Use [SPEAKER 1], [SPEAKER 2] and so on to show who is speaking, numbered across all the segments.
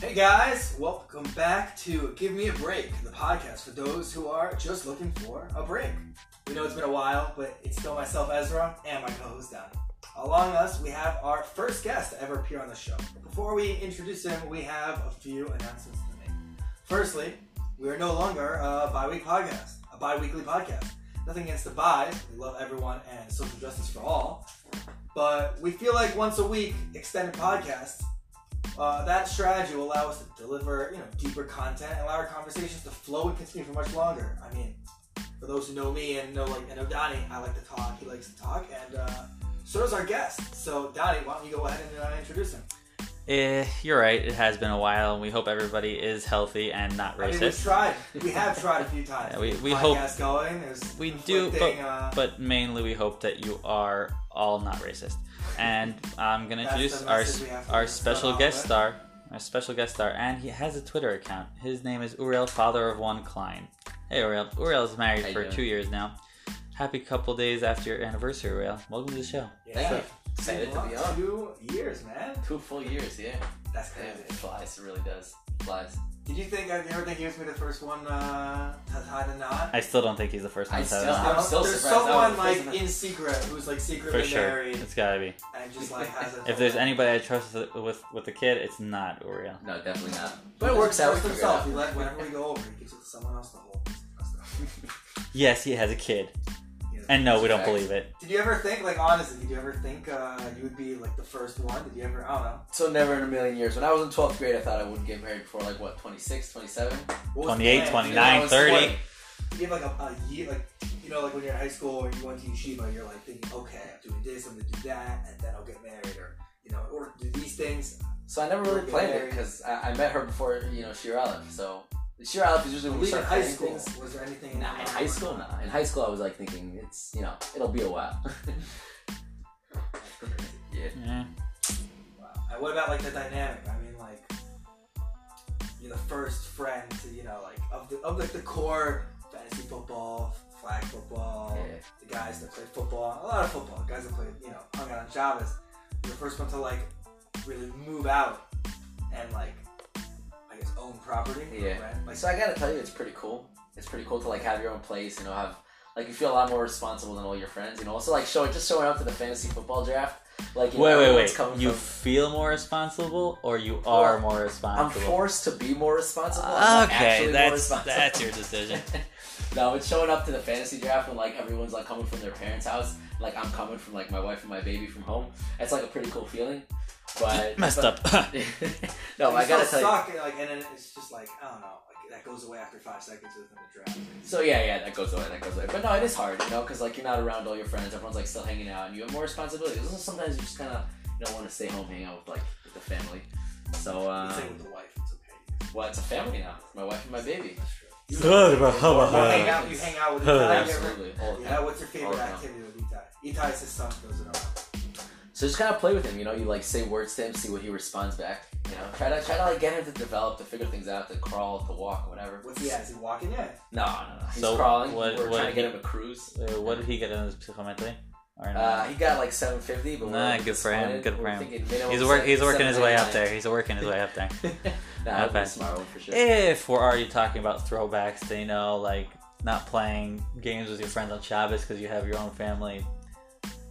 [SPEAKER 1] Hey guys, welcome back to Give Me a Break, the podcast for those who are just looking for a break. We know it's been a while, but it's still myself, Ezra, and my co host, Donnie. Along us, we have our first guest to ever appear on the show. Before we introduce him, we have a few announcements to make. Firstly, we are no longer a bi week podcast, a bi weekly podcast. Nothing against the bi, we love everyone and social justice for all. But we feel like once a week, extended podcasts uh, that strategy will allow us to deliver, you know, deeper content and allow our conversations to flow and continue for much longer. I mean, for those who know me and know like and know Donnie, I like to talk. He likes to talk, and uh, so does our guest. So Donnie, why don't you go ahead and uh, introduce him?
[SPEAKER 2] Eh, you're right. It has been a while, and we hope everybody is healthy and not
[SPEAKER 1] I mean, we've
[SPEAKER 2] racist.
[SPEAKER 1] tried. We have tried a few times.
[SPEAKER 2] Yeah, we- we
[SPEAKER 1] Podcast
[SPEAKER 2] hope-
[SPEAKER 1] going. There's
[SPEAKER 2] we do,
[SPEAKER 1] conflicting, uh,
[SPEAKER 2] but mainly, we hope that you are all not racist. And I'm gonna
[SPEAKER 1] That's the
[SPEAKER 2] introduce our
[SPEAKER 1] message we have to
[SPEAKER 2] our
[SPEAKER 1] start
[SPEAKER 2] special
[SPEAKER 1] off
[SPEAKER 2] guest
[SPEAKER 1] with.
[SPEAKER 2] star, our special guest star, and he has a Twitter account. His name is Uriel, father of one Klein. Hey, Uriel. Uriel's married
[SPEAKER 3] How you
[SPEAKER 2] for
[SPEAKER 3] doing?
[SPEAKER 2] two years now. Happy couple days after your anniversary, Uriel. Welcome to the show.
[SPEAKER 1] yeah,
[SPEAKER 3] Thank you.
[SPEAKER 1] it's been
[SPEAKER 3] Excited to be
[SPEAKER 1] about
[SPEAKER 3] on.
[SPEAKER 1] Two years, man.
[SPEAKER 3] Two full years, yeah.
[SPEAKER 1] That's
[SPEAKER 3] Yeah,
[SPEAKER 1] crazy.
[SPEAKER 3] it flies, it really does. It flies.
[SPEAKER 1] Did you think? Did you ever think he was gonna be the first one uh, to tie the knot?
[SPEAKER 2] I still don't think he's the first one.
[SPEAKER 3] I
[SPEAKER 2] to say
[SPEAKER 3] still-
[SPEAKER 2] that.
[SPEAKER 3] I'm so
[SPEAKER 1] there's
[SPEAKER 3] surprised. Oh, I
[SPEAKER 1] someone
[SPEAKER 3] was
[SPEAKER 1] like
[SPEAKER 3] surprised.
[SPEAKER 1] in secret who's like secretly
[SPEAKER 2] for sure.
[SPEAKER 1] married
[SPEAKER 2] It's gotta be.
[SPEAKER 1] and just like has a
[SPEAKER 2] If there's anybody I trust with with, with the kid, it's not Uriel.
[SPEAKER 3] No, definitely not.
[SPEAKER 1] but it works out
[SPEAKER 3] We
[SPEAKER 1] for
[SPEAKER 3] figured it out.
[SPEAKER 1] himself. He like whenever we go over, he gives it to someone else to hold.
[SPEAKER 2] Yes, he has a kid.
[SPEAKER 1] He doesn't-
[SPEAKER 2] And no, we don't
[SPEAKER 3] Facts.
[SPEAKER 2] believe it.
[SPEAKER 1] Did you ever think, like honestly, did you ever think uh, you would be like the first one? Did you ever? I don't know.
[SPEAKER 3] So never in a million years. When I was in 12th grade, I thought I wouldn't get married before like what, 26, 27?
[SPEAKER 1] What was the
[SPEAKER 2] 28,
[SPEAKER 1] plan?
[SPEAKER 2] 29, 30.
[SPEAKER 1] Did you have like a, a year, like you know, like when you're in high school or you went to yeshiva, you're like thinking, okay, I'm doing this, I'm gonna do that, and then I'll get married, or you know, or do these things.
[SPEAKER 3] So I never really planned it because I, I met her before, you know, Shir Aleph. So Shir Aleph is usually when we
[SPEAKER 1] Leaving
[SPEAKER 3] start
[SPEAKER 1] high
[SPEAKER 3] planning
[SPEAKER 1] school,
[SPEAKER 3] things.
[SPEAKER 1] was there anything?
[SPEAKER 3] Nah, in high school, nah. In high school, I was like thinking it's, you know, it'll be a while. yeah.
[SPEAKER 2] Yeah.
[SPEAKER 1] Wow. And what about like the dynamic? I mean, like you're the first friend to you know like of the of like the core fantasy football, flag football,
[SPEAKER 3] Yeah.
[SPEAKER 1] the guys that play football, a lot of football guys that play you know hung out on Chavez. You're the first one to like really move out and like I guess own property,
[SPEAKER 3] Yeah.
[SPEAKER 1] rent,
[SPEAKER 3] Like,
[SPEAKER 1] like
[SPEAKER 3] so I gotta tell you, it's pretty cool. It's pretty cool to like have your own place, you know, have like you feel a lot more responsible than all your friends, you know. Also, like showing just showing up to the fantasy football draft, like you
[SPEAKER 2] Wait,
[SPEAKER 3] know,
[SPEAKER 2] wait,
[SPEAKER 3] everyone's
[SPEAKER 2] wait.
[SPEAKER 3] coming
[SPEAKER 2] You
[SPEAKER 3] from-
[SPEAKER 2] feel more responsible, or you are more
[SPEAKER 3] I'm
[SPEAKER 2] responsible?
[SPEAKER 3] forced to be more responsible. I'm not
[SPEAKER 2] okay,
[SPEAKER 3] actually
[SPEAKER 2] that's
[SPEAKER 3] more responsible.
[SPEAKER 2] that's your decision.
[SPEAKER 3] no, it's showing up to the fantasy draft when like everyone's like coming from their parents' house, like I'm coming from like my wife and my baby from home. That's like a pretty cool feeling. But
[SPEAKER 2] Messed
[SPEAKER 3] but-
[SPEAKER 2] up.
[SPEAKER 3] no,
[SPEAKER 1] You
[SPEAKER 3] I gotta
[SPEAKER 1] still
[SPEAKER 3] tell you.
[SPEAKER 1] suck, and, like, and then it's just like I don't know, like that goes away after five seconds within the draft.
[SPEAKER 3] So yeah, yeah, that goes away, that goes away. But no, it is hard, you know, because like you're not around all your friends. Everyone's like still hanging out, and you have more responsibilities. Also, sometimes you just kind of you know want to stay home, hang out with like with the family. So
[SPEAKER 1] You
[SPEAKER 3] uh,
[SPEAKER 1] say with the wife, it's okay.
[SPEAKER 3] well, it's a family now. My wife and my baby.
[SPEAKER 1] That's true. You,
[SPEAKER 2] Good, bro. How about
[SPEAKER 1] hang
[SPEAKER 2] that?
[SPEAKER 1] out, you hang out with
[SPEAKER 2] uh, Huh.
[SPEAKER 1] Itai. every-
[SPEAKER 3] Absolutely. All the
[SPEAKER 1] Yeah,
[SPEAKER 3] time.
[SPEAKER 1] what's your favorite
[SPEAKER 3] Oh, yeah.
[SPEAKER 1] activity with Itai? Itai's his son goes around.
[SPEAKER 3] So just kind of play with him, you know. You like say words to him, see what he responds back. You know, try to try to like get him to develop, to figure things out, to crawl, to walk, whatever.
[SPEAKER 1] What's he at? Is he walking yet?
[SPEAKER 3] No, no, no. He's
[SPEAKER 2] So
[SPEAKER 3] crawling.
[SPEAKER 2] what-
[SPEAKER 3] We're
[SPEAKER 2] what
[SPEAKER 3] trying to get
[SPEAKER 2] he-
[SPEAKER 3] him a cruise.
[SPEAKER 2] Uh, what did he get on his psychometry? Or
[SPEAKER 3] Uh,
[SPEAKER 2] not?
[SPEAKER 3] he got like 750, but we're
[SPEAKER 2] Nah,
[SPEAKER 3] only
[SPEAKER 2] good for him,
[SPEAKER 3] disappointed.
[SPEAKER 2] good for
[SPEAKER 3] We're
[SPEAKER 2] him.
[SPEAKER 3] thinking minimum
[SPEAKER 2] he's work. He's working his way up
[SPEAKER 3] 799.
[SPEAKER 2] there. He's working his way up there.
[SPEAKER 3] nah, that'd be
[SPEAKER 2] Okay.
[SPEAKER 3] a smart one for sure.
[SPEAKER 2] If we're already talking about throwbacks, to, you know, like not playing games with your friends on Shabbos because you have your own family,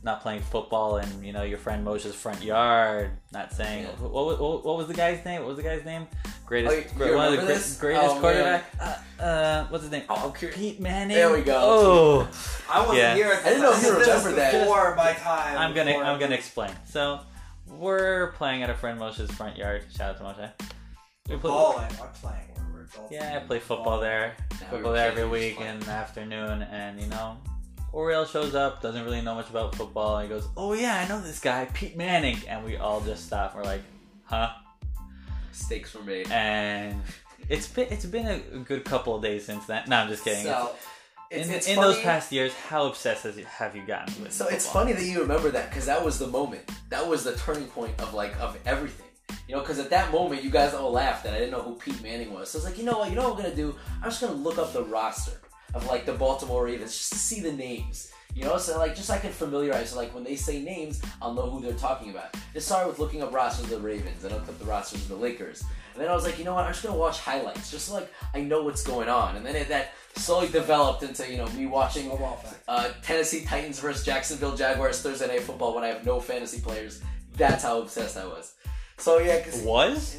[SPEAKER 2] not playing football in, you know, your friend Moshe's front yard, not saying,
[SPEAKER 3] Yeah.
[SPEAKER 2] what, what, what, what was the guy's name? What was the guy's name? Greatest,
[SPEAKER 3] Oh, you-
[SPEAKER 2] great-
[SPEAKER 3] you
[SPEAKER 2] one of the
[SPEAKER 3] remember
[SPEAKER 2] gre-
[SPEAKER 3] this?
[SPEAKER 2] greatest
[SPEAKER 3] Oh,
[SPEAKER 2] quarterback. Uh, uh, what's his name?
[SPEAKER 3] Oh, I'm curious.
[SPEAKER 2] Pete Manning.
[SPEAKER 3] There we go.
[SPEAKER 2] Oh,
[SPEAKER 1] I wasn't
[SPEAKER 2] Yeah.
[SPEAKER 1] here. At the
[SPEAKER 3] I didn't know
[SPEAKER 1] time.
[SPEAKER 3] if you
[SPEAKER 1] This
[SPEAKER 3] remember
[SPEAKER 1] was
[SPEAKER 3] that.
[SPEAKER 1] Before my time.
[SPEAKER 2] I'm gonna,
[SPEAKER 1] before-
[SPEAKER 2] I'm gonna explain. So, we're playing at our friend Moshe's front yard. Shout out to Moshe. We play-
[SPEAKER 1] Balling. I'm playing. We're- we're adults.
[SPEAKER 2] Yeah, I play football there.
[SPEAKER 3] Nah, we
[SPEAKER 2] football
[SPEAKER 3] were
[SPEAKER 2] there
[SPEAKER 3] kidding,
[SPEAKER 2] every
[SPEAKER 3] we were
[SPEAKER 2] week
[SPEAKER 3] just
[SPEAKER 2] in the afternoon, and you know, Oriel shows up, doesn't really know much about football. and He goes, "Oh yeah, I know this guy, Pete Manning," and we all just stop. We're like, "Huh?"
[SPEAKER 3] playing. Mistakes were made.
[SPEAKER 2] And it's been it's been a good couple of days since that. No, I'm just kidding.
[SPEAKER 3] So,
[SPEAKER 2] It's-
[SPEAKER 3] it's,
[SPEAKER 2] in
[SPEAKER 3] it's
[SPEAKER 2] in
[SPEAKER 3] funny,
[SPEAKER 2] those past years, how obsessed has you, have you gotten with
[SPEAKER 3] So it's
[SPEAKER 2] football?
[SPEAKER 3] funny that you remember that because that was the moment. That was the turning point of like of everything. You know, because at that moment you guys all laughed that I didn't know who Pete Manning was. So I was like, you know what? You know what I'm gonna do? I'm just gonna look up the roster of like the Baltimore Ravens just to see the names. You know, so like just so I can familiarize. So like when they say names, I'll know who they're talking about. This started with looking up rosters of the Ravens. Then I looked up the rosters of the Lakers. And then I was like, you know what? I'm just gonna watch highlights, just so, like I know what's going on. And then it, that slowly developed into you know me watching
[SPEAKER 1] Snowball effect.
[SPEAKER 3] uh, Tennessee Titans versus Jacksonville Jaguars Thursday Night Football when I have no fantasy players. That's how obsessed I was. So yeah, 'cause-
[SPEAKER 2] Was?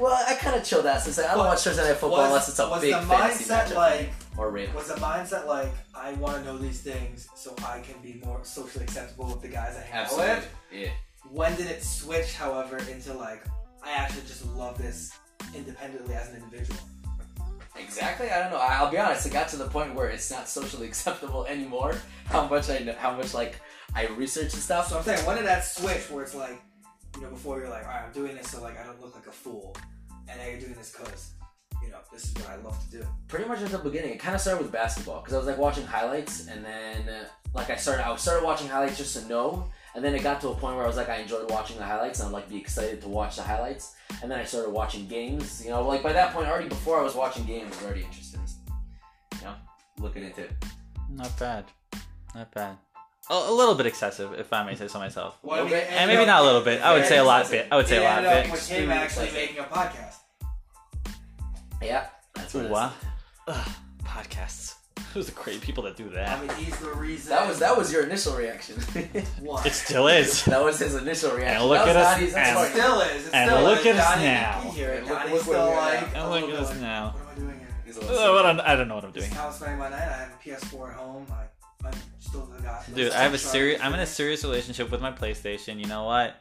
[SPEAKER 3] well, I kind of chilled out since I don't
[SPEAKER 1] But
[SPEAKER 3] watch Thursday Night Football
[SPEAKER 1] was-
[SPEAKER 3] unless it's a
[SPEAKER 1] was
[SPEAKER 3] big
[SPEAKER 1] the
[SPEAKER 3] fantasy
[SPEAKER 1] mindset
[SPEAKER 3] matchup
[SPEAKER 1] like
[SPEAKER 3] or Ravens.
[SPEAKER 1] was the mindset like I want to know these things so I can be more socially acceptable with the guys I hang out
[SPEAKER 3] Absolutely,
[SPEAKER 1] with?
[SPEAKER 3] yeah.
[SPEAKER 1] When did it switch, however, into like I actually just love this independently as an individual?
[SPEAKER 3] Exactly. I don't know. I- I'll be honest. It got to the point where it's not socially acceptable anymore. How much I know, how much like I research and stuff.
[SPEAKER 1] So I'm saying, when did that switch where it's like, you know, before you're like, all right, I'm doing this so like I don't look like a fool, and now you're doing this because, you know, this is what I love to do.
[SPEAKER 3] pretty much at the beginning. It kind of started with basketball because I was like watching highlights, and then uh, like I started, I started watching highlights just to know, and then it got to a point where I was like, I enjoyed watching the highlights, and I'd like be excited to watch the highlights, and then I started watching games. You know, like by that point, already before I was watching games, I was already interested. In, you know, looking into it.
[SPEAKER 2] Not bad. Not bad. A, a little bit excessive, if I may say so myself.
[SPEAKER 1] Well, I mean,
[SPEAKER 3] Okay.
[SPEAKER 1] it
[SPEAKER 2] And
[SPEAKER 1] ended
[SPEAKER 2] maybe
[SPEAKER 1] up-
[SPEAKER 2] not a little bit. I would say a lot bit. I would
[SPEAKER 1] it
[SPEAKER 2] say a lot
[SPEAKER 1] ended up
[SPEAKER 2] bit.
[SPEAKER 1] with him actually
[SPEAKER 3] Extremely
[SPEAKER 1] making a podcast.
[SPEAKER 3] Yeah, that's what. it is.
[SPEAKER 2] Wow. Ugh, podcasts. Those are great people that do
[SPEAKER 1] I
[SPEAKER 2] that.
[SPEAKER 1] mean, he's the reason.
[SPEAKER 3] That was that was your initial reaction. that
[SPEAKER 1] Why?
[SPEAKER 2] It still is.
[SPEAKER 3] was his initial reaction.
[SPEAKER 2] look
[SPEAKER 3] That
[SPEAKER 2] at
[SPEAKER 3] was
[SPEAKER 2] us
[SPEAKER 3] not his- that's
[SPEAKER 2] and-
[SPEAKER 1] It
[SPEAKER 3] hard.
[SPEAKER 1] still is. It
[SPEAKER 2] And
[SPEAKER 1] still
[SPEAKER 2] look
[SPEAKER 1] is.
[SPEAKER 2] at us
[SPEAKER 1] Johnny
[SPEAKER 2] now.
[SPEAKER 1] McKee Here,
[SPEAKER 3] And look-
[SPEAKER 1] Johnny's
[SPEAKER 3] look where
[SPEAKER 1] still
[SPEAKER 3] we are
[SPEAKER 1] like.
[SPEAKER 2] And
[SPEAKER 1] a
[SPEAKER 2] look
[SPEAKER 1] little
[SPEAKER 2] at us
[SPEAKER 1] bit like,
[SPEAKER 2] now.
[SPEAKER 1] What am I doing here?
[SPEAKER 3] He's a
[SPEAKER 2] Uh,
[SPEAKER 3] little
[SPEAKER 2] I don't, I don't know what I'm
[SPEAKER 1] This
[SPEAKER 2] doing.
[SPEAKER 1] is how I'm spending my night. I have a PS4 at home. Like, I'm still the guy.
[SPEAKER 2] Dude, I have a serious. I'm in a serious relationship with my PlayStation. You know what?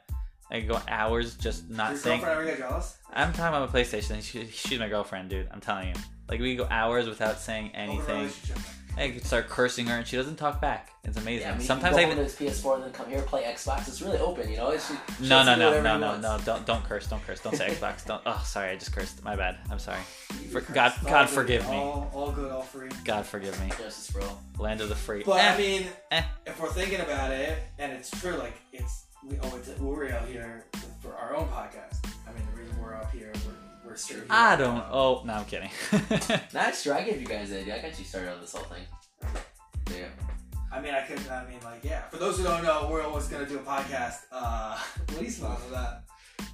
[SPEAKER 2] I can go hours just not
[SPEAKER 1] Your
[SPEAKER 2] saying.
[SPEAKER 1] girlfriend ever get jealous?
[SPEAKER 2] I'm talking about my PlayStation. and She, she's my girlfriend, dude. I'm telling you. Like we could go hours without saying
[SPEAKER 1] Open
[SPEAKER 2] anything.
[SPEAKER 1] relationship.
[SPEAKER 2] I could start cursing her, and she doesn't talk back. It's amazing.
[SPEAKER 3] Yeah, I mean,
[SPEAKER 2] Sometimes
[SPEAKER 3] you
[SPEAKER 2] I
[SPEAKER 3] can go
[SPEAKER 2] even
[SPEAKER 3] home to his PS4 and then come here play Xbox. It's really open, you know. It's, she, she
[SPEAKER 2] no no
[SPEAKER 3] lets him do
[SPEAKER 2] no
[SPEAKER 3] whatever
[SPEAKER 2] no
[SPEAKER 3] he
[SPEAKER 2] no
[SPEAKER 3] wants.
[SPEAKER 2] no don't don't curse don't curse don't say Xbox don't. Oh sorry, I just cursed. My bad. I'm sorry. For-
[SPEAKER 1] It's
[SPEAKER 2] God-
[SPEAKER 1] all
[SPEAKER 2] God
[SPEAKER 1] good.
[SPEAKER 2] forgive me.
[SPEAKER 1] All, all good, all free.
[SPEAKER 2] God forgive me.
[SPEAKER 3] Justice for all.
[SPEAKER 2] Land of the free.
[SPEAKER 1] But
[SPEAKER 2] Eh.
[SPEAKER 1] I mean,
[SPEAKER 2] eh.
[SPEAKER 1] if we're thinking about it, and it's true, like it's we owe it to Uriel here for our own podcast. I mean, the reason we're up here, we're, we're straight.
[SPEAKER 2] I don't. Oh no, I'm kidding.
[SPEAKER 3] That's true. I gave you guys the idea. I got you started on this whole thing. There you go.
[SPEAKER 1] I mean, I could. I mean, like, yeah. For those who don't know, we're always gonna do a podcast. Uh, what do you smile for that?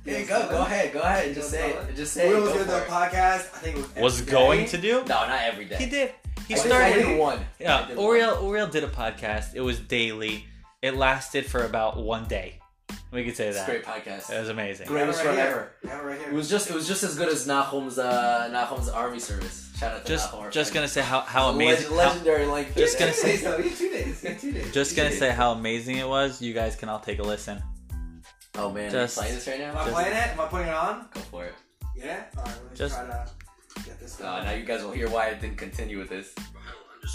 [SPEAKER 3] There you go. Go ahead. Go ahead. Just say it. Just say it.
[SPEAKER 1] We're always
[SPEAKER 3] Go
[SPEAKER 1] gonna do a
[SPEAKER 3] for
[SPEAKER 1] podcast. I think it was.
[SPEAKER 2] Was
[SPEAKER 1] every
[SPEAKER 2] going
[SPEAKER 1] day.
[SPEAKER 2] to do?
[SPEAKER 3] it. No, not every day.
[SPEAKER 2] He did. He
[SPEAKER 3] I did- I
[SPEAKER 2] started.
[SPEAKER 3] did one. I
[SPEAKER 2] Yeah,
[SPEAKER 3] did one.
[SPEAKER 2] Oriel Oriel did a podcast. It was daily. It lasted for about one day. We could say
[SPEAKER 3] It's a
[SPEAKER 2] that.
[SPEAKER 3] great
[SPEAKER 2] It
[SPEAKER 3] podcast.
[SPEAKER 2] was amazing.
[SPEAKER 1] We have it
[SPEAKER 3] Greatest
[SPEAKER 1] right
[SPEAKER 3] one
[SPEAKER 1] here.
[SPEAKER 3] ever.
[SPEAKER 1] We have it right here.
[SPEAKER 3] It was just. It was just as good as Nahum's. Uh, Nahum's army service. Shout out to
[SPEAKER 2] Just
[SPEAKER 3] Nahum. our
[SPEAKER 2] just
[SPEAKER 3] friend.
[SPEAKER 2] gonna say how, how
[SPEAKER 3] Leg-
[SPEAKER 2] amazing how-
[SPEAKER 3] legendary length.
[SPEAKER 2] Just
[SPEAKER 1] You
[SPEAKER 2] gonna
[SPEAKER 1] have two
[SPEAKER 2] say-
[SPEAKER 1] days, though. You have two days. You have two days.
[SPEAKER 2] just gonna say how amazing it was. You guys can all take a listen.
[SPEAKER 3] Oh man,
[SPEAKER 2] just-
[SPEAKER 3] are you playing this right
[SPEAKER 1] Am I
[SPEAKER 3] now?
[SPEAKER 1] playing it? Am I putting it on?
[SPEAKER 3] Go for it.
[SPEAKER 1] Yeah. All right. Let me
[SPEAKER 2] Just-
[SPEAKER 1] try to get this
[SPEAKER 3] Uh,
[SPEAKER 1] going.
[SPEAKER 3] now you guys will hear why I didn't continue with this.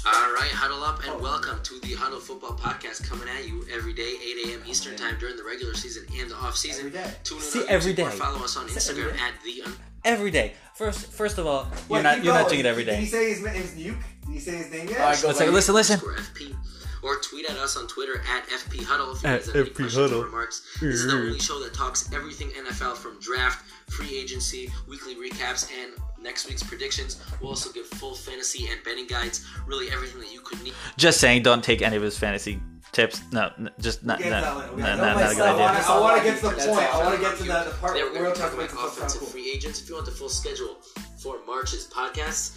[SPEAKER 4] All right, huddle up and welcome to the Huddle Football Podcast coming at you every day, 8 a.m. Eastern Time during the regular season and the off
[SPEAKER 1] Every
[SPEAKER 4] season.
[SPEAKER 1] day.
[SPEAKER 4] Tune in
[SPEAKER 2] See,
[SPEAKER 4] on
[SPEAKER 2] every
[SPEAKER 4] YouTube or
[SPEAKER 2] day.
[SPEAKER 4] follow us on
[SPEAKER 1] See, every
[SPEAKER 4] Instagram
[SPEAKER 1] day.
[SPEAKER 4] at the. Un-
[SPEAKER 2] Every day. First first of all, you're
[SPEAKER 1] Wait,
[SPEAKER 2] not
[SPEAKER 1] keep
[SPEAKER 2] you're not
[SPEAKER 1] going.
[SPEAKER 2] doing it every
[SPEAKER 1] Did he
[SPEAKER 2] day.
[SPEAKER 1] say his name's Nuke? Did he say his name yet?
[SPEAKER 3] All right, go
[SPEAKER 2] Let's take a
[SPEAKER 3] back.
[SPEAKER 2] listen, listen.
[SPEAKER 4] underscore FP, or tweet at us on Twitter at FP Huddle if you
[SPEAKER 2] At
[SPEAKER 4] guys have any
[SPEAKER 2] FP
[SPEAKER 4] questions
[SPEAKER 2] Huddle.
[SPEAKER 4] or remarks. This is the only show that talks everything NFL from draft, free agency, weekly recaps, and next week's predictions. We'll also give full fantasy and betting guides, really everything that you could need.
[SPEAKER 2] Just saying don't take any of his fantasy tips. No, n- just not
[SPEAKER 1] We'll get
[SPEAKER 2] no,
[SPEAKER 1] to that
[SPEAKER 2] no,
[SPEAKER 1] later. We'll
[SPEAKER 2] no,
[SPEAKER 1] get to
[SPEAKER 2] not
[SPEAKER 1] that
[SPEAKER 2] a
[SPEAKER 1] later.
[SPEAKER 2] good
[SPEAKER 1] I
[SPEAKER 3] later.
[SPEAKER 1] wanna-
[SPEAKER 2] idea.
[SPEAKER 1] I want to get to the
[SPEAKER 3] That's
[SPEAKER 1] point. I
[SPEAKER 3] all.
[SPEAKER 1] want to get to the, the part
[SPEAKER 4] Today
[SPEAKER 1] where
[SPEAKER 4] we're
[SPEAKER 1] we're
[SPEAKER 4] going to talk
[SPEAKER 1] talking
[SPEAKER 4] about
[SPEAKER 1] about
[SPEAKER 4] offensive
[SPEAKER 1] cool.
[SPEAKER 4] free agents. If you want the full schedule for March's podcasts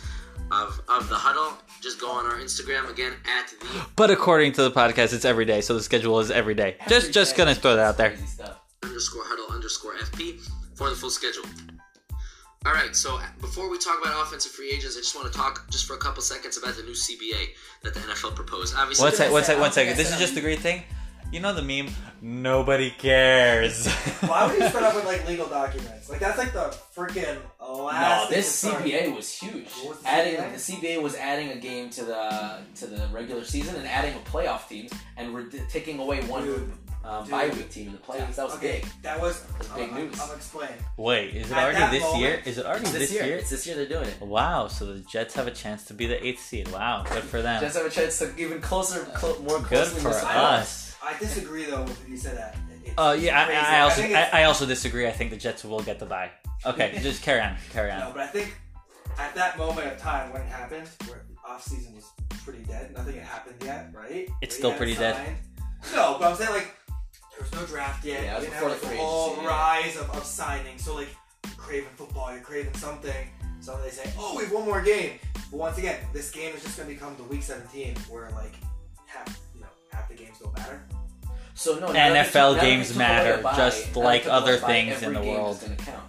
[SPEAKER 4] of, of the huddle, just go on our Instagram again at the
[SPEAKER 2] But according to the podcast, it's every day, so the schedule is every day. Just just gonna throw that out there.
[SPEAKER 3] Crazy stuff.
[SPEAKER 4] underscore huddle underscore FP for the full schedule. All right, so before we talk about offensive free agents, I just want to talk just for a couple seconds about the new CBA that the NFL proposed. Obviously,
[SPEAKER 2] One sec, one sec, one
[SPEAKER 3] I think I
[SPEAKER 2] second. This is
[SPEAKER 3] said
[SPEAKER 2] just
[SPEAKER 3] I'm-
[SPEAKER 2] the great thing. You know the meme? Nobody cares.
[SPEAKER 1] Why would you start up with like legal documents? Like that's like the freaking
[SPEAKER 3] No,
[SPEAKER 1] last.
[SPEAKER 3] this
[SPEAKER 1] thing to start.
[SPEAKER 3] CBA was huge.
[SPEAKER 1] What was the
[SPEAKER 3] Adding
[SPEAKER 1] CBA?
[SPEAKER 3] the CBA was adding a game to the to the regular season and adding a playoff team and we're d- taking away one
[SPEAKER 1] Dude.
[SPEAKER 3] um,
[SPEAKER 1] Dude.
[SPEAKER 3] bye week team in the playoffs. That was
[SPEAKER 1] okay.
[SPEAKER 3] big.
[SPEAKER 1] That was
[SPEAKER 3] That's
[SPEAKER 1] I'm,
[SPEAKER 3] big
[SPEAKER 1] I'm-
[SPEAKER 3] news.
[SPEAKER 1] I'm explaining.
[SPEAKER 2] Wait, is it
[SPEAKER 1] At that
[SPEAKER 2] already this
[SPEAKER 1] moment-
[SPEAKER 2] year? Is it already
[SPEAKER 3] It's
[SPEAKER 2] this, year?
[SPEAKER 3] it's uh, this year they're doing it.
[SPEAKER 2] Wow, so the Jets have a chance to be the eighth seed. Wow, good for them.
[SPEAKER 3] Just have a chance to even closer, clo- more
[SPEAKER 2] good
[SPEAKER 3] closely.
[SPEAKER 2] for
[SPEAKER 3] miss the playoffs.
[SPEAKER 2] us.
[SPEAKER 1] I disagree though with you said that. It's
[SPEAKER 2] Uh, yeah,
[SPEAKER 1] crazy.
[SPEAKER 2] I, I also
[SPEAKER 1] think
[SPEAKER 2] I,
[SPEAKER 1] it's-
[SPEAKER 2] I also disagree. I think the Jets will get the bye. Okay, just carry on, carry on.
[SPEAKER 1] no, but I think at that moment of time when it happened, where off season was pretty dead. Nothing had happened yet, right?
[SPEAKER 2] It's
[SPEAKER 1] They
[SPEAKER 2] still
[SPEAKER 1] got
[SPEAKER 2] pretty dead.
[SPEAKER 1] signed. No, but I'm saying like there was no draft yet.
[SPEAKER 3] Yeah, it was
[SPEAKER 1] you didn't
[SPEAKER 3] before
[SPEAKER 1] have
[SPEAKER 3] the
[SPEAKER 1] like,
[SPEAKER 3] free
[SPEAKER 1] the whole
[SPEAKER 3] agency, yeah.
[SPEAKER 1] rise of, of signing. So like you're craving football, you're craving something. So they say, oh, we have one more game. But once again, this game is just gonna become the week 17 where like half you know half the games don't matter.
[SPEAKER 3] So no,
[SPEAKER 2] NFL
[SPEAKER 3] now that they took- now that they
[SPEAKER 2] games
[SPEAKER 3] took
[SPEAKER 2] matter,
[SPEAKER 3] away the bye,
[SPEAKER 2] just
[SPEAKER 3] now that
[SPEAKER 2] like
[SPEAKER 3] they took away
[SPEAKER 2] other
[SPEAKER 3] the bye,
[SPEAKER 2] things
[SPEAKER 3] every
[SPEAKER 2] in the
[SPEAKER 3] game is
[SPEAKER 2] world.
[SPEAKER 3] Gonna count.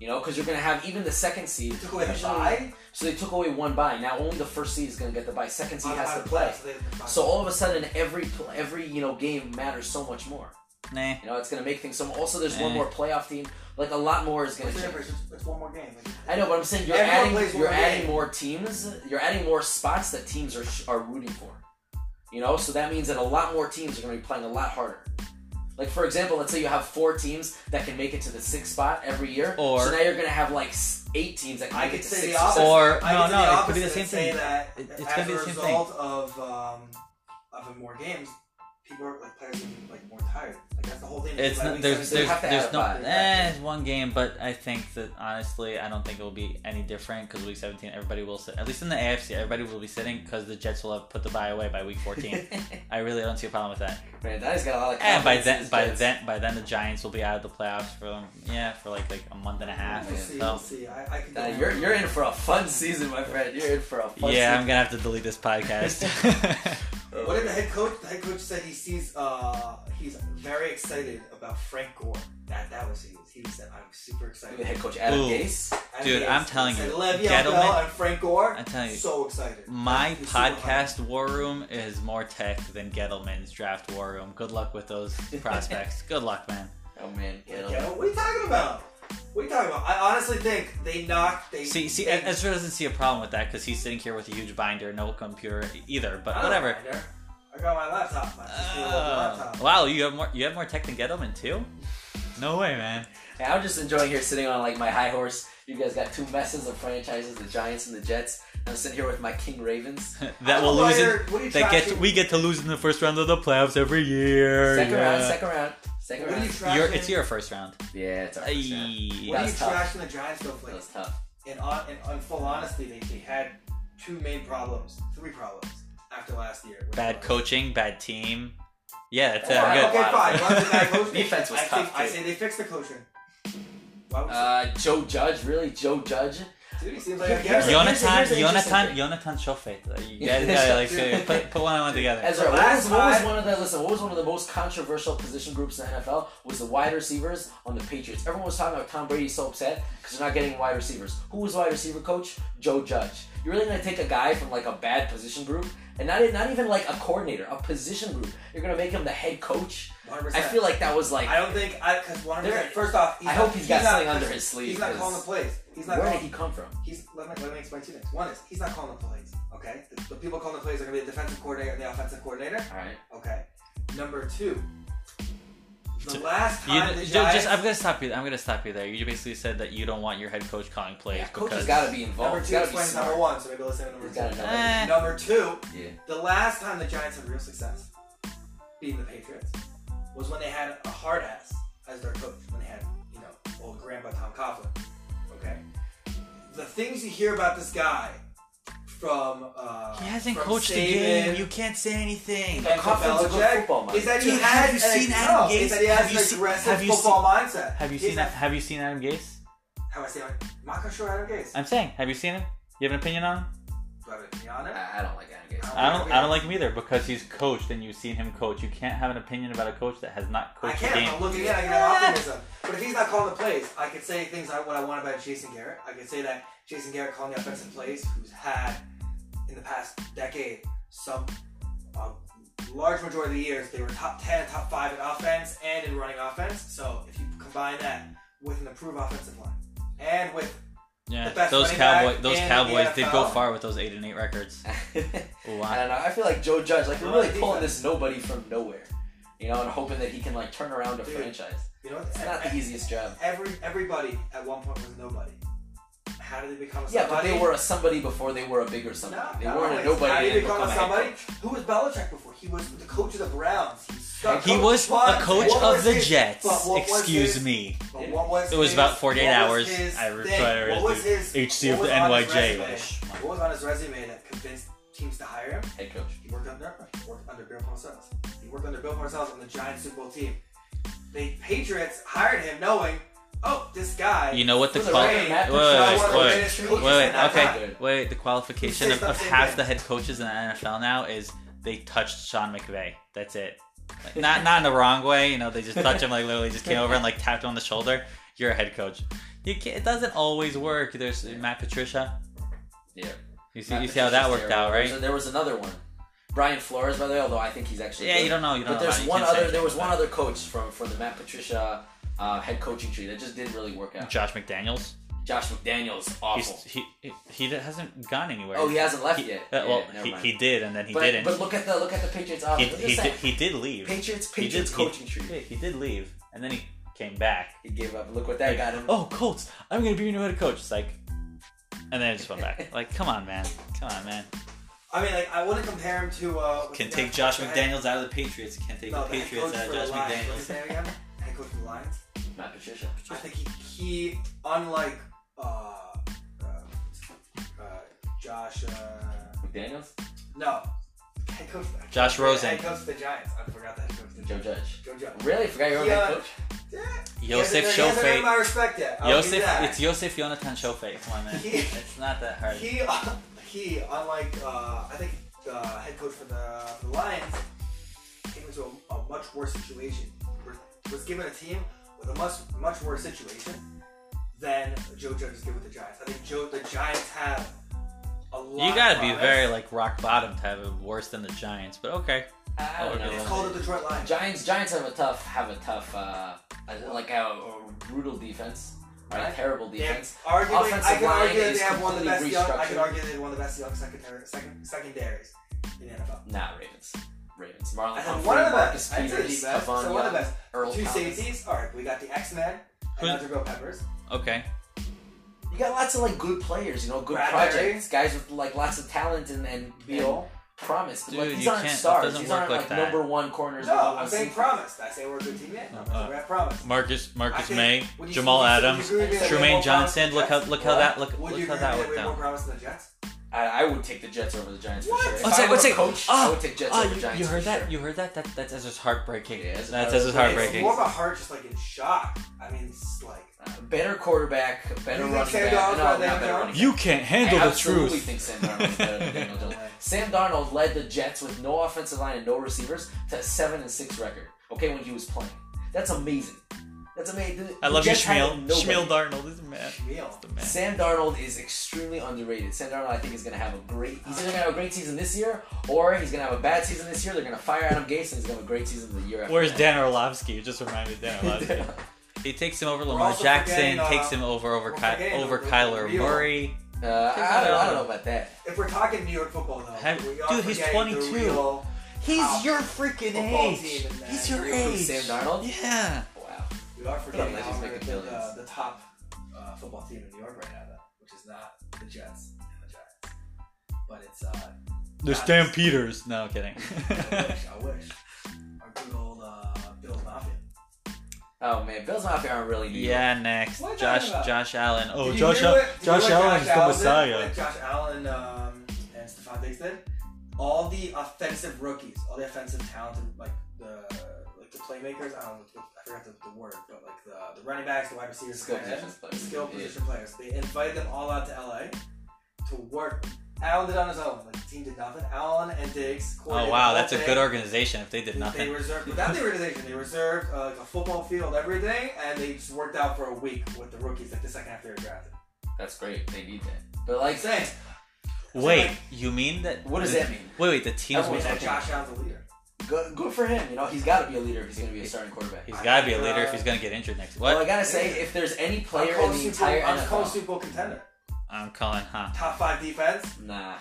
[SPEAKER 3] You know, because you're gonna have even the second seed.
[SPEAKER 1] They took away the
[SPEAKER 3] usually-
[SPEAKER 1] bye.
[SPEAKER 3] So they took away one bye. Now only the first seed is gonna get the bye. Second seed
[SPEAKER 1] on
[SPEAKER 3] has
[SPEAKER 1] the
[SPEAKER 3] to play.
[SPEAKER 1] so they didn't have
[SPEAKER 3] So
[SPEAKER 1] bye.
[SPEAKER 3] all of a sudden, every pl- every you know game matters so much more.
[SPEAKER 2] Nah.
[SPEAKER 3] You know, it's gonna make things so. Also, there's
[SPEAKER 2] Eh.
[SPEAKER 3] one more playoff team. Like a lot more is gonna
[SPEAKER 1] What's the
[SPEAKER 3] change.
[SPEAKER 1] difference? It's- It's one more game. Like,
[SPEAKER 3] I know, but I'm saying you're
[SPEAKER 1] Everyone plays
[SPEAKER 3] adding
[SPEAKER 1] one
[SPEAKER 3] you're
[SPEAKER 1] more
[SPEAKER 3] adding
[SPEAKER 1] game.
[SPEAKER 3] more teams. You're adding more spots that teams are sh- are rooting for. You know, so that means that a lot more teams are going to be playing a lot harder. Like for example, let's say you have four teams that can make it to the sixth spot every year.
[SPEAKER 2] Or-
[SPEAKER 3] so now you're going to have like s- eight teams that can
[SPEAKER 1] I
[SPEAKER 3] make
[SPEAKER 1] could
[SPEAKER 3] it to
[SPEAKER 1] say
[SPEAKER 3] six
[SPEAKER 1] the
[SPEAKER 3] or
[SPEAKER 1] opposite.
[SPEAKER 3] seven.
[SPEAKER 2] Or-
[SPEAKER 1] I
[SPEAKER 2] no,
[SPEAKER 1] could do
[SPEAKER 2] no,
[SPEAKER 1] the
[SPEAKER 2] it could be the
[SPEAKER 1] opposite
[SPEAKER 2] same
[SPEAKER 1] and say
[SPEAKER 2] thing.
[SPEAKER 1] That
[SPEAKER 2] It- it's
[SPEAKER 1] as
[SPEAKER 2] gonna be
[SPEAKER 1] a
[SPEAKER 2] the same thing.
[SPEAKER 1] result of um, of more games, people are like players are getting like more tired. Like that's the whole thing.
[SPEAKER 2] It's
[SPEAKER 1] like,
[SPEAKER 2] not,
[SPEAKER 1] we
[SPEAKER 2] there's
[SPEAKER 1] said,
[SPEAKER 3] they
[SPEAKER 2] there's
[SPEAKER 3] have to
[SPEAKER 2] there's
[SPEAKER 3] add
[SPEAKER 2] no
[SPEAKER 3] a bye.
[SPEAKER 2] eh, it's one game, but I think that honestly, I don't think it will be any different because week 17, everybody will sit. At least in the AFC, everybody will be sitting because the Jets will have put the bye away by week 14. I really don't see a problem with that.
[SPEAKER 3] Man, that has got a lot of.
[SPEAKER 2] And Eh, by
[SPEAKER 3] confidence in
[SPEAKER 2] then,
[SPEAKER 3] his
[SPEAKER 2] by
[SPEAKER 3] Jets.
[SPEAKER 2] then, by then, the Giants will be out of the playoffs for um, yeah for like like a month and a half.
[SPEAKER 1] We'll see. We'll
[SPEAKER 2] So
[SPEAKER 1] see. Uh, I, I could.
[SPEAKER 3] Nah, you're you're in for a fun season, my friend. You're in for a fun.
[SPEAKER 2] yeah, I'm
[SPEAKER 3] season. Uh,
[SPEAKER 2] gonna have to delete this podcast.
[SPEAKER 1] What did the head coach? The head coach said he sees. Uh, he's very excited about Frank Gore. That that was he. Was, he said I'm super
[SPEAKER 3] The
[SPEAKER 1] excited.
[SPEAKER 3] head coach Adam
[SPEAKER 2] Ooh.
[SPEAKER 3] Gase.
[SPEAKER 1] And
[SPEAKER 2] Dude,
[SPEAKER 1] he
[SPEAKER 2] I'm
[SPEAKER 1] is-
[SPEAKER 2] telling
[SPEAKER 1] he
[SPEAKER 2] you,
[SPEAKER 1] said, Le'Veon
[SPEAKER 2] Gettleman-
[SPEAKER 1] Bell and Frank Gore.
[SPEAKER 2] I'm telling you,
[SPEAKER 1] so excited.
[SPEAKER 2] My
[SPEAKER 1] He's super hyped.
[SPEAKER 2] podcast war room is more tech than Gettleman's draft war room. Good luck with those prospects. Good luck, man.
[SPEAKER 3] Oh man,
[SPEAKER 1] Yeah,
[SPEAKER 3] yeah.
[SPEAKER 1] Gettleman? What are you talking about? What are you talking about? I honestly think they knocked. They
[SPEAKER 2] See, see,
[SPEAKER 1] they,
[SPEAKER 2] Ezra doesn't see a problem with that because he's sitting here with a huge binder, no computer either.
[SPEAKER 3] Oh.
[SPEAKER 2] But
[SPEAKER 1] I don't
[SPEAKER 2] whatever.
[SPEAKER 1] mind her. I got my laptop. My sister loves my
[SPEAKER 2] Uh,
[SPEAKER 1] laptop.
[SPEAKER 2] wow, you have more. You have more tech than Gettleman too. No way, man.
[SPEAKER 3] Hey, I'm just enjoying here sitting on like my high horse. You guys got two messes of franchises, the Giants and the Jets. I'm sitting here with my King Ravens.
[SPEAKER 2] That
[SPEAKER 1] I'm
[SPEAKER 2] will
[SPEAKER 1] a
[SPEAKER 2] lose.
[SPEAKER 1] lawyer.
[SPEAKER 2] In,
[SPEAKER 1] What are you
[SPEAKER 2] that
[SPEAKER 1] trying
[SPEAKER 2] gets
[SPEAKER 1] to-
[SPEAKER 2] we get to lose in the first round of the playoffs every year.
[SPEAKER 3] Second
[SPEAKER 2] yeah.
[SPEAKER 3] round, second round, second
[SPEAKER 1] What are you
[SPEAKER 3] round.
[SPEAKER 1] trashing?
[SPEAKER 2] Your- it's your first round.
[SPEAKER 3] Yeah, it's our first round.
[SPEAKER 2] Ayy.
[SPEAKER 1] What are you
[SPEAKER 3] That's tough.
[SPEAKER 1] trashing the Giants though?
[SPEAKER 3] That
[SPEAKER 1] Like,
[SPEAKER 3] was tough.
[SPEAKER 1] in, on, in, in full honesty, they, they had two main problems, three problems after last year. which
[SPEAKER 2] Bad
[SPEAKER 1] was-
[SPEAKER 2] coaching, bad team. Yeah, that's it.
[SPEAKER 1] Fine,
[SPEAKER 2] I'm
[SPEAKER 3] Yeah,
[SPEAKER 2] good.
[SPEAKER 1] Okay, fine. Well, that's a bad coaching.
[SPEAKER 3] Defense was
[SPEAKER 1] I
[SPEAKER 3] tough,
[SPEAKER 1] Think, I
[SPEAKER 3] too.
[SPEAKER 1] say they fixed the coaching. Why would
[SPEAKER 3] Uh, Joe Judge, really? Joe Judge?
[SPEAKER 1] dude, he seems like a
[SPEAKER 3] here's-
[SPEAKER 1] guy.
[SPEAKER 3] here's the
[SPEAKER 2] Jonathan,
[SPEAKER 3] interesting
[SPEAKER 2] Jonathan,
[SPEAKER 3] thing.
[SPEAKER 2] Jonathan Schofate. Like, You guys gotta like say, put, put one on one together.
[SPEAKER 3] Ezra, what was,
[SPEAKER 1] last
[SPEAKER 3] what was
[SPEAKER 1] time-
[SPEAKER 3] one of the listen? What was one of the most controversial position groups in the NFL? Was the wide receivers on the Patriots? Everyone was talking about Tom Brady so upset because they're not getting wide receivers. Who was wide receiver coach? Joe Judge. You're really gonna take a guy from like a bad position group, and not e- not even like a coordinator, a position group. You're gonna make him the head coach.
[SPEAKER 1] 100%.
[SPEAKER 3] I feel like that was like
[SPEAKER 1] I don't think I because one hundred
[SPEAKER 3] There-
[SPEAKER 1] percent. First off, he's
[SPEAKER 3] I
[SPEAKER 1] not,
[SPEAKER 3] hope he's got
[SPEAKER 1] not,
[SPEAKER 3] something under his sleeve,
[SPEAKER 1] He's not
[SPEAKER 3] 'cause
[SPEAKER 1] calling the plays. He's not.
[SPEAKER 3] where did
[SPEAKER 1] calling,
[SPEAKER 3] he come from?
[SPEAKER 1] He's let me, let me explain two things. One is he's not calling the plays. Okay, the, the people calling the plays are going to be the defensive coordinator and the offensive coordinator.
[SPEAKER 3] All right.
[SPEAKER 1] Okay. Number two, the
[SPEAKER 2] Ju-
[SPEAKER 1] last
[SPEAKER 2] You,
[SPEAKER 1] time the
[SPEAKER 2] ju-
[SPEAKER 1] Giants,
[SPEAKER 2] just, I'm gonna stop you. I'm gonna stop you there. You basically said that you don't want your head coach calling plays
[SPEAKER 3] Yeah, coach
[SPEAKER 2] because
[SPEAKER 3] has got to be
[SPEAKER 1] number
[SPEAKER 3] involved. He's
[SPEAKER 1] two
[SPEAKER 3] got to Oh, be
[SPEAKER 1] explains number
[SPEAKER 3] smart.
[SPEAKER 1] one, so maybe listen to number
[SPEAKER 3] He's
[SPEAKER 1] two.
[SPEAKER 3] got to know.
[SPEAKER 2] Eh.
[SPEAKER 1] Number two,
[SPEAKER 3] Yeah.
[SPEAKER 1] the last time the Giants had real success beating the Patriots was when they had a hard ass as their coach. When they had, you know, old grandpa Tom Coughlin. Okay. The things you hear about this guy from uh
[SPEAKER 2] he hasn't
[SPEAKER 1] from
[SPEAKER 2] coached the
[SPEAKER 1] Saban
[SPEAKER 2] game. You can't say anything.
[SPEAKER 1] and from
[SPEAKER 3] Coughlin's a good
[SPEAKER 1] Belichick
[SPEAKER 3] football mind.
[SPEAKER 1] is that he
[SPEAKER 2] Dude,
[SPEAKER 1] has
[SPEAKER 2] have you seen
[SPEAKER 1] an,
[SPEAKER 2] Adam
[SPEAKER 1] no,
[SPEAKER 2] Gase?
[SPEAKER 1] is that he has
[SPEAKER 2] Have
[SPEAKER 1] an
[SPEAKER 2] you seen-
[SPEAKER 1] aggressive
[SPEAKER 2] have you
[SPEAKER 1] football mindset.
[SPEAKER 2] Have you
[SPEAKER 1] He's
[SPEAKER 2] seen?
[SPEAKER 1] not-
[SPEAKER 2] Have you seen Adam Gase?
[SPEAKER 1] How do I say it? Maka sure Adam Gase.
[SPEAKER 2] I'm saying, have you seen him? You have an opinion on him?
[SPEAKER 1] Do I have an opinion on it?
[SPEAKER 3] I, I don't like Adam Gates.
[SPEAKER 1] I
[SPEAKER 2] I don't. I don't like him either because he's coached and you've seen him coach. You can't have an opinion about a coach that has not
[SPEAKER 1] I
[SPEAKER 2] coached the
[SPEAKER 1] can't.
[SPEAKER 2] game.
[SPEAKER 1] I'm looking at. I can have optimism. But if he's not calling the plays, I could say things like what I want about Jason Garrett. I could say that Jason Garrett calling the offensive plays, who's had in the past decade some a large majority of the years they were top ten, top five in offense and in running offense. So if you combine that with an improved offensive line and with the
[SPEAKER 2] Yeah,
[SPEAKER 1] best
[SPEAKER 2] those
[SPEAKER 1] running back
[SPEAKER 2] Cowboy, those
[SPEAKER 1] in the
[SPEAKER 2] Cowboys did go
[SPEAKER 1] NFL.
[SPEAKER 2] far with those eight and eight records.
[SPEAKER 3] I
[SPEAKER 2] Wow.
[SPEAKER 3] don't know. I feel like Joe Judge, like we're
[SPEAKER 1] Well,
[SPEAKER 3] really
[SPEAKER 1] I think
[SPEAKER 3] pulling
[SPEAKER 1] that-
[SPEAKER 3] this nobody from nowhere, you know, and hoping that he can like turn around a
[SPEAKER 1] Dude.
[SPEAKER 3] franchise.
[SPEAKER 1] you know
[SPEAKER 3] It's not the easiest job.
[SPEAKER 1] every everybody at one point was nobody. How did they become
[SPEAKER 3] Yeah,
[SPEAKER 1] somebody?
[SPEAKER 3] but they were a somebody before they were a bigger somebody.
[SPEAKER 1] No,
[SPEAKER 3] they
[SPEAKER 1] no,
[SPEAKER 3] weren't a
[SPEAKER 1] it's-
[SPEAKER 3] nobody.
[SPEAKER 1] How
[SPEAKER 3] and
[SPEAKER 1] did he become
[SPEAKER 3] become
[SPEAKER 1] a
[SPEAKER 3] a head
[SPEAKER 1] somebody?
[SPEAKER 3] coach.
[SPEAKER 1] Who was Belichick before? He was the coach of the Browns. He, sucked.
[SPEAKER 2] He
[SPEAKER 1] Coach
[SPEAKER 2] was a
[SPEAKER 1] Browns.
[SPEAKER 2] coach
[SPEAKER 1] What
[SPEAKER 2] of
[SPEAKER 1] was
[SPEAKER 2] the
[SPEAKER 1] his-
[SPEAKER 2] Jets.
[SPEAKER 1] but what was
[SPEAKER 2] Excuse
[SPEAKER 1] his-
[SPEAKER 2] me.
[SPEAKER 1] but what was
[SPEAKER 2] It was
[SPEAKER 1] his-
[SPEAKER 2] about 48
[SPEAKER 1] what
[SPEAKER 2] hours.
[SPEAKER 1] was his
[SPEAKER 2] I
[SPEAKER 1] thing?
[SPEAKER 2] retired
[SPEAKER 1] What
[SPEAKER 2] as
[SPEAKER 1] was
[SPEAKER 2] the
[SPEAKER 1] his
[SPEAKER 2] HC of
[SPEAKER 1] what
[SPEAKER 2] the
[SPEAKER 1] was on his
[SPEAKER 2] NYJ.
[SPEAKER 1] resume? What was on his resume that convinced teams to hire him.
[SPEAKER 3] Head coach.
[SPEAKER 1] He worked under worked under Bill Parcells. He worked under Bill Parcells on the Giants Super Bowl team. The Patriots hired him knowing, oh, this guy.
[SPEAKER 2] You know what the
[SPEAKER 1] was a
[SPEAKER 2] qual-
[SPEAKER 1] great-
[SPEAKER 2] wait, wait,
[SPEAKER 1] one of the greatest
[SPEAKER 2] wait, wait,
[SPEAKER 1] coaches in
[SPEAKER 2] wait,
[SPEAKER 1] that time.
[SPEAKER 2] okay, wait. The qualification of, of half the head coaches in the NFL now is they touched Sean McVay. That's it. Like, not not in the wrong way. You know, they just touched him. Like literally, just came over and like tapped him on the shoulder. You're a head coach. You can't, it doesn't always work. There's Matt Patricia.
[SPEAKER 3] Yeah.
[SPEAKER 2] You see, you see how that worked out,
[SPEAKER 3] There was-
[SPEAKER 2] right?
[SPEAKER 3] There was another one. Brian Flores, by the way, although I think he's actually
[SPEAKER 2] Yeah,
[SPEAKER 3] good.
[SPEAKER 2] you don't know. You don't
[SPEAKER 3] But
[SPEAKER 2] know.
[SPEAKER 3] there's
[SPEAKER 2] You
[SPEAKER 3] one
[SPEAKER 2] can't say
[SPEAKER 3] other. There
[SPEAKER 2] anything
[SPEAKER 3] was
[SPEAKER 2] about
[SPEAKER 3] one other coach from from the Matt Patricia uh, head coaching tree that just didn't really work
[SPEAKER 2] that.
[SPEAKER 3] out.
[SPEAKER 2] Josh McDaniels.
[SPEAKER 3] Josh McDaniels, awful.
[SPEAKER 2] He's, he he he hasn't gone anywhere.
[SPEAKER 3] oh, he hasn't left
[SPEAKER 2] He-
[SPEAKER 3] yet.
[SPEAKER 2] uh, well,
[SPEAKER 3] yeah, never
[SPEAKER 2] he,
[SPEAKER 3] mind.
[SPEAKER 2] he did, and then he
[SPEAKER 3] but,
[SPEAKER 2] didn't.
[SPEAKER 3] But look at the look at the Patriots
[SPEAKER 2] he,
[SPEAKER 3] offense. Look at
[SPEAKER 2] he,
[SPEAKER 3] that.
[SPEAKER 2] did, he did leave.
[SPEAKER 3] Patriots
[SPEAKER 2] He did-
[SPEAKER 3] Patriots
[SPEAKER 2] he-
[SPEAKER 3] coaching tree.
[SPEAKER 2] Yeah, he did leave, and then he came back.
[SPEAKER 3] He gave up. Look what that
[SPEAKER 2] Like,
[SPEAKER 3] got him.
[SPEAKER 2] Oh, Colts! I'm gonna be your new head coach. It's like, and then it just went back. Like, come on, man. Come on, man.
[SPEAKER 1] I mean, like I wouldn't compare him to. Uh, what's
[SPEAKER 2] Can
[SPEAKER 1] the guy-
[SPEAKER 2] take Josh
[SPEAKER 1] the head-
[SPEAKER 2] McDaniels out of the Patriots. Can take
[SPEAKER 1] No,
[SPEAKER 2] the
[SPEAKER 1] the head
[SPEAKER 2] Patriots
[SPEAKER 1] coach
[SPEAKER 2] out
[SPEAKER 1] for
[SPEAKER 2] of
[SPEAKER 1] the
[SPEAKER 2] Josh
[SPEAKER 1] Lions. What's his
[SPEAKER 2] McDaniels.
[SPEAKER 1] name again? Head coach of the Lions.
[SPEAKER 3] Matt Patricia.
[SPEAKER 1] I think he, he unlike uh, uh, uh, Josh, uh,
[SPEAKER 3] McDaniels.
[SPEAKER 1] no, head coach.
[SPEAKER 2] Josh Rosen.
[SPEAKER 1] Head coach of the Giants. I forgot the head coach of the
[SPEAKER 3] Joe
[SPEAKER 1] Giants.
[SPEAKER 3] Judge.
[SPEAKER 1] Joe Judge.
[SPEAKER 3] Really? Forgot your own
[SPEAKER 1] Yeah.
[SPEAKER 3] head coach.
[SPEAKER 1] Yeah. He hasn't-
[SPEAKER 2] Joseph
[SPEAKER 1] he hasn't earned
[SPEAKER 2] Shofate.
[SPEAKER 1] my respect yet. I'll give you
[SPEAKER 2] Joseph,
[SPEAKER 1] that.
[SPEAKER 2] it's Joseph Jonathan Shofate. Come on, man.
[SPEAKER 1] He-
[SPEAKER 2] It's not that hard.
[SPEAKER 1] He, uh, he, unlike uh, I think the head coach for the, for the Lions, came into a, a much worse situation. Was- Was given a team with a much much worse situation than Joe Judge was given with the Giants. I think Joe the Giants have a lot.
[SPEAKER 2] You gotta
[SPEAKER 1] of
[SPEAKER 2] be
[SPEAKER 1] promise.
[SPEAKER 2] very like rock bottom to have it worse than the Giants, but okay.
[SPEAKER 3] I don't know.
[SPEAKER 1] Uh, It's called the Detroit Lions.
[SPEAKER 3] Oh, Giants Giants have a tough have a tough uh, like a, a brutal defense, right?
[SPEAKER 1] Right.
[SPEAKER 3] terrible
[SPEAKER 1] They have-
[SPEAKER 3] defense.
[SPEAKER 1] Arguably, I
[SPEAKER 3] offensive
[SPEAKER 1] can
[SPEAKER 3] line
[SPEAKER 1] argue that
[SPEAKER 3] is
[SPEAKER 1] they have one of the best
[SPEAKER 3] completely
[SPEAKER 1] young. I can
[SPEAKER 3] restructured.
[SPEAKER 1] argue they have one of the best young secondary, second, secondaries in the NFL.
[SPEAKER 3] Nah, Ravens. Ravens. Marlon
[SPEAKER 1] I
[SPEAKER 3] Humphrey,
[SPEAKER 1] one of the
[SPEAKER 3] Marcus
[SPEAKER 1] best. I'd say the
[SPEAKER 3] Peters,
[SPEAKER 1] best.
[SPEAKER 3] Tavon
[SPEAKER 1] So one of the
[SPEAKER 3] Young,
[SPEAKER 1] best.
[SPEAKER 3] Earl
[SPEAKER 1] Two
[SPEAKER 3] Thomas.
[SPEAKER 1] safeties. All right, we got the X Men
[SPEAKER 2] Who-
[SPEAKER 1] and Dr. Bill Peppers.
[SPEAKER 2] Okay.
[SPEAKER 3] You got lots of like good players, you know, good
[SPEAKER 1] Bradbury.
[SPEAKER 3] projects, guys with like lots of talent and and
[SPEAKER 1] Beal.
[SPEAKER 3] promise. But,
[SPEAKER 2] Dude,
[SPEAKER 3] like, these
[SPEAKER 2] you
[SPEAKER 3] aren't
[SPEAKER 2] can't- it
[SPEAKER 3] stars.
[SPEAKER 2] doesn't
[SPEAKER 3] These
[SPEAKER 2] work
[SPEAKER 3] aren't
[SPEAKER 2] like
[SPEAKER 3] like,
[SPEAKER 2] that.
[SPEAKER 3] number one corners.
[SPEAKER 1] No,
[SPEAKER 3] number one
[SPEAKER 1] I'm saying
[SPEAKER 3] safety.
[SPEAKER 1] promised. I say we're a good team yet.
[SPEAKER 2] Uh,
[SPEAKER 1] we have promised.
[SPEAKER 2] Marcus
[SPEAKER 1] I
[SPEAKER 2] Marcus
[SPEAKER 1] think-
[SPEAKER 2] May,
[SPEAKER 1] would you-
[SPEAKER 2] Jamal
[SPEAKER 1] would you-
[SPEAKER 2] Adams,
[SPEAKER 1] would you agree that we have
[SPEAKER 2] Trumaine
[SPEAKER 1] more promise than
[SPEAKER 2] Johnson. Look
[SPEAKER 1] the
[SPEAKER 2] how
[SPEAKER 1] Jets?
[SPEAKER 2] look how that look
[SPEAKER 1] Would
[SPEAKER 2] look
[SPEAKER 1] you
[SPEAKER 2] how
[SPEAKER 1] agree
[SPEAKER 2] that
[SPEAKER 1] that we
[SPEAKER 2] worked
[SPEAKER 1] have
[SPEAKER 2] out.
[SPEAKER 1] more promise than the Jets?
[SPEAKER 3] I, I would take the Jets over the Giants
[SPEAKER 1] What?
[SPEAKER 3] for sure. If
[SPEAKER 2] One
[SPEAKER 3] I
[SPEAKER 2] sec,
[SPEAKER 3] were
[SPEAKER 2] one
[SPEAKER 3] a
[SPEAKER 2] sec.
[SPEAKER 3] coach,
[SPEAKER 2] Ah,
[SPEAKER 3] I would take Jets
[SPEAKER 2] ah,
[SPEAKER 3] over
[SPEAKER 2] you,
[SPEAKER 3] Giants.
[SPEAKER 2] you heard
[SPEAKER 3] for
[SPEAKER 2] that?
[SPEAKER 3] sure.
[SPEAKER 2] You heard that? That that's just heartbreaking.
[SPEAKER 3] Yeah, it's
[SPEAKER 2] that's just
[SPEAKER 1] It's
[SPEAKER 2] heartbreaking.
[SPEAKER 1] more of a heart, just like in shock. I mean, it's like
[SPEAKER 3] better quarterback,
[SPEAKER 1] You
[SPEAKER 3] better
[SPEAKER 1] think
[SPEAKER 3] running
[SPEAKER 1] Sam
[SPEAKER 3] back.
[SPEAKER 1] Darnold's better
[SPEAKER 3] no, not
[SPEAKER 1] than
[SPEAKER 3] better
[SPEAKER 1] Darnold?
[SPEAKER 3] running back.
[SPEAKER 2] You can't handle
[SPEAKER 3] I
[SPEAKER 2] the
[SPEAKER 3] absolutely
[SPEAKER 2] truth.
[SPEAKER 3] think Sam Darnold is better than Daniel Jones. Sam Darnold led the Jets with no offensive line and no receivers to a seven and six record. Okay, when he was playing, that's amazing. That's amazing. The-
[SPEAKER 2] I
[SPEAKER 3] the
[SPEAKER 2] love you,
[SPEAKER 3] Jets had
[SPEAKER 2] Shmuel.
[SPEAKER 3] nobody.
[SPEAKER 2] Shmuel Darnold is mad.
[SPEAKER 1] Shmuel.
[SPEAKER 2] The man.
[SPEAKER 3] Sam Darnold is extremely underrated. Sam Darnold, I think, is going to have a great. He's either going to have a great season this year, or he's going to have a bad season this year. They're going to fire Adam Gase, and he's going to have a great season the year after.
[SPEAKER 2] Where's
[SPEAKER 3] that.
[SPEAKER 2] Dan Orlovsky? You just reminded me of Dan Orlovsky.
[SPEAKER 3] uh,
[SPEAKER 2] he takes him over Lamar
[SPEAKER 1] also
[SPEAKER 2] Jackson.
[SPEAKER 1] forgetting, uh,
[SPEAKER 2] takes him over over
[SPEAKER 1] we're
[SPEAKER 2] Ky-
[SPEAKER 1] forgetting
[SPEAKER 2] over
[SPEAKER 1] the- the
[SPEAKER 2] Kyler
[SPEAKER 1] real-
[SPEAKER 2] Murray.
[SPEAKER 3] Uh, I, don't, I don't know about that.
[SPEAKER 1] If we're talking New York football, though,
[SPEAKER 2] Have-
[SPEAKER 1] we are
[SPEAKER 2] dude, he's
[SPEAKER 1] forgetting the
[SPEAKER 2] 22.
[SPEAKER 1] real- Wow.
[SPEAKER 2] He's your freaking
[SPEAKER 1] Football
[SPEAKER 2] age.
[SPEAKER 1] team in that.
[SPEAKER 2] He's your
[SPEAKER 3] Who's
[SPEAKER 2] age.
[SPEAKER 3] Sam Darnold.
[SPEAKER 2] Yeah.
[SPEAKER 3] Wow.
[SPEAKER 1] We are forgetting
[SPEAKER 3] Unless he's
[SPEAKER 1] how we're
[SPEAKER 3] making
[SPEAKER 1] the,
[SPEAKER 3] millions.
[SPEAKER 1] the, the top uh, football team in New York right now, though, which is not the Jets and the Giants, but it's uh,
[SPEAKER 2] The
[SPEAKER 1] Nice.
[SPEAKER 2] Stampeders. No kidding.
[SPEAKER 1] I wish, I wish. Our good old uh, Bills Mafia.
[SPEAKER 3] Oh man, Bills Mafia aren't really. New York.
[SPEAKER 2] yeah, next.
[SPEAKER 1] What are you
[SPEAKER 2] Josh
[SPEAKER 1] talking about?
[SPEAKER 2] Josh Allen. Oh,
[SPEAKER 1] Did you
[SPEAKER 2] Josh
[SPEAKER 1] hear
[SPEAKER 2] Al-
[SPEAKER 1] what- did you hear
[SPEAKER 2] Josh
[SPEAKER 1] what
[SPEAKER 2] Allen's the
[SPEAKER 1] Allen-
[SPEAKER 2] Messiah.
[SPEAKER 1] what Josh Allen um, and Stephon Diggs did. All the offensive rookies, all the offensive talented, like the like the playmakers. I don't know, what- I forgot the, the word, but like the, the running backs, the wide receivers,
[SPEAKER 3] Skill
[SPEAKER 1] the tight ends,
[SPEAKER 3] positions, but-
[SPEAKER 1] skill
[SPEAKER 3] Yeah.
[SPEAKER 1] position players. They invited them all out to LA to work. Allen did on his own. Like the team did nothing. Allen and Diggs.
[SPEAKER 2] Oh
[SPEAKER 1] coordinated the
[SPEAKER 2] wow,
[SPEAKER 1] whole
[SPEAKER 2] that's a
[SPEAKER 1] thing.
[SPEAKER 2] good organization. If they did
[SPEAKER 1] They
[SPEAKER 2] nothing.
[SPEAKER 1] reserved without the organization. They reserved uh, like a football field, everything, and they just worked out for a week with the rookies, like the second after they were drafted.
[SPEAKER 3] That's great. They need that. But like,
[SPEAKER 1] Like saying,
[SPEAKER 2] Wait, you mean that?
[SPEAKER 3] what does that mean?
[SPEAKER 2] Wait, wait. The teams.
[SPEAKER 3] Everyone-
[SPEAKER 1] and
[SPEAKER 2] were-
[SPEAKER 1] that Josh Allen's a leader.
[SPEAKER 3] Good, good for him. You know, he's got to be a leader if he's going to be a starting quarterback.
[SPEAKER 2] He's got to be a leader
[SPEAKER 1] uh,
[SPEAKER 2] if he's going to get injured next.
[SPEAKER 3] Well, I
[SPEAKER 2] What?
[SPEAKER 3] gotta say, if there's any player
[SPEAKER 1] I'm calling
[SPEAKER 3] in the
[SPEAKER 1] Super
[SPEAKER 3] entire
[SPEAKER 1] Bowl, I'm calling
[SPEAKER 3] NFL,
[SPEAKER 1] Super Bowl contender.
[SPEAKER 2] I'm calling, huh?
[SPEAKER 1] Top five defense.
[SPEAKER 3] nah,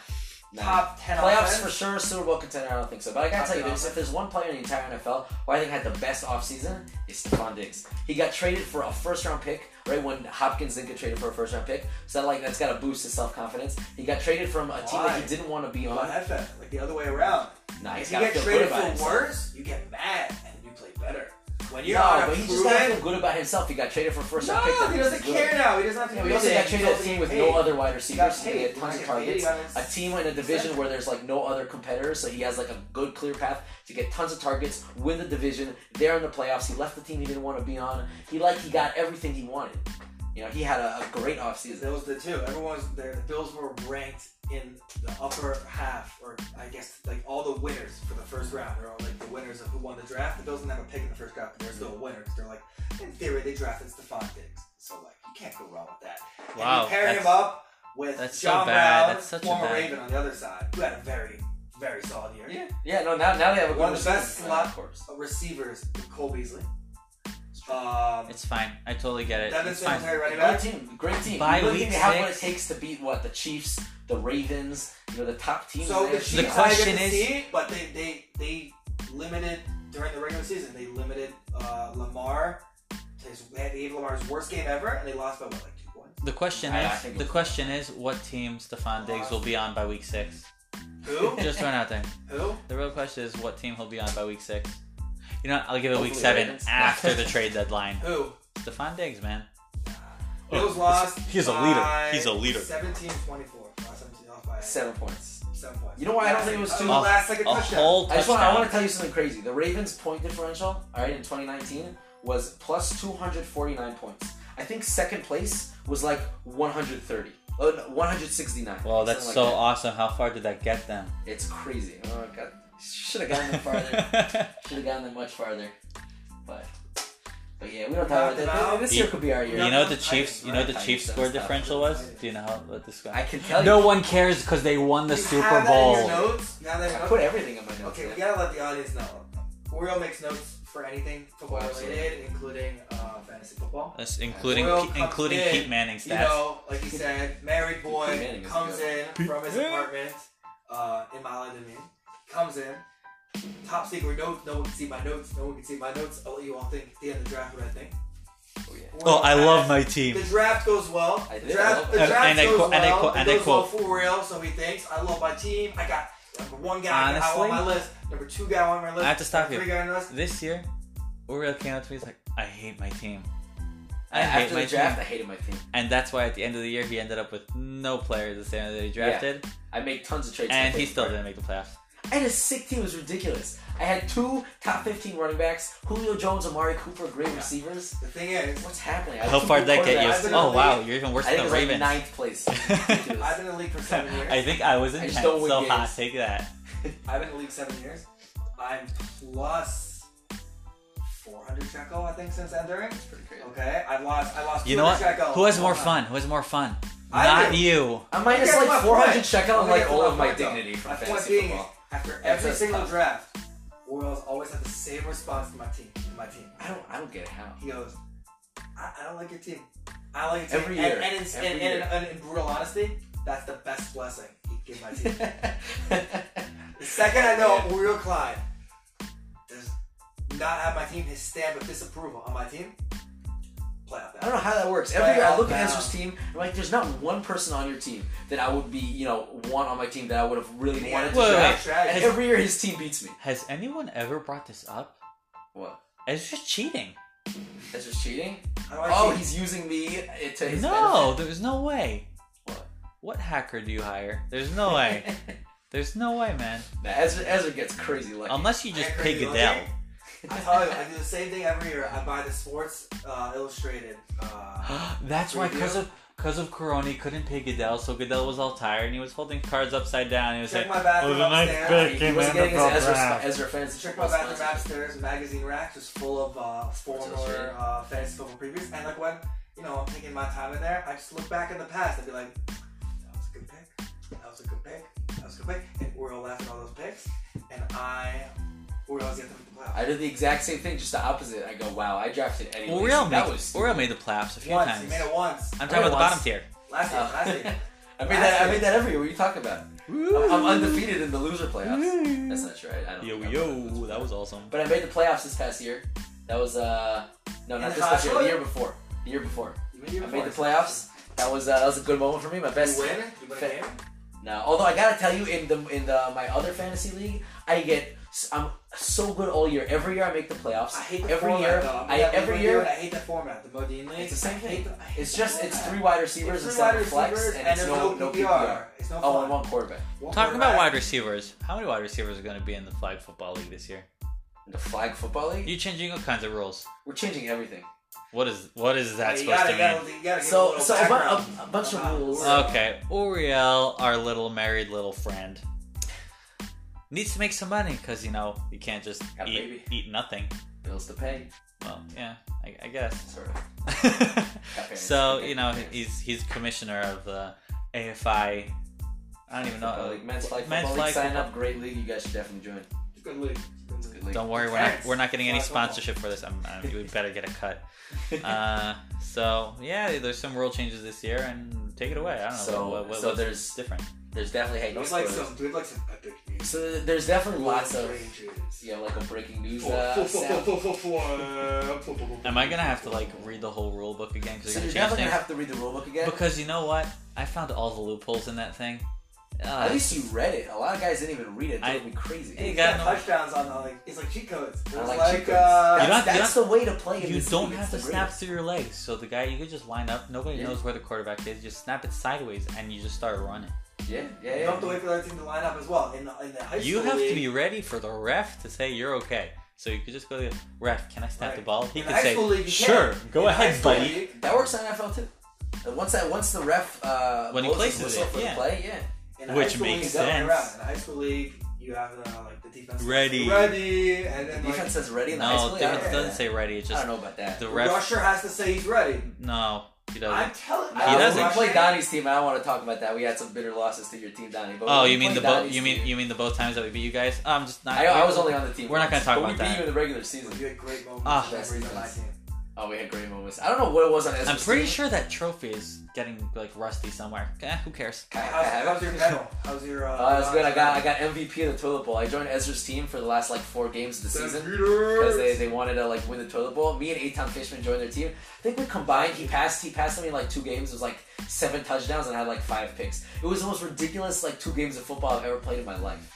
[SPEAKER 3] nah.
[SPEAKER 1] Top ten
[SPEAKER 3] Playoffs
[SPEAKER 1] offense.
[SPEAKER 3] for sure, Super Bowl contender. I don't think so. But I
[SPEAKER 1] Top
[SPEAKER 3] gotta tell you,
[SPEAKER 1] ten
[SPEAKER 3] there's, if there's one player in the entire NFL who I think had the best offseason, it's Stephon Diggs. He got traded for a first round pick, right when Hopkins didn't get traded for a first round pick. So that, like that's gotta boost his self confidence. He got traded from a team that
[SPEAKER 1] Why?
[SPEAKER 3] he didn't want to be
[SPEAKER 1] You know,
[SPEAKER 3] on.
[SPEAKER 1] that fed, like the other way around.
[SPEAKER 3] Nah, he's
[SPEAKER 1] If you
[SPEAKER 3] gotta
[SPEAKER 1] get
[SPEAKER 3] feel
[SPEAKER 1] traded
[SPEAKER 3] good
[SPEAKER 1] for
[SPEAKER 3] about himself.
[SPEAKER 1] worse, you get mad and you play better. When you're
[SPEAKER 3] No,
[SPEAKER 1] on a
[SPEAKER 3] but he just
[SPEAKER 1] proven-
[SPEAKER 3] got to feel good about himself. He got traded for a first round pick.
[SPEAKER 1] No,
[SPEAKER 3] That
[SPEAKER 1] he
[SPEAKER 3] means
[SPEAKER 1] doesn't
[SPEAKER 3] he's good.
[SPEAKER 1] care now. He doesn't have to
[SPEAKER 3] Yeah,
[SPEAKER 1] do
[SPEAKER 3] we also got
[SPEAKER 1] anything.
[SPEAKER 3] traded to a
[SPEAKER 1] He's
[SPEAKER 3] team with
[SPEAKER 1] paid.
[SPEAKER 3] no other wide
[SPEAKER 1] He
[SPEAKER 3] receivers.
[SPEAKER 1] got
[SPEAKER 3] He
[SPEAKER 1] paid.
[SPEAKER 3] had
[SPEAKER 1] He's
[SPEAKER 3] tons
[SPEAKER 1] not
[SPEAKER 3] of
[SPEAKER 1] getting paid. He
[SPEAKER 3] targets. A
[SPEAKER 1] got his-
[SPEAKER 3] team in a division where there's like no other competitors, so he has like a good clear path to get tons of targets, win the division. They're in the playoffs. He left the team he didn't want to be on. He like he got everything he wanted. You know, he had a, a great offseason.
[SPEAKER 1] Those the two. Everyone's there. The Bills were ranked in the upper half, or I guess like all the winners for the first round. They're all like the winners of who won the draft. The Bills didn't have a pick in the first round, but they're still winners. They're like, in theory, they drafted Stephon Diggs, so like you can't go wrong with that.
[SPEAKER 2] Wow,
[SPEAKER 1] And you pair him
[SPEAKER 2] that's-
[SPEAKER 1] up with
[SPEAKER 2] that's so
[SPEAKER 1] John
[SPEAKER 2] bad.
[SPEAKER 1] Brown,
[SPEAKER 2] That's such a
[SPEAKER 1] former
[SPEAKER 2] bad-
[SPEAKER 1] Raven on the other side, who had a very, very solid year.
[SPEAKER 3] Yeah, yeah. No, now now they have a good
[SPEAKER 1] One of the
[SPEAKER 3] receiver.
[SPEAKER 1] best slot-
[SPEAKER 3] of course.
[SPEAKER 1] Uh, Receivers: Cole Beasley. Um,
[SPEAKER 2] It's fine. I totally get it.
[SPEAKER 1] Devin
[SPEAKER 2] It's fine.
[SPEAKER 1] Singletary running
[SPEAKER 3] Great
[SPEAKER 1] back.
[SPEAKER 3] team, great team.
[SPEAKER 2] By
[SPEAKER 3] you really
[SPEAKER 2] week
[SPEAKER 3] think they have what it
[SPEAKER 2] six-
[SPEAKER 3] takes to beat what the Chiefs, the Ravens, you know, the top teams.
[SPEAKER 1] So
[SPEAKER 3] in
[SPEAKER 1] the
[SPEAKER 3] AFC.
[SPEAKER 1] Chiefs,
[SPEAKER 2] The
[SPEAKER 1] I
[SPEAKER 2] question
[SPEAKER 1] didn't
[SPEAKER 2] is-
[SPEAKER 1] see it, but they they they limited during the regular season. They limited uh, Lamar. To his, they gave Lamar's worst game ever, and they lost by what, like two points.
[SPEAKER 2] The question
[SPEAKER 3] I- I
[SPEAKER 2] is,
[SPEAKER 3] think
[SPEAKER 2] the
[SPEAKER 3] it's-
[SPEAKER 2] question is, what team Stephon Diggs will be on by week six?
[SPEAKER 1] Who?
[SPEAKER 2] Just throwing out there.
[SPEAKER 1] Who?
[SPEAKER 2] The real question is, what team he'll be on by week six? You know, what? I'll give it week
[SPEAKER 3] Hopefully
[SPEAKER 2] seven
[SPEAKER 3] Ravens.
[SPEAKER 2] after the trade deadline.
[SPEAKER 1] Who?
[SPEAKER 2] Stephon Diggs, man.
[SPEAKER 1] Bills lost.
[SPEAKER 2] he's a leader.
[SPEAKER 1] by
[SPEAKER 2] He's a leader.
[SPEAKER 1] 17-24. Lost 17 off by
[SPEAKER 3] seven points.
[SPEAKER 1] seven points.
[SPEAKER 3] You know why I don't think it was
[SPEAKER 1] Uh,
[SPEAKER 3] two?
[SPEAKER 1] the last second
[SPEAKER 2] A
[SPEAKER 1] touchdown.
[SPEAKER 2] whole
[SPEAKER 3] I just want, I want
[SPEAKER 2] touchdown.
[SPEAKER 3] to tell you something crazy. The Ravens' point differential, all right, in 2019 was plus 249 points. I think second place was like 130, oh, no, 169.
[SPEAKER 2] Well,
[SPEAKER 3] something
[SPEAKER 2] that's
[SPEAKER 3] like
[SPEAKER 2] so
[SPEAKER 3] that.
[SPEAKER 2] awesome. How far did that get them?
[SPEAKER 3] It's crazy. Oh god, should have gotten them farther. should have gotten them much farther. But, but yeah, we don't talk about that. This year could be our
[SPEAKER 2] you
[SPEAKER 3] year.
[SPEAKER 2] know what the
[SPEAKER 1] I
[SPEAKER 2] Chiefs?
[SPEAKER 1] didn't
[SPEAKER 2] You know what
[SPEAKER 3] write
[SPEAKER 2] the
[SPEAKER 3] how
[SPEAKER 2] Chiefs
[SPEAKER 3] you
[SPEAKER 2] score
[SPEAKER 3] said stuff.
[SPEAKER 2] differential was? Do you know how what the score?
[SPEAKER 3] I can tell
[SPEAKER 2] No
[SPEAKER 3] you.
[SPEAKER 2] one cares because they won the
[SPEAKER 1] You
[SPEAKER 2] Super
[SPEAKER 1] have that in your
[SPEAKER 2] Bowl.
[SPEAKER 1] notes? Now that I
[SPEAKER 3] I
[SPEAKER 1] know-
[SPEAKER 3] put everything in my notes.
[SPEAKER 1] Okay,
[SPEAKER 3] man.
[SPEAKER 1] we gotta let the audience know. Oreo makes notes for anything football
[SPEAKER 3] Oh, absolutely.
[SPEAKER 1] related, including uh, fantasy football.
[SPEAKER 2] That's including
[SPEAKER 1] Will comes
[SPEAKER 2] including
[SPEAKER 1] in,
[SPEAKER 2] Pete Manning's
[SPEAKER 1] You
[SPEAKER 2] stats.
[SPEAKER 1] know, like you said, married
[SPEAKER 3] Pete
[SPEAKER 1] boy
[SPEAKER 3] Manning is
[SPEAKER 1] comes
[SPEAKER 3] good.
[SPEAKER 1] in from his
[SPEAKER 2] Manning.
[SPEAKER 1] apartment uh, in Mala comes in, top secret notes, no one can see my notes, no one can see my notes. I'll let you all think at the end of the draft what I think.
[SPEAKER 3] Oh, yeah.
[SPEAKER 2] oh, I love my
[SPEAKER 1] The
[SPEAKER 2] team.
[SPEAKER 1] draft goes well.
[SPEAKER 3] I
[SPEAKER 1] The
[SPEAKER 3] did.
[SPEAKER 1] draft, the
[SPEAKER 2] And-
[SPEAKER 1] draft
[SPEAKER 2] and I
[SPEAKER 1] goes
[SPEAKER 2] quote-
[SPEAKER 1] well.
[SPEAKER 2] and I quote-
[SPEAKER 1] It
[SPEAKER 2] and I
[SPEAKER 1] goes well
[SPEAKER 2] quote-
[SPEAKER 1] for real, so he thinks, I love my team. I got number one guy I got on my
[SPEAKER 2] Honestly?
[SPEAKER 1] list, number two guy on my list.
[SPEAKER 2] I have to stop
[SPEAKER 1] number
[SPEAKER 2] you.
[SPEAKER 1] Three guy on the list.
[SPEAKER 2] This year, Uriel came up to me. He's like, "I hate my team. I hate
[SPEAKER 3] After
[SPEAKER 2] my
[SPEAKER 3] the draft,
[SPEAKER 2] team."
[SPEAKER 3] I hated my team.
[SPEAKER 2] And that's why at the end of the year, he ended up with no players the same that he drafted,
[SPEAKER 3] I made tons of trades.
[SPEAKER 2] and
[SPEAKER 3] for
[SPEAKER 2] he
[SPEAKER 3] him.
[SPEAKER 2] still didn't make the playoffs.
[SPEAKER 3] I had a sick team. It was ridiculous. I had two top 15 running backs, Julio Jones, Amari Cooper, great receivers.
[SPEAKER 1] The thing is,
[SPEAKER 3] What's happening? I had
[SPEAKER 2] How
[SPEAKER 3] two
[SPEAKER 2] far
[SPEAKER 3] good
[SPEAKER 2] did that get
[SPEAKER 3] quarterbacks.
[SPEAKER 1] I've
[SPEAKER 2] you?
[SPEAKER 1] been
[SPEAKER 2] Oh
[SPEAKER 1] in
[SPEAKER 2] wow,
[SPEAKER 1] the-
[SPEAKER 2] you're even worse
[SPEAKER 3] I think
[SPEAKER 2] than
[SPEAKER 3] it
[SPEAKER 2] the Ravens.
[SPEAKER 3] was like ninth place. Ridiculous.
[SPEAKER 1] I've been in the league for seven years.
[SPEAKER 2] I think I was in
[SPEAKER 3] I just
[SPEAKER 2] tenth,
[SPEAKER 3] don't win
[SPEAKER 2] so hot
[SPEAKER 3] games.
[SPEAKER 2] take that.
[SPEAKER 1] I've been in the league seven years. I'm plus 400 Checo, I think, since entering.
[SPEAKER 3] pretty crazy.
[SPEAKER 1] Okay, I lost. I lost.
[SPEAKER 2] You know what?
[SPEAKER 1] 200 Checo.
[SPEAKER 2] Who has more
[SPEAKER 1] Hold on.
[SPEAKER 2] fun? Who has more fun?
[SPEAKER 1] I
[SPEAKER 2] Not
[SPEAKER 1] do.
[SPEAKER 2] you.
[SPEAKER 3] I'm minus
[SPEAKER 1] Guess
[SPEAKER 3] like
[SPEAKER 1] what?
[SPEAKER 3] 400
[SPEAKER 1] Right.
[SPEAKER 3] checkout and
[SPEAKER 1] Let me
[SPEAKER 3] like
[SPEAKER 1] get
[SPEAKER 3] all
[SPEAKER 1] to
[SPEAKER 3] of
[SPEAKER 1] my
[SPEAKER 3] my
[SPEAKER 1] point, though.
[SPEAKER 3] dignity from
[SPEAKER 1] My point
[SPEAKER 3] fantasy
[SPEAKER 1] being,
[SPEAKER 3] football.
[SPEAKER 1] After
[SPEAKER 3] That's
[SPEAKER 1] every
[SPEAKER 3] just
[SPEAKER 1] single
[SPEAKER 3] tough.
[SPEAKER 1] draft, Orioles always have the same response to my team. To my team.
[SPEAKER 3] I don't, I don't get it how.
[SPEAKER 1] He goes, I, I don't like your team. I don't like your team.
[SPEAKER 3] Every
[SPEAKER 1] and,
[SPEAKER 3] year.
[SPEAKER 1] And, in,
[SPEAKER 3] Every
[SPEAKER 1] and,
[SPEAKER 3] year.
[SPEAKER 1] and, and in brutal honesty, that's the best blessing he can give my team. The second I know Oriel Klein does not have my team, his stamp of disapproval on my team, playoff
[SPEAKER 3] I don't
[SPEAKER 1] battle.
[SPEAKER 3] know how that works. Every year I look at
[SPEAKER 1] Wow.
[SPEAKER 3] Ezra's team, I'm like, there's not one person on your team that I would be, you know, want on my team that I would have really
[SPEAKER 1] Yeah.
[SPEAKER 3] wanted to
[SPEAKER 2] Wait,
[SPEAKER 3] draft.
[SPEAKER 1] wait.
[SPEAKER 3] And every year his team beats me.
[SPEAKER 2] Has anyone ever brought this up?
[SPEAKER 3] What?
[SPEAKER 2] It's just cheating.
[SPEAKER 3] Ezra's cheating?
[SPEAKER 1] I don't like
[SPEAKER 3] Oh,
[SPEAKER 1] team.
[SPEAKER 3] he's using me uh, to his
[SPEAKER 2] No, there's no way.
[SPEAKER 3] What?
[SPEAKER 2] What hacker do you hire? There's no way.
[SPEAKER 3] benefit.
[SPEAKER 2] There's no way, man.
[SPEAKER 3] Now, Ezra, Ezra gets crazy lucky. Oh,
[SPEAKER 2] Unless you just
[SPEAKER 1] I agree
[SPEAKER 2] pay
[SPEAKER 1] with you.
[SPEAKER 2] Goodell.
[SPEAKER 1] I tell you, I do the same thing every year. I buy the Sports uh, Illustrated. Uh,
[SPEAKER 2] That's why, because of because of Corona, he couldn't pay Goodell, so Goodell was all tired and he was holding cards upside down. He was
[SPEAKER 1] check
[SPEAKER 2] like,
[SPEAKER 1] my bathroom
[SPEAKER 2] "Oh, the nice
[SPEAKER 1] upstairs.
[SPEAKER 2] pick."
[SPEAKER 3] he wasn't getting his Ezra, sp- Ezra fans.
[SPEAKER 1] Check my bathroom upstairs. Magazine rack just full of uh, former
[SPEAKER 3] Illustrated.
[SPEAKER 1] uh, fantasy football previews. And like when you know I'm taking my time in there, I just look back in the past and be like, that was a good pick. That was a good pick. That was a good pick. And Uriel left all those picks, and I Uriel's the other the playoffs.
[SPEAKER 3] I did the exact same thing, just the opposite. I go, wow, I drafted anyway.
[SPEAKER 2] Well, Real
[SPEAKER 3] that
[SPEAKER 2] made,
[SPEAKER 3] was
[SPEAKER 2] Real made the playoffs a few
[SPEAKER 1] once
[SPEAKER 2] times.
[SPEAKER 1] he made it once.
[SPEAKER 2] I'm talking about the
[SPEAKER 3] once.
[SPEAKER 2] bottom tier.
[SPEAKER 1] Last year, last year.
[SPEAKER 3] I made that. I made that every year. What are you talking about? I'm, I'm undefeated in the loser playoffs. That's not true. I, I don't.
[SPEAKER 2] Yo,
[SPEAKER 3] think I'm
[SPEAKER 2] yo, that was awesome.
[SPEAKER 3] But I made the playoffs this past year. That was uh, no,
[SPEAKER 1] In
[SPEAKER 3] not this
[SPEAKER 1] college
[SPEAKER 3] past year. The
[SPEAKER 1] football?
[SPEAKER 3] year before. The year before.
[SPEAKER 1] You made, it
[SPEAKER 3] I made the
[SPEAKER 1] before.
[SPEAKER 3] playoffs. That was uh, that was a good moment for me. My
[SPEAKER 1] You
[SPEAKER 3] best
[SPEAKER 1] win. You win a game.
[SPEAKER 3] No, although I gotta tell you, in the in the my other fantasy league, I get s- I'm so good all year. Every year I make the playoffs.
[SPEAKER 1] I hate the
[SPEAKER 3] every
[SPEAKER 1] format,
[SPEAKER 3] year.
[SPEAKER 1] though. I'm
[SPEAKER 3] I
[SPEAKER 1] gonna have
[SPEAKER 3] every
[SPEAKER 1] to
[SPEAKER 3] year.
[SPEAKER 1] do it. I hate the format. The Modine League.
[SPEAKER 3] It's the same
[SPEAKER 1] I hate
[SPEAKER 3] thing.
[SPEAKER 1] the- I hate
[SPEAKER 3] It's
[SPEAKER 1] the
[SPEAKER 3] just it's
[SPEAKER 1] format.
[SPEAKER 3] three wide
[SPEAKER 1] It's
[SPEAKER 3] receivers
[SPEAKER 1] three
[SPEAKER 3] instead
[SPEAKER 1] wide
[SPEAKER 3] of flex,
[SPEAKER 1] receivers
[SPEAKER 3] and it's
[SPEAKER 1] there's
[SPEAKER 3] no no PPR.
[SPEAKER 1] It's no
[SPEAKER 3] Oh,
[SPEAKER 1] fun.
[SPEAKER 3] and one quarterback.
[SPEAKER 1] One
[SPEAKER 2] Talking about
[SPEAKER 1] quarterback.
[SPEAKER 2] wide receivers, how many wide receivers are going to be in the flag football league this year?
[SPEAKER 3] The flag football league.
[SPEAKER 2] You changing all kinds of rules.
[SPEAKER 3] We're changing everything.
[SPEAKER 2] What is what is that
[SPEAKER 1] you
[SPEAKER 2] supposed
[SPEAKER 1] gotta,
[SPEAKER 2] to mean?
[SPEAKER 1] gotta- you gotta give a
[SPEAKER 3] So
[SPEAKER 1] little
[SPEAKER 3] so a, bu-
[SPEAKER 1] background.
[SPEAKER 3] a, a bunch of rules.
[SPEAKER 1] Uh,
[SPEAKER 2] Okay, Uriel, our little married little friend, needs to make some money because you know you can't just
[SPEAKER 3] Got a
[SPEAKER 2] eat,
[SPEAKER 3] baby.
[SPEAKER 2] eat nothing.
[SPEAKER 3] Bills to pay.
[SPEAKER 2] Well, yeah, I, I guess.
[SPEAKER 3] Sort of. Got parents
[SPEAKER 2] so
[SPEAKER 3] to pay
[SPEAKER 2] you know
[SPEAKER 3] for parents.
[SPEAKER 2] he's he's commissioner of the AFI. I don't even
[SPEAKER 3] Football
[SPEAKER 2] know.
[SPEAKER 3] league. men's flag
[SPEAKER 2] uh, Men's
[SPEAKER 3] football
[SPEAKER 2] flag
[SPEAKER 3] league. Sign
[SPEAKER 2] football.
[SPEAKER 3] up, great league. You guys should definitely join.
[SPEAKER 1] It's a good league. It's a good
[SPEAKER 3] Good
[SPEAKER 1] league.
[SPEAKER 3] league.
[SPEAKER 2] Don't worry, we're not
[SPEAKER 1] Thanks.
[SPEAKER 2] we're not getting any
[SPEAKER 1] Flag football.
[SPEAKER 2] sponsorship for this. I'm, i we better get a cut. Uh, so yeah, there's some rule changes this year, and take it away. I don't know.
[SPEAKER 3] So-
[SPEAKER 2] what, what,
[SPEAKER 3] so
[SPEAKER 2] what's
[SPEAKER 3] there's-
[SPEAKER 2] different.
[SPEAKER 3] There's definitely hey.
[SPEAKER 1] It was
[SPEAKER 3] news
[SPEAKER 1] like
[SPEAKER 3] stories.
[SPEAKER 1] some, dude, like some epic news.
[SPEAKER 3] So there's definitely lots of
[SPEAKER 1] Rangers.
[SPEAKER 3] you know like a breaking news.
[SPEAKER 1] Four,
[SPEAKER 3] Uh,
[SPEAKER 1] four, four,
[SPEAKER 3] sound.
[SPEAKER 1] four, four, four, uh, four, four, four,
[SPEAKER 2] Am I gonna have to like read the whole rule book again? Because
[SPEAKER 3] So you're
[SPEAKER 2] you're gonna change
[SPEAKER 3] definitely gonna
[SPEAKER 2] things.
[SPEAKER 3] have to read the rulebook again.
[SPEAKER 2] Because you know what? I found all the loopholes in that thing. Uh,
[SPEAKER 3] At least you read it. A lot of guys didn't even read it. It
[SPEAKER 2] I-
[SPEAKER 3] drove me crazy.
[SPEAKER 2] Hey,
[SPEAKER 1] He's
[SPEAKER 2] got
[SPEAKER 1] got
[SPEAKER 2] no-
[SPEAKER 1] touchdowns on the like. It's like cheat codes. It
[SPEAKER 3] I
[SPEAKER 1] was
[SPEAKER 3] like
[SPEAKER 1] like,
[SPEAKER 3] cheat codes.
[SPEAKER 2] You
[SPEAKER 1] uh,
[SPEAKER 2] don't-
[SPEAKER 3] that's that's the way to play. In
[SPEAKER 2] you
[SPEAKER 3] this
[SPEAKER 2] don't
[SPEAKER 3] league.
[SPEAKER 2] have to
[SPEAKER 3] It's the
[SPEAKER 2] snap
[SPEAKER 3] greatest.
[SPEAKER 2] through your legs. So the guy, you could just line up. Nobody
[SPEAKER 3] Yeah.
[SPEAKER 2] knows where the quarterback is. Just snap it sideways, and you just start running.
[SPEAKER 3] Yeah, yeah,
[SPEAKER 1] you
[SPEAKER 3] yeah.
[SPEAKER 1] don't have to wait for the other team to line up as well. In the, in the high school,
[SPEAKER 2] You have to
[SPEAKER 1] league,
[SPEAKER 2] be ready for the ref to say you're okay. So you could just go to the ref. Can I snap
[SPEAKER 1] Right.
[SPEAKER 2] the ball? He
[SPEAKER 1] In
[SPEAKER 2] could
[SPEAKER 1] high
[SPEAKER 2] say,
[SPEAKER 1] school league, you
[SPEAKER 2] "Sure,
[SPEAKER 1] can.
[SPEAKER 2] go
[SPEAKER 1] In high
[SPEAKER 2] ahead,
[SPEAKER 1] school
[SPEAKER 2] buddy."
[SPEAKER 1] league,
[SPEAKER 3] That works on NFL too. And once that, once the ref uh,
[SPEAKER 2] When he
[SPEAKER 3] blows his
[SPEAKER 2] places
[SPEAKER 3] whistle
[SPEAKER 2] it,
[SPEAKER 3] for the
[SPEAKER 2] yeah.
[SPEAKER 3] play, yeah.
[SPEAKER 1] In the
[SPEAKER 2] Which
[SPEAKER 1] high school
[SPEAKER 2] makes
[SPEAKER 1] league, it's the other way
[SPEAKER 2] sense.
[SPEAKER 1] around. In the high school league, you have the like the defense
[SPEAKER 2] Ready.
[SPEAKER 1] ready, and
[SPEAKER 3] The
[SPEAKER 1] then like,
[SPEAKER 3] defense says ready in the high
[SPEAKER 2] No,
[SPEAKER 3] school.
[SPEAKER 2] the
[SPEAKER 3] yeah, I
[SPEAKER 2] defense
[SPEAKER 3] don't know
[SPEAKER 2] doesn't
[SPEAKER 3] that.
[SPEAKER 2] say ready. It's
[SPEAKER 3] I
[SPEAKER 2] just
[SPEAKER 3] don't know about that.
[SPEAKER 2] the
[SPEAKER 1] the
[SPEAKER 2] ref.
[SPEAKER 1] rusher has to say he's ready.
[SPEAKER 2] No, he doesn't.
[SPEAKER 1] I'm telling.
[SPEAKER 2] He
[SPEAKER 3] Uh,
[SPEAKER 2] doesn't.
[SPEAKER 3] We played Donnie's team. and I don't want to talk about that. We had some bitter losses to your team, Donnie. But
[SPEAKER 2] oh,
[SPEAKER 3] when we
[SPEAKER 2] you mean the
[SPEAKER 3] played
[SPEAKER 2] both?
[SPEAKER 3] Donnie's
[SPEAKER 2] You mean
[SPEAKER 3] team-
[SPEAKER 2] you mean the both times that we beat you guys? I'm just not.
[SPEAKER 3] I, I was only on the team.
[SPEAKER 2] We're not
[SPEAKER 3] once,
[SPEAKER 2] gonna talk
[SPEAKER 3] but
[SPEAKER 2] about
[SPEAKER 3] We beat
[SPEAKER 2] that.
[SPEAKER 3] you in the regular season.
[SPEAKER 1] You had great moments.
[SPEAKER 2] Ah.
[SPEAKER 1] and memories on my team.
[SPEAKER 3] Oh, we had great moments. I don't know what it was on Ezra's
[SPEAKER 2] I'm pretty
[SPEAKER 3] team.
[SPEAKER 2] sure that trophy is getting like rusty somewhere. Eh, who cares?
[SPEAKER 3] I- I
[SPEAKER 1] How's,
[SPEAKER 3] have
[SPEAKER 1] how's
[SPEAKER 3] it.
[SPEAKER 1] your medal? How's your? Uh,
[SPEAKER 3] Oh, that's good. I got I got MVP of the toilet bowl. I joined Ezra's team for the last like four games of the season because they, they wanted to like win the toilet bowl. Me and Eitan Fishman joined their team. I think we combined. He passed he passed me in like two games. It was like seven touchdowns and I had like five picks. It was the most ridiculous like two games of football I've ever played in my life.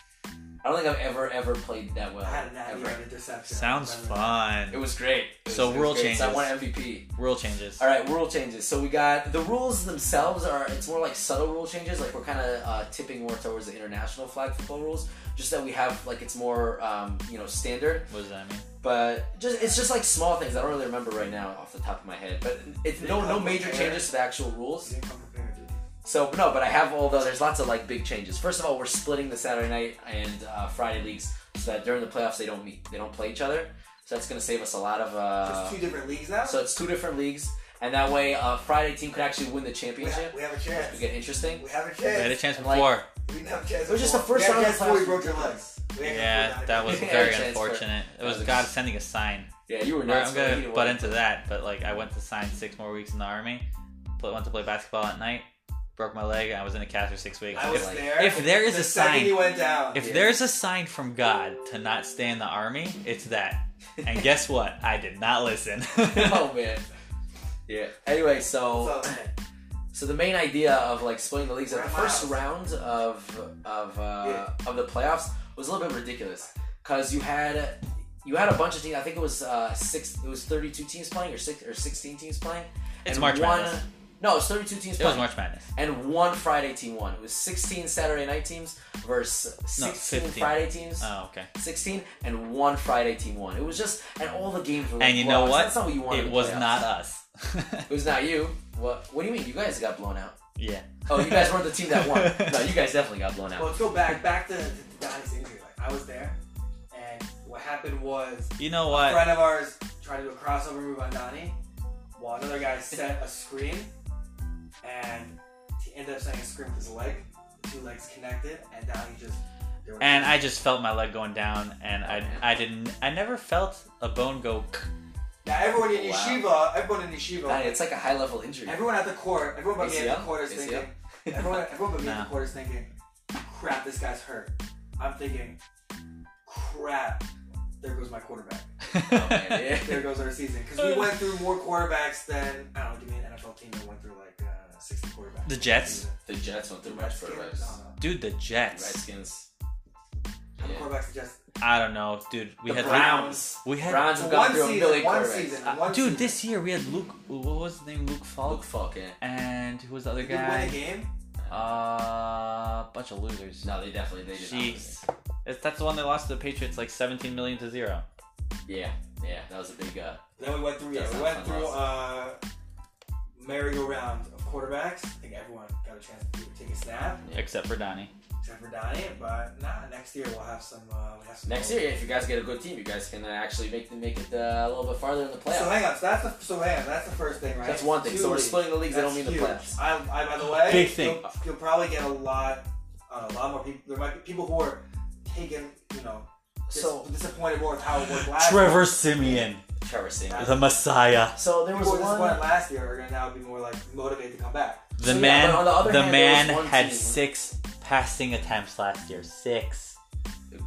[SPEAKER 3] I don't think I've ever ever played that well.
[SPEAKER 1] I had an
[SPEAKER 3] ever.
[SPEAKER 1] accurate interception. uh,
[SPEAKER 2] Sounds
[SPEAKER 1] I remember
[SPEAKER 3] It
[SPEAKER 2] fun.
[SPEAKER 3] was great. It was-
[SPEAKER 2] So
[SPEAKER 3] it was
[SPEAKER 2] rule
[SPEAKER 3] great. So I
[SPEAKER 2] changes.
[SPEAKER 3] won MVP.
[SPEAKER 2] Rule changes.
[SPEAKER 3] All right, rule changes. So we got the rules themselves are it's more like subtle rule changes. Like we're kind of uh, tipping more towards the international flag football rules. Just that we have like it's more um, you know standard,
[SPEAKER 2] What does that mean?
[SPEAKER 3] but just it's just like small things. I don't really remember right now off the top of my head, but it's no no major changes to the actual
[SPEAKER 1] that.
[SPEAKER 3] rules.
[SPEAKER 1] You didn't come prepared, did you?
[SPEAKER 3] So no, but I have all the there's lots of like big changes. First of all, we're splitting the Saturday night and uh, Friday leagues so that during the playoffs they don't meet they don't play each other. So that's gonna save us a lot of uh,
[SPEAKER 1] Just two different leagues now.
[SPEAKER 3] so it's two different leagues, and that way, uh, Friday team could actually win the
[SPEAKER 1] we, ha-
[SPEAKER 3] championship.
[SPEAKER 1] we have a
[SPEAKER 3] We
[SPEAKER 1] chance.
[SPEAKER 3] get interesting.
[SPEAKER 1] We have a
[SPEAKER 2] We had a
[SPEAKER 1] chance.
[SPEAKER 2] chance
[SPEAKER 3] And, like-
[SPEAKER 2] before.
[SPEAKER 1] We didn't have a chance.
[SPEAKER 3] It was just the
[SPEAKER 1] before.
[SPEAKER 3] first
[SPEAKER 1] we had
[SPEAKER 3] round
[SPEAKER 1] a
[SPEAKER 3] of
[SPEAKER 1] chance
[SPEAKER 3] the
[SPEAKER 1] before we
[SPEAKER 3] playoffs.
[SPEAKER 1] broke your legs. We had a chance
[SPEAKER 2] Yeah,
[SPEAKER 1] before
[SPEAKER 2] that was
[SPEAKER 3] Yeah,
[SPEAKER 2] very
[SPEAKER 3] chance for-
[SPEAKER 2] unfortunate. It was
[SPEAKER 3] that
[SPEAKER 2] God
[SPEAKER 3] was-
[SPEAKER 2] sending a sign.
[SPEAKER 3] Yeah, you were not.
[SPEAKER 2] I'm
[SPEAKER 3] supposed to
[SPEAKER 2] gonna butt
[SPEAKER 3] be one.
[SPEAKER 2] into that, but like I went to sign six more weeks in the army. Pl- went to play basketball at night. Broke my leg. and I was in a cast for six weeks.
[SPEAKER 1] I was
[SPEAKER 2] If,
[SPEAKER 3] like-
[SPEAKER 1] there.
[SPEAKER 2] if there is
[SPEAKER 1] the
[SPEAKER 2] a
[SPEAKER 1] second
[SPEAKER 2] sign-
[SPEAKER 1] he went down.
[SPEAKER 2] if
[SPEAKER 3] Yeah.
[SPEAKER 2] there's a sign from God to not stay in the army, it's that. And guess what? I did not listen.
[SPEAKER 3] oh man. Yeah. Anyway, so
[SPEAKER 1] so,
[SPEAKER 3] so the main idea of like splitting the leagues at the
[SPEAKER 1] We're in my
[SPEAKER 3] first
[SPEAKER 1] house.
[SPEAKER 3] round of of uh, of the playoffs was a little bit ridiculous because you had you had a bunch of teams. I think it was uh, six. It was thirty two teams playing or six or sixteen teams playing.
[SPEAKER 2] It's
[SPEAKER 3] and
[SPEAKER 2] March
[SPEAKER 3] one,
[SPEAKER 2] Madness.
[SPEAKER 3] No, it's thirty two teams
[SPEAKER 2] It was
[SPEAKER 3] playing.
[SPEAKER 2] March Madness.
[SPEAKER 3] and one Friday team won. It was 16 Saturday night teams versus 16
[SPEAKER 2] 15.
[SPEAKER 3] Friday teams.
[SPEAKER 2] Oh, okay.
[SPEAKER 3] 16 and one Friday team won. It was just, and all the games were. Like
[SPEAKER 2] And you know
[SPEAKER 3] blowouts.
[SPEAKER 2] what?
[SPEAKER 3] That's not what you wanted.
[SPEAKER 2] It
[SPEAKER 3] in
[SPEAKER 2] was
[SPEAKER 3] playoffs.
[SPEAKER 2] not us.
[SPEAKER 3] It was not you. What? What do you mean? You guys got blown out?
[SPEAKER 2] yeah.
[SPEAKER 3] Oh, you guys weren't the team that won. No, you guys definitely got blown
[SPEAKER 1] well,
[SPEAKER 3] out.
[SPEAKER 1] let's go back back to, to, to Donnie's injury. Like I was there, and what happened was
[SPEAKER 2] You know
[SPEAKER 1] a
[SPEAKER 2] what?
[SPEAKER 1] friend of ours tried to do a crossover move on Donnie, while another guy set a screen, and he ended up setting a screen with his leg. The two legs connected, and Donnie just. there was-
[SPEAKER 2] And I just felt my leg going down, and
[SPEAKER 1] Oh,
[SPEAKER 2] I I didn't I never felt a bone go.
[SPEAKER 1] now everyone in
[SPEAKER 3] Wow.
[SPEAKER 1] yeshiva, everyone in yeshiva,
[SPEAKER 3] Donnie, it's like a high level injury.
[SPEAKER 1] everyone at the court, everyone but me at the
[SPEAKER 3] ACL?
[SPEAKER 1] court is
[SPEAKER 3] ACL?
[SPEAKER 1] thinking. Everyone, everyone but me in
[SPEAKER 2] Nah.
[SPEAKER 1] the quarter's thinking, crap, this guy's hurt. I'm thinking, crap, there goes my quarterback.
[SPEAKER 3] Oh, man, yeah.
[SPEAKER 1] There goes our season. Because
[SPEAKER 2] Uh.
[SPEAKER 1] we went through more quarterbacks than, I don't know, give me an NFL team that went through like uh, 60 quarterbacks.
[SPEAKER 2] The Jets?
[SPEAKER 1] Season.
[SPEAKER 3] The Jets went
[SPEAKER 1] The
[SPEAKER 3] through much
[SPEAKER 1] Redskins?
[SPEAKER 3] for
[SPEAKER 1] I don't know.
[SPEAKER 2] Dude, the Jets.
[SPEAKER 3] Redskins.
[SPEAKER 1] How many
[SPEAKER 3] Yeah.
[SPEAKER 1] quarterbacks the Jets?
[SPEAKER 2] I don't know, dude. We
[SPEAKER 3] the
[SPEAKER 2] had
[SPEAKER 3] Browns.
[SPEAKER 2] We had
[SPEAKER 3] Browns have gone
[SPEAKER 1] One
[SPEAKER 3] through a million
[SPEAKER 1] season, one
[SPEAKER 3] quarterbacks.
[SPEAKER 1] season,
[SPEAKER 2] uh,
[SPEAKER 1] one
[SPEAKER 2] dude.
[SPEAKER 1] season.
[SPEAKER 2] This year we had Luke. What was his name? Luke Falk.
[SPEAKER 3] Look, fuck it.
[SPEAKER 2] And who was the other
[SPEAKER 1] Did they win a
[SPEAKER 2] guy?
[SPEAKER 1] game?
[SPEAKER 2] Uh, bunch of losers.
[SPEAKER 3] No, they definitely they did. not win
[SPEAKER 2] Jeez. It's- That's the one they lost to the Patriots like 17 million to zero.
[SPEAKER 3] it. Yeah, yeah, that was a big. Uh,
[SPEAKER 1] Then we went through. Yeah,
[SPEAKER 3] That's
[SPEAKER 1] we
[SPEAKER 3] not
[SPEAKER 1] went
[SPEAKER 3] fun
[SPEAKER 1] through uh,
[SPEAKER 3] loss.
[SPEAKER 1] merry-go-round of quarterbacks. I think everyone got a chance to take a snap,
[SPEAKER 2] Except for Donnie.
[SPEAKER 1] except for Donnie. But nah, next year we'll have some. Uh, we have some
[SPEAKER 3] Next year, if you guys get a good team, you guys can uh, actually make them make it uh, a little bit farther in the playoffs.
[SPEAKER 1] So hang on. So that's the so hang on. That's the first thing, right?
[SPEAKER 3] That's one thing. So we're
[SPEAKER 1] Two
[SPEAKER 3] splitting the leagues. I don't mean the
[SPEAKER 1] That's
[SPEAKER 3] playoffs.
[SPEAKER 1] huge. I, I, by the way,
[SPEAKER 2] Big thing.
[SPEAKER 1] You'll, you'll probably get a lot, uh, a lot more people. There might be people who are taken, you know, dis-
[SPEAKER 3] So
[SPEAKER 1] disappointed more with how it worked last.
[SPEAKER 2] Trevor
[SPEAKER 1] year.
[SPEAKER 2] Simeon,
[SPEAKER 3] Trevor Simeon.
[SPEAKER 2] the Messiah,
[SPEAKER 3] So there
[SPEAKER 1] People
[SPEAKER 3] was
[SPEAKER 1] who were disappointed
[SPEAKER 3] one.
[SPEAKER 1] last year are gonna now be more like motivated to come back.
[SPEAKER 2] the
[SPEAKER 3] So, yeah,
[SPEAKER 2] man.
[SPEAKER 3] but on the other
[SPEAKER 2] the
[SPEAKER 3] hand, there
[SPEAKER 2] man
[SPEAKER 3] was one
[SPEAKER 2] had
[SPEAKER 3] team-
[SPEAKER 2] six passing attempts last year. Six.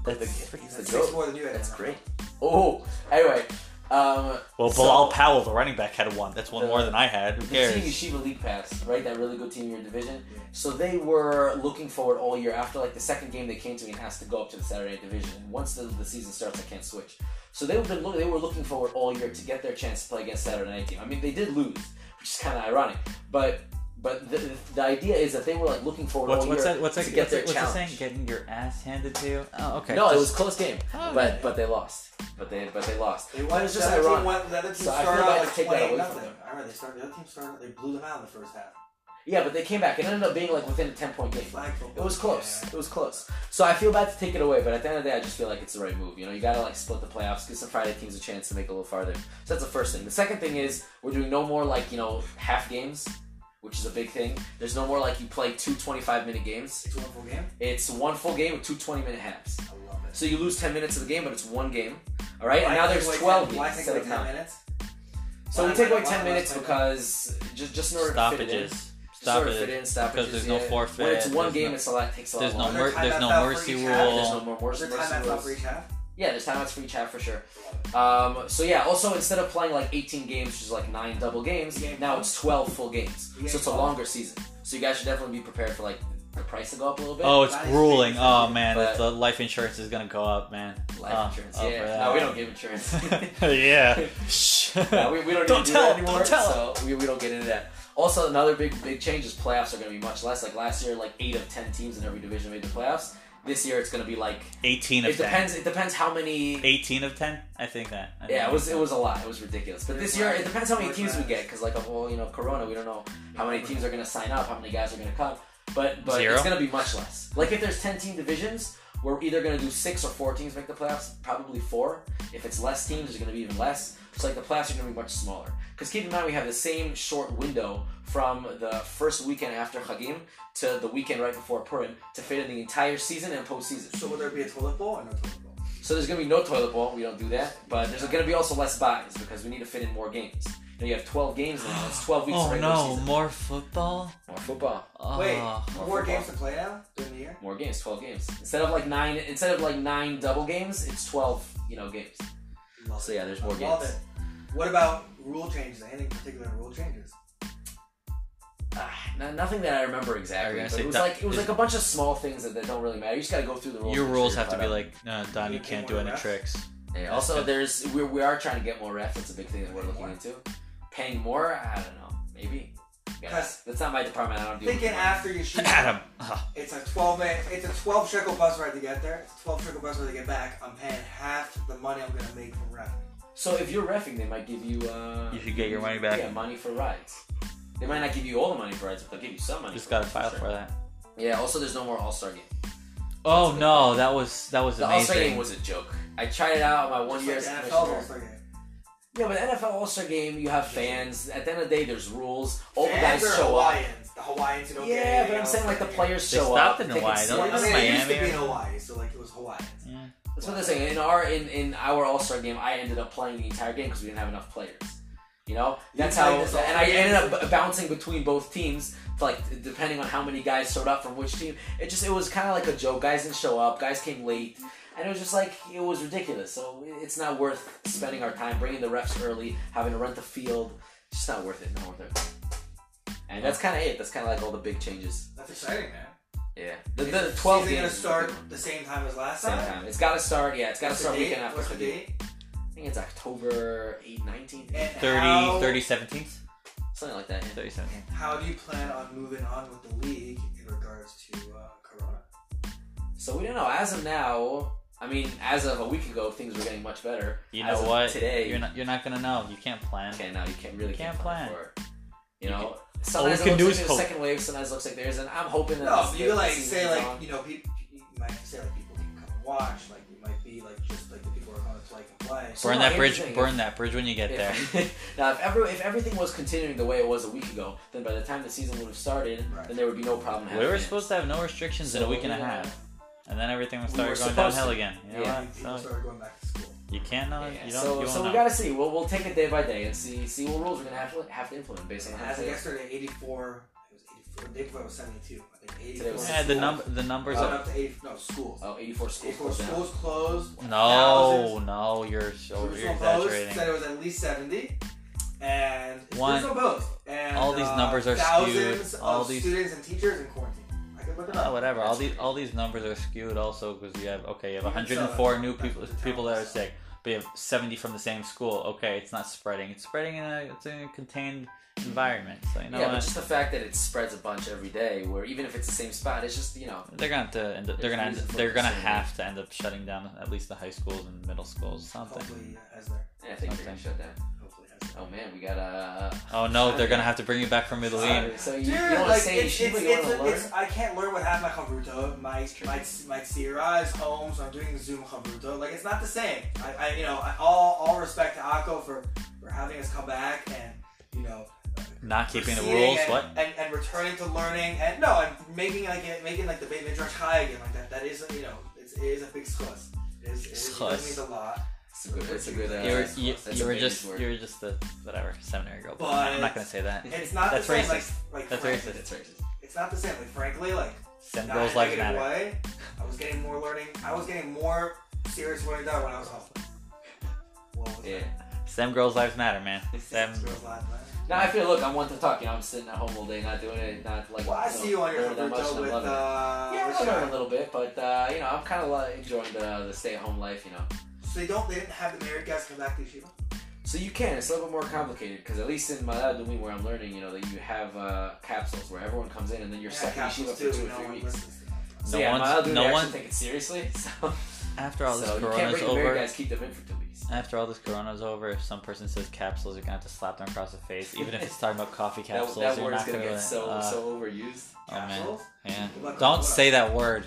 [SPEAKER 3] but the-
[SPEAKER 2] That's-
[SPEAKER 3] he's the
[SPEAKER 1] That's
[SPEAKER 3] goat.
[SPEAKER 1] six more than you had.
[SPEAKER 3] That's great. Oh, anyway, um,
[SPEAKER 2] Well,
[SPEAKER 3] So-
[SPEAKER 2] Bilal Powell, the running back, had one. That's one
[SPEAKER 3] The-
[SPEAKER 2] more than I had. Who
[SPEAKER 3] the team
[SPEAKER 2] cares?
[SPEAKER 3] Yeshiva League Pass, right? That really good team in your division.
[SPEAKER 1] Yeah.
[SPEAKER 3] So they were looking forward all year. After like the second game, they came to me and asked to go up to the Saturday night division. And once the, the season starts, I can't switch. So they've been look, they were looking forward all year to get their chance to play against Saturday night team. I mean, they did lose, which is kind of ironic, but. But the, the idea is that they were like looking forward
[SPEAKER 2] What's,
[SPEAKER 3] all
[SPEAKER 2] what's
[SPEAKER 3] year
[SPEAKER 2] that? What's that?
[SPEAKER 3] to get
[SPEAKER 2] What's,
[SPEAKER 3] their
[SPEAKER 2] that- what's that
[SPEAKER 3] challenge.
[SPEAKER 2] saying? Getting your ass handed to you. Oh, okay.
[SPEAKER 3] No, it
[SPEAKER 2] Just-
[SPEAKER 3] was a close game,
[SPEAKER 2] Oh,
[SPEAKER 3] but but they lost. But they but they lost.
[SPEAKER 1] They
[SPEAKER 3] But
[SPEAKER 1] won.
[SPEAKER 3] it's just
[SPEAKER 1] the other
[SPEAKER 3] ironic.
[SPEAKER 1] Team won, the other team
[SPEAKER 3] So I feel
[SPEAKER 1] started
[SPEAKER 3] bad
[SPEAKER 1] out
[SPEAKER 3] to
[SPEAKER 1] like
[SPEAKER 3] take that away
[SPEAKER 1] twenty
[SPEAKER 3] from
[SPEAKER 1] nothing.
[SPEAKER 3] them.
[SPEAKER 1] I remember they started. The other team started. They blew them out in the first half.
[SPEAKER 3] Yeah, but they came back. It ended up being like within a ten point game.
[SPEAKER 1] Flag football.
[SPEAKER 3] It was close.
[SPEAKER 1] Yeah.
[SPEAKER 3] It was close. So I feel bad to take it away, but at the end of the day, I just feel like it's the right move. You know, you gotta like split the playoffs, give some Friday teams a chance to make it a little farther. So that's the first thing. The second thing is we're doing no more like you know half games, which is a big thing. There's no more like you play two 25 minute games.
[SPEAKER 1] It's a wonderful game.
[SPEAKER 3] It's one full game with two 20 minute halves.
[SPEAKER 1] I love it.
[SPEAKER 3] So you lose 10 minutes of the game, but it's one game. All right, and
[SPEAKER 1] Why
[SPEAKER 3] now
[SPEAKER 1] take
[SPEAKER 3] there's
[SPEAKER 1] away
[SPEAKER 3] 12
[SPEAKER 1] 10
[SPEAKER 3] games
[SPEAKER 1] Why take
[SPEAKER 3] instead
[SPEAKER 1] away
[SPEAKER 3] of
[SPEAKER 1] 10
[SPEAKER 3] nine.
[SPEAKER 1] minutes?
[SPEAKER 3] So
[SPEAKER 1] Why-
[SPEAKER 3] we take away
[SPEAKER 1] why-
[SPEAKER 3] ten
[SPEAKER 1] why
[SPEAKER 3] minutes
[SPEAKER 1] play
[SPEAKER 3] because just just in order to fit it in,
[SPEAKER 2] stoppages.
[SPEAKER 3] just in order to
[SPEAKER 2] Stoppages.
[SPEAKER 3] fit in stoppages.
[SPEAKER 2] Because there's no
[SPEAKER 3] yeah.
[SPEAKER 2] forfeit,
[SPEAKER 3] When it's one
[SPEAKER 2] there's
[SPEAKER 3] game,
[SPEAKER 2] no-
[SPEAKER 3] it's oh, a lot. Takes a lot
[SPEAKER 2] There's no
[SPEAKER 3] longer.
[SPEAKER 2] mer-
[SPEAKER 1] Are there
[SPEAKER 2] there's no
[SPEAKER 1] timeouts out for
[SPEAKER 2] mercy
[SPEAKER 1] each
[SPEAKER 2] rule.
[SPEAKER 1] half?
[SPEAKER 3] There's no more
[SPEAKER 1] Is
[SPEAKER 3] mercy,
[SPEAKER 1] there
[SPEAKER 3] mercy
[SPEAKER 1] timeouts
[SPEAKER 3] rules.
[SPEAKER 1] off for each half?
[SPEAKER 3] Yeah, there's timeouts for each half for sure. Um, so yeah, also instead of playing like 18 games, which is like nine double games,
[SPEAKER 1] Yeah.
[SPEAKER 3] now it's 12 full games.
[SPEAKER 1] Yeah.
[SPEAKER 3] So it's a longer season. So you guys should definitely be prepared for like the price to go up a little bit.
[SPEAKER 2] Oh, it's
[SPEAKER 1] That is
[SPEAKER 2] grueling.
[SPEAKER 1] crazy.
[SPEAKER 2] Oh man,
[SPEAKER 3] But-
[SPEAKER 2] the life insurance is gonna go up, man.
[SPEAKER 3] life
[SPEAKER 2] Oh,
[SPEAKER 3] insurance.
[SPEAKER 2] oh, for
[SPEAKER 3] yeah,
[SPEAKER 2] that.
[SPEAKER 3] no, we don't give insurance.
[SPEAKER 2] yeah. Shh.
[SPEAKER 3] No, we, we don't,
[SPEAKER 2] Don't
[SPEAKER 3] need to do
[SPEAKER 2] tell
[SPEAKER 3] that
[SPEAKER 2] him,
[SPEAKER 3] anymore.
[SPEAKER 2] don't tell
[SPEAKER 3] so we, we don't get into that. Also, another big big change is playoffs are going to be much less. Like last year, like eight of ten teams in every division made the playoffs. This year, it's going to be like
[SPEAKER 2] 18 of
[SPEAKER 3] it
[SPEAKER 2] 10.
[SPEAKER 3] depends. It depends how many.
[SPEAKER 2] 18 of 10? I think that. I
[SPEAKER 3] Yeah,
[SPEAKER 2] think
[SPEAKER 3] it was
[SPEAKER 2] that.
[SPEAKER 3] it was a lot. It was ridiculous. But this year, it depends how many teams we get because like of all you know Corona, we don't know how many teams are going to sign up, how many guys are going to come. But but
[SPEAKER 2] Zero?
[SPEAKER 3] it's going to be much less. Like if there's ten team divisions. We're either going to do six or four teams make the playoffs, probably four. If it's less teams, there's going to be even less. So, like, the playoffs are going to be much smaller. Because keep in mind, we have the same short window from the first weekend after Chagim to the weekend right before Purim to fit in the entire season and postseason.
[SPEAKER 1] So will there be a toilet bowl or no toilet bowl?
[SPEAKER 3] So there's gonna be no toilet bowl. We don't do that. But there's gonna be also less buys because we need to fit in more games. You, know, you have 12 games now. It's 12 weeks. of
[SPEAKER 2] Oh
[SPEAKER 3] regular
[SPEAKER 2] no,
[SPEAKER 3] Season.
[SPEAKER 2] more football?
[SPEAKER 3] More football.
[SPEAKER 2] Oh.
[SPEAKER 1] Wait,
[SPEAKER 3] more
[SPEAKER 1] more
[SPEAKER 3] Uh, football.
[SPEAKER 1] games to play now during the year?
[SPEAKER 3] More games. 12 games. Instead of like nine. Instead of like nine double games, it's 12. You know, games.
[SPEAKER 1] Love
[SPEAKER 3] So
[SPEAKER 1] it.
[SPEAKER 3] yeah, there's more
[SPEAKER 1] Love
[SPEAKER 3] games.
[SPEAKER 1] it. What about rule changes? Anything particular rule changes?
[SPEAKER 3] Ah, no- nothing that I remember
[SPEAKER 2] Are you
[SPEAKER 3] exactly.
[SPEAKER 2] gonna
[SPEAKER 3] But
[SPEAKER 2] say
[SPEAKER 3] it was
[SPEAKER 2] that-
[SPEAKER 3] like it was
[SPEAKER 2] is-
[SPEAKER 3] like a bunch of small things that, that don't really matter. You just gotta go through the rules.
[SPEAKER 2] Your
[SPEAKER 3] and
[SPEAKER 2] rules
[SPEAKER 3] figure
[SPEAKER 2] have to
[SPEAKER 3] it
[SPEAKER 2] be
[SPEAKER 3] out.
[SPEAKER 2] like, no, Don, you
[SPEAKER 1] Can
[SPEAKER 2] can't
[SPEAKER 1] you
[SPEAKER 2] do
[SPEAKER 1] do
[SPEAKER 2] any
[SPEAKER 1] one
[SPEAKER 2] tricks.
[SPEAKER 3] Yeah, also, there's we we are trying to get more refs. That's a big thing that we're looking into. Paying more, I don't know, maybe. Yeah,
[SPEAKER 1] 'Cause-
[SPEAKER 3] that's not my department. I don't do.
[SPEAKER 1] Thinking after you shoot,
[SPEAKER 2] Adam. Ah,
[SPEAKER 1] it's a 12 man, it's a 12 shekel bus ride to get there. It's a 12 shekel bus ride to get back. I'm paying half the money I'm gonna make from ref.
[SPEAKER 3] So if you're refing, they might give you. Uh,
[SPEAKER 2] You should get your money back.
[SPEAKER 3] Yeah, money for rides. They might not give you all the money for rides, but they'll give you some money.
[SPEAKER 2] Just
[SPEAKER 3] for
[SPEAKER 2] gotta
[SPEAKER 3] rides,
[SPEAKER 2] file
[SPEAKER 3] sure.
[SPEAKER 2] for that.
[SPEAKER 3] Yeah. Also, there's no more All Star game.
[SPEAKER 2] Oh
[SPEAKER 3] That's a
[SPEAKER 2] no,
[SPEAKER 3] good
[SPEAKER 2] that was that was
[SPEAKER 3] The All Star game
[SPEAKER 2] amazing.
[SPEAKER 3] was a joke. I tried it out my one
[SPEAKER 1] Just
[SPEAKER 3] year
[SPEAKER 1] like
[SPEAKER 3] as
[SPEAKER 1] the
[SPEAKER 3] a
[SPEAKER 1] NFL
[SPEAKER 3] commissioner.
[SPEAKER 1] All-Star game.
[SPEAKER 3] Yeah, but NFL All Star game, you have fans. At the end of the day, there's rules. All
[SPEAKER 1] Fans
[SPEAKER 3] the
[SPEAKER 1] are
[SPEAKER 3] guys show up.
[SPEAKER 1] Hawaiians. The Hawaiians who don't get
[SPEAKER 3] Yeah,
[SPEAKER 1] anything
[SPEAKER 3] but I'm
[SPEAKER 1] else.
[SPEAKER 3] saying like the players
[SPEAKER 2] They
[SPEAKER 3] show
[SPEAKER 2] stopped
[SPEAKER 3] up.
[SPEAKER 2] in
[SPEAKER 3] take it
[SPEAKER 2] Hawaii, don't
[SPEAKER 1] Well,
[SPEAKER 3] serious.
[SPEAKER 1] I mean, it used to
[SPEAKER 2] Miami.
[SPEAKER 1] be in Hawaii, so like it was Hawaiians.
[SPEAKER 2] Yeah.
[SPEAKER 3] That's what they're saying. In our in, in our All Star game, I ended up playing the entire game because we didn't have enough players. You know,
[SPEAKER 1] You
[SPEAKER 3] that's
[SPEAKER 1] played
[SPEAKER 3] how.
[SPEAKER 1] this all
[SPEAKER 3] And I
[SPEAKER 1] game?
[SPEAKER 3] ended up b- bouncing between both teams, to, like depending on how many guys showed up from which team. It just it was kind of like a joke. Guys didn't show up. Guys came late, and it was just like it was ridiculous. So it's not worth spending our time bringing the refs early, having to rent the field. It's just not worth it. Not worth it. And that's kind of it. That's kind of like all the big changes.
[SPEAKER 1] That's exciting, man.
[SPEAKER 3] Yeah. The,
[SPEAKER 1] Is
[SPEAKER 3] the
[SPEAKER 1] the
[SPEAKER 3] 12
[SPEAKER 1] season gonna
[SPEAKER 3] games is a good
[SPEAKER 1] start
[SPEAKER 3] one.
[SPEAKER 1] the same time as last
[SPEAKER 3] Same
[SPEAKER 1] time.
[SPEAKER 3] time. It's got to start. Yeah, it's got to
[SPEAKER 1] What's the
[SPEAKER 3] start
[SPEAKER 1] date?
[SPEAKER 3] weekend after.
[SPEAKER 1] What's the
[SPEAKER 3] Sunday.
[SPEAKER 1] date?
[SPEAKER 3] I think it's October 8th, 19th,
[SPEAKER 1] And
[SPEAKER 2] 30,
[SPEAKER 1] how,
[SPEAKER 2] 30 17th?
[SPEAKER 3] something like that. yeah.
[SPEAKER 2] 30 17th.
[SPEAKER 1] How do you plan on moving on with the league in regards to uh, Corona?
[SPEAKER 3] So we don't know. As of now, I mean, as of a week ago, things were getting much better.
[SPEAKER 2] You
[SPEAKER 3] As
[SPEAKER 2] know
[SPEAKER 3] of
[SPEAKER 2] what?
[SPEAKER 3] Today,
[SPEAKER 2] You're not, you're not going to know. You can't plan.
[SPEAKER 3] Okay, now you can't really
[SPEAKER 2] You
[SPEAKER 3] can't
[SPEAKER 2] can't
[SPEAKER 3] plan,
[SPEAKER 2] plan.
[SPEAKER 3] for it. You,
[SPEAKER 2] You
[SPEAKER 3] know, sometimes
[SPEAKER 2] we
[SPEAKER 3] it
[SPEAKER 2] can
[SPEAKER 3] looks
[SPEAKER 2] do
[SPEAKER 3] like
[SPEAKER 2] is
[SPEAKER 3] there's a
[SPEAKER 2] hope.
[SPEAKER 3] second wave, sometimes it looks like there's, and I'm hoping that.
[SPEAKER 1] No,
[SPEAKER 3] this-
[SPEAKER 1] but you
[SPEAKER 3] that
[SPEAKER 1] could, like
[SPEAKER 3] this is
[SPEAKER 1] say like
[SPEAKER 3] on.
[SPEAKER 1] you know people. You might say like people can come and watch. Like it might be like just like the people who are coming to like and play.
[SPEAKER 3] So-
[SPEAKER 2] Burn
[SPEAKER 3] no,
[SPEAKER 2] that
[SPEAKER 3] here's
[SPEAKER 2] bridge.
[SPEAKER 3] the thing,
[SPEAKER 2] Burn that bridge when you get there.
[SPEAKER 3] If- now, if, ever, if everything was continuing the way it was a week ago, then by the time the season would have started,
[SPEAKER 1] Right.
[SPEAKER 3] then there would be no problem.
[SPEAKER 2] We were supposed to have no restrictions in a
[SPEAKER 3] So
[SPEAKER 2] week and a
[SPEAKER 3] we were-
[SPEAKER 2] half, and then everything would
[SPEAKER 3] We
[SPEAKER 2] start
[SPEAKER 3] were
[SPEAKER 2] going
[SPEAKER 3] supposed
[SPEAKER 2] downhill
[SPEAKER 3] to.
[SPEAKER 2] again. You know
[SPEAKER 3] Yeah.
[SPEAKER 2] what?
[SPEAKER 1] people
[SPEAKER 2] So
[SPEAKER 1] started going back to school.
[SPEAKER 2] you can't know. You don't.
[SPEAKER 3] so
[SPEAKER 2] you won't
[SPEAKER 3] so we
[SPEAKER 2] know.
[SPEAKER 3] gotta see. We'll, we'll take it day by day and see see what rules we're gonna have to have to implement based on
[SPEAKER 1] And
[SPEAKER 3] how
[SPEAKER 1] as
[SPEAKER 3] this
[SPEAKER 1] of
[SPEAKER 3] is.
[SPEAKER 1] yesterday, 84. It was 84. The day before it was 72. I think 84.
[SPEAKER 3] Today was
[SPEAKER 2] Yeah, the
[SPEAKER 3] Schools.
[SPEAKER 2] number, the numbers
[SPEAKER 1] Going
[SPEAKER 3] Uh,
[SPEAKER 2] of.
[SPEAKER 1] up to 80. No, schools.
[SPEAKER 3] Oh, 84 schools.
[SPEAKER 1] 84
[SPEAKER 3] closed down.
[SPEAKER 1] schools closed.
[SPEAKER 2] No, no, you're so
[SPEAKER 1] Jerusalem
[SPEAKER 2] you're
[SPEAKER 1] Post said
[SPEAKER 2] exaggerating.
[SPEAKER 1] it was at least 70. And
[SPEAKER 2] One-
[SPEAKER 1] Jerusalem Post. And,
[SPEAKER 2] all these
[SPEAKER 1] uh,
[SPEAKER 2] numbers are
[SPEAKER 1] thousands
[SPEAKER 2] skewed. All
[SPEAKER 1] of
[SPEAKER 2] these-
[SPEAKER 1] students and teachers in quarantine. I could look it
[SPEAKER 2] Oh,
[SPEAKER 1] up.
[SPEAKER 2] whatever. All
[SPEAKER 3] That's
[SPEAKER 2] these
[SPEAKER 3] crazy.
[SPEAKER 2] all these numbers are skewed also because you have okay, you have
[SPEAKER 1] You can sell
[SPEAKER 2] 104
[SPEAKER 1] it.
[SPEAKER 2] new
[SPEAKER 1] That's
[SPEAKER 2] people
[SPEAKER 1] what the
[SPEAKER 2] people that
[SPEAKER 1] town
[SPEAKER 2] are
[SPEAKER 1] said.
[SPEAKER 2] sick, but you have 70 from the same school. Okay, it's not spreading. It's spreading in a it's in a contained environment. So you know
[SPEAKER 3] yeah, but
[SPEAKER 2] what?
[SPEAKER 3] just the fact that it spreads a bunch every day, where even if it's the same spot, it's just you know.
[SPEAKER 2] They're gonna have to end up, they're
[SPEAKER 3] There's
[SPEAKER 2] gonna end,
[SPEAKER 3] reason for
[SPEAKER 2] they're gonna
[SPEAKER 3] concern.
[SPEAKER 2] have to end up shutting down at least the high schools and middle schools something.
[SPEAKER 1] Hopefully, uh, as there.
[SPEAKER 3] Yeah, I think they're gonna
[SPEAKER 2] Okay.
[SPEAKER 3] shut down.
[SPEAKER 1] Hopefully, as there.
[SPEAKER 3] Oh man, we got a.
[SPEAKER 2] Oh no, they're gonna have to bring you back from Italy.
[SPEAKER 3] So you,
[SPEAKER 1] Dude,
[SPEAKER 3] you don't want
[SPEAKER 1] like
[SPEAKER 3] to say
[SPEAKER 1] it's,
[SPEAKER 3] shit,
[SPEAKER 1] it's,
[SPEAKER 3] but
[SPEAKER 1] it's,
[SPEAKER 3] you want to learn.
[SPEAKER 1] it's- I can't learn what happened at Haruto. My my my Sierra is home, so I'm doing Zoom Haruto. Like it's not the same. I, I you know I, all all respect to Akko for for having us come back and you know
[SPEAKER 2] Not keeping the
[SPEAKER 1] proceeding
[SPEAKER 2] rules.
[SPEAKER 1] and,
[SPEAKER 2] What?
[SPEAKER 1] and, and returning to learning and no and making like it, making like the Beit Midrash high again like that. That is you know it's, it is a big scuss. It, is, it, is, it
[SPEAKER 2] Schuss.
[SPEAKER 1] means a lot.
[SPEAKER 3] It's a good. It's a good.
[SPEAKER 2] You were,
[SPEAKER 3] Uh,
[SPEAKER 1] That's-
[SPEAKER 2] you,
[SPEAKER 3] that's
[SPEAKER 2] you
[SPEAKER 3] a
[SPEAKER 2] were
[SPEAKER 3] baby's
[SPEAKER 2] just
[SPEAKER 3] word.
[SPEAKER 2] you were just a whatever seminary girl.
[SPEAKER 1] But-
[SPEAKER 2] I'm not gonna say that.
[SPEAKER 1] It's not
[SPEAKER 2] That's
[SPEAKER 1] the same.
[SPEAKER 2] racist.
[SPEAKER 1] Like, like
[SPEAKER 2] That's
[SPEAKER 1] frankly,
[SPEAKER 2] racist.
[SPEAKER 3] that's racist.
[SPEAKER 1] It's not the same. Like frankly, like
[SPEAKER 2] Some
[SPEAKER 1] Not in
[SPEAKER 2] girls'
[SPEAKER 1] a
[SPEAKER 2] lives
[SPEAKER 1] negative
[SPEAKER 2] matter.
[SPEAKER 1] way. I was getting more learning. I was getting more serious learning done when I was home. What was
[SPEAKER 3] Yeah.
[SPEAKER 2] Sam girls' lives matter, man.
[SPEAKER 1] that?
[SPEAKER 2] Sam,
[SPEAKER 1] Six girls last night.
[SPEAKER 3] Now I feel. Look, I'm one to talk. You know, I'm sitting at home all day, not doing it, not like.
[SPEAKER 1] Well, I
[SPEAKER 3] you know,
[SPEAKER 1] see you on your
[SPEAKER 3] learning that much,
[SPEAKER 1] Haruto
[SPEAKER 3] and I'm
[SPEAKER 1] with
[SPEAKER 3] loving it.
[SPEAKER 1] uh.
[SPEAKER 3] Yeah,
[SPEAKER 1] with
[SPEAKER 3] I'm learning a
[SPEAKER 1] Shaq.
[SPEAKER 3] little bit, but uh, you know, I'm kind of like enjoying the, the stay-at-home life. You know,
[SPEAKER 1] So they don't. They didn't have the married guys come back to Yeshiva.
[SPEAKER 3] so you can. It's a little bit more complicated because at least in Malad Dumi, where I'm learning, you know, that you have uh, capsules where everyone comes in and then you're
[SPEAKER 1] Yeah,
[SPEAKER 3] stuck in
[SPEAKER 1] Capitals
[SPEAKER 3] yeshiva for
[SPEAKER 1] too,
[SPEAKER 3] two or
[SPEAKER 1] no
[SPEAKER 3] three
[SPEAKER 1] one
[SPEAKER 3] weeks.
[SPEAKER 1] listens to them.
[SPEAKER 3] So
[SPEAKER 2] No
[SPEAKER 3] yeah,
[SPEAKER 2] one's-
[SPEAKER 3] Malad Dumi
[SPEAKER 2] no
[SPEAKER 3] actually
[SPEAKER 2] one-
[SPEAKER 3] take it seriously. So.
[SPEAKER 2] after all this
[SPEAKER 3] so you can't
[SPEAKER 2] corona's
[SPEAKER 3] bring the married
[SPEAKER 2] over,
[SPEAKER 3] guys keep them in for two weeks.
[SPEAKER 2] after all this corona's over, if some person says capsules, you're gonna have to slap them across the face, even if it's talking about coffee
[SPEAKER 3] That-
[SPEAKER 2] capsules.
[SPEAKER 3] that
[SPEAKER 2] you're
[SPEAKER 3] word's
[SPEAKER 2] not
[SPEAKER 3] gonna
[SPEAKER 2] gonna,
[SPEAKER 3] get so
[SPEAKER 2] uh,
[SPEAKER 3] so overused.
[SPEAKER 2] oh man,
[SPEAKER 1] Capsules?
[SPEAKER 2] yeah.
[SPEAKER 1] What about
[SPEAKER 2] Don't
[SPEAKER 1] Corona?
[SPEAKER 2] say that word.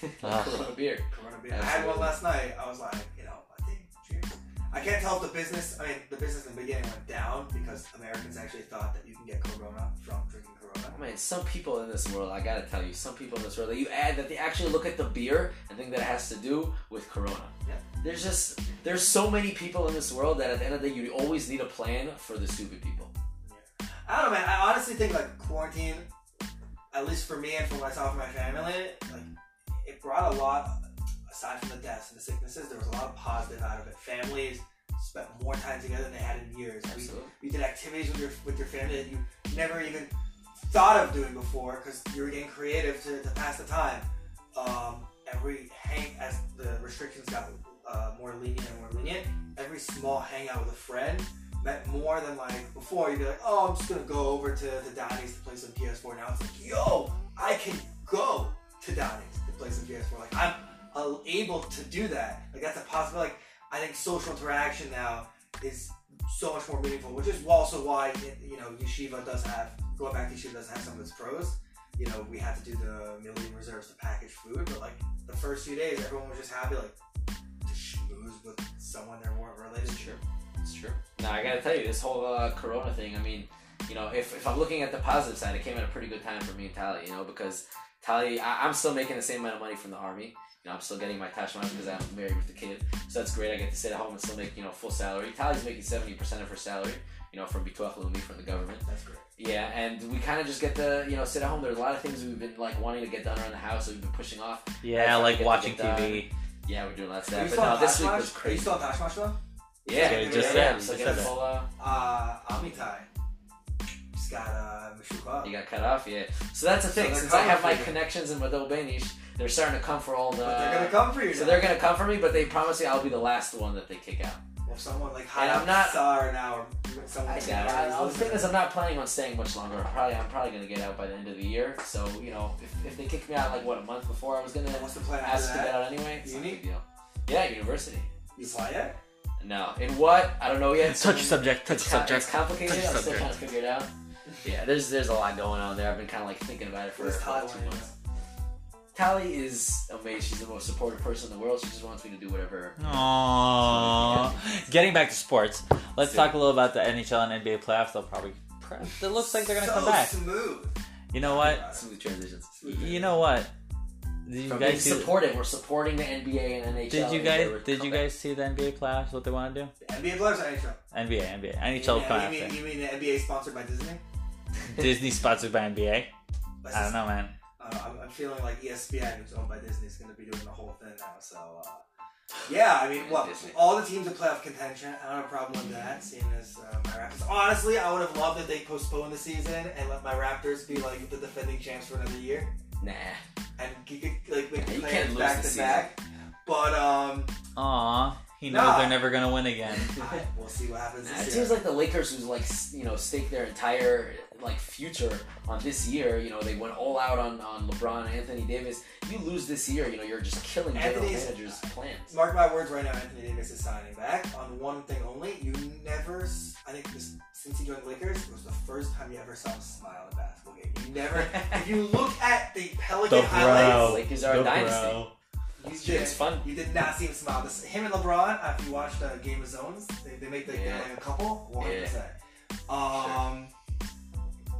[SPEAKER 3] like
[SPEAKER 2] Ugh.
[SPEAKER 3] Corona beer.
[SPEAKER 1] Corona beer. I had one
[SPEAKER 3] Absolutely.
[SPEAKER 1] last night. I was like, you know, I think. cheers. I can't tell if the business. I mean, the business in the beginning went down because Americans actually thought that you can get Corona from drinking Corona.
[SPEAKER 3] Oh man, some people in this world, I gotta tell you, some people in this world, that you add that they actually look at the beer and think that it has to do with Corona.
[SPEAKER 1] Yeah.
[SPEAKER 3] There's just, there's so many people in this world that at the end of the day, you always need a plan for the stupid people.
[SPEAKER 1] I don't know, man. I honestly think like quarantine, at least for me and for myself and my family, like it brought a lot. Aside from the deaths and the sicknesses, there was a lot of positive out of it. Families spent more time together than they had in years. We,
[SPEAKER 3] Absolutely.
[SPEAKER 1] we did activities with your with your family that you never even thought of doing before because you were getting creative to, to pass the time. Um, every hang as the restrictions got uh, more lenient and more lenient, every small hangout with a friend meant more than like before. You'd be like, oh, I'm just gonna go over to, to Donnie's to play some PS4. Now it's like, yo, I can go to Donnie's to play some PS4. Like I'm uh, able to do that. Like that's a possibility. Like I think social interaction now is so much more meaningful, which is also why you know Yeshiva does have going back to Yeshiva does have some of its pros. You know, we had to do the million reserves to package food, but like the first few days, everyone was just happy like to schmooze with someone they weren't related to.
[SPEAKER 3] It's true. Now I gotta tell you, this whole uh, Corona thing. I mean, you know, if, if I'm looking at the positive side, it came at a pretty good time for me and Tali. You know, because Tali, I, I'm still making the same amount of money from the army. You know, I'm still getting my tashmas because I'm married with the kid, so that's great. I get to sit at home and still make you know full salary. Tali's making seventy percent of her salary. You know, from Bituach Lumi from the government.
[SPEAKER 1] That's great.
[SPEAKER 3] Yeah, and we kind of just get to you know sit at home. There's a lot of things we've been like wanting to get done around the house that we've been pushing off.
[SPEAKER 2] Yeah,
[SPEAKER 3] That's
[SPEAKER 2] like
[SPEAKER 3] how
[SPEAKER 2] watching
[SPEAKER 3] you get uh, the-
[SPEAKER 2] TV.
[SPEAKER 3] Yeah, we're doing lots of
[SPEAKER 1] Are you
[SPEAKER 3] that. But
[SPEAKER 1] still
[SPEAKER 3] no,
[SPEAKER 1] on
[SPEAKER 3] this week
[SPEAKER 1] Tashmash?
[SPEAKER 3] was
[SPEAKER 1] Are you
[SPEAKER 3] crazy.
[SPEAKER 1] still on Tashmash though?
[SPEAKER 3] Yeah,
[SPEAKER 1] Yeah, you
[SPEAKER 3] yeah,
[SPEAKER 1] just
[SPEAKER 3] yeah,
[SPEAKER 1] said-
[SPEAKER 3] yeah.
[SPEAKER 2] you
[SPEAKER 3] So
[SPEAKER 2] just
[SPEAKER 3] get a
[SPEAKER 2] said that.
[SPEAKER 3] full, uh,
[SPEAKER 1] Uh, Amitai. just got uh, Michelle Clark.
[SPEAKER 3] You got cut off, yeah. So that's the
[SPEAKER 1] So
[SPEAKER 3] thing.
[SPEAKER 1] they're
[SPEAKER 3] Since I have my
[SPEAKER 1] coming for you.
[SPEAKER 3] connections in Mado Benish, they're starting to come for all the.
[SPEAKER 1] But they're gonna come for you.
[SPEAKER 3] uh, so
[SPEAKER 1] now.
[SPEAKER 3] they're gonna come for me, but they promise me I'll be the last one that they kick out.
[SPEAKER 1] Well, if someone like
[SPEAKER 3] And
[SPEAKER 1] high
[SPEAKER 3] I'm
[SPEAKER 1] up
[SPEAKER 3] not-
[SPEAKER 1] star now, or someone.
[SPEAKER 3] I,
[SPEAKER 1] like that
[SPEAKER 3] I,
[SPEAKER 1] is
[SPEAKER 3] I, the thing
[SPEAKER 1] listening.
[SPEAKER 3] is, I'm not planning on staying much longer. I'm probably, I'm probably gonna get out by the end of the year. So you know, if, if they kick me out like what a month before I was gonna
[SPEAKER 1] What's the plan after
[SPEAKER 3] ask to get
[SPEAKER 1] that?
[SPEAKER 3] out anyway, it's not a
[SPEAKER 1] Uni?
[SPEAKER 3] big deal. Yeah, university.
[SPEAKER 1] You fly it?
[SPEAKER 3] No, in what? I don't know yet.
[SPEAKER 2] Touch subject. Touch
[SPEAKER 3] It's, co- it's
[SPEAKER 2] subject.
[SPEAKER 3] complicated.
[SPEAKER 2] Touch
[SPEAKER 3] I'm still
[SPEAKER 2] subject.
[SPEAKER 3] trying to figure it out. Yeah, there's there's a lot going on there. I've been kind of like thinking about it for
[SPEAKER 1] Where's
[SPEAKER 3] about
[SPEAKER 1] Taiwan?
[SPEAKER 3] two months. Tally is amazing. She's the most supportive person in the world. She just wants me to do whatever.
[SPEAKER 2] Aww. Getting back to sports, let's
[SPEAKER 3] Yeah.
[SPEAKER 2] talk a little about the NHL and NBA playoffs. They'll probably. pre- It looks like they're gonna
[SPEAKER 1] so
[SPEAKER 2] come back.
[SPEAKER 1] smooth.
[SPEAKER 2] You know what?
[SPEAKER 3] Smooth transitions.
[SPEAKER 2] You know what? Did you
[SPEAKER 3] From being
[SPEAKER 2] guys see?
[SPEAKER 3] supportive, we're supporting the NBA and NHL.
[SPEAKER 2] Did you
[SPEAKER 3] and
[SPEAKER 2] guys?
[SPEAKER 3] we're
[SPEAKER 2] Did you
[SPEAKER 3] coming-
[SPEAKER 2] guys see the NBA playoffs? What they want to do?
[SPEAKER 1] NBA Bloods or NHL?
[SPEAKER 2] NBA, NBA, NHL
[SPEAKER 1] yeah,
[SPEAKER 2] playoffs.
[SPEAKER 3] eh.
[SPEAKER 1] you, mean,
[SPEAKER 2] yeah.
[SPEAKER 1] you mean the NBA sponsored by Disney?
[SPEAKER 2] Disney sponsored by NBA.
[SPEAKER 1] Let's
[SPEAKER 2] I
[SPEAKER 1] just-
[SPEAKER 2] don't know, man.
[SPEAKER 1] Uh, I'm, I'm feeling like ESPN, who's owned by Disney, is going to be doing the whole thing now. So, uh, yeah, I mean,
[SPEAKER 3] Yeah,
[SPEAKER 1] well,
[SPEAKER 3] Disney.
[SPEAKER 1] all the teams are playoff contention. I don't have a problem with that, seeing as uh, my Raptors. Honestly, I would have loved if they postponed the season and let my Raptors be like the defending champs for another year
[SPEAKER 3] Nah.
[SPEAKER 1] and you could like make
[SPEAKER 3] Yeah, you
[SPEAKER 1] players
[SPEAKER 3] can't lose
[SPEAKER 1] back
[SPEAKER 3] this
[SPEAKER 1] to back. But um,
[SPEAKER 2] Aw, he knows
[SPEAKER 1] Nah.
[SPEAKER 2] they're never gonna win again.
[SPEAKER 1] I- we'll see what happens
[SPEAKER 3] Nah, it
[SPEAKER 1] this year.
[SPEAKER 3] seems like the Lakers, who's like s- you know staked their entire like future on this year. You know they went all out on on LeBron, and Anthony Davis. You lose this year, you know you're just killing general
[SPEAKER 1] Anthony's-
[SPEAKER 3] managers' plans.
[SPEAKER 1] Mark my words right now, Anthony Davis is signing back on one thing only. You never, s- I think this, since he joined the Lakers, it was the first time you ever saw him smile in a basketball game. You never, if you look at the Pelican
[SPEAKER 2] The
[SPEAKER 1] highlights,
[SPEAKER 2] brow.
[SPEAKER 3] Lakers are a dynasty.
[SPEAKER 1] you
[SPEAKER 3] Shit,
[SPEAKER 1] did,
[SPEAKER 3] It's fun.
[SPEAKER 1] you did not see him smile. This, him and LeBron, uh, if you watched uh, Game of Zones, they, they make the, they're
[SPEAKER 3] Yeah.
[SPEAKER 1] like a couple, 100%. Um,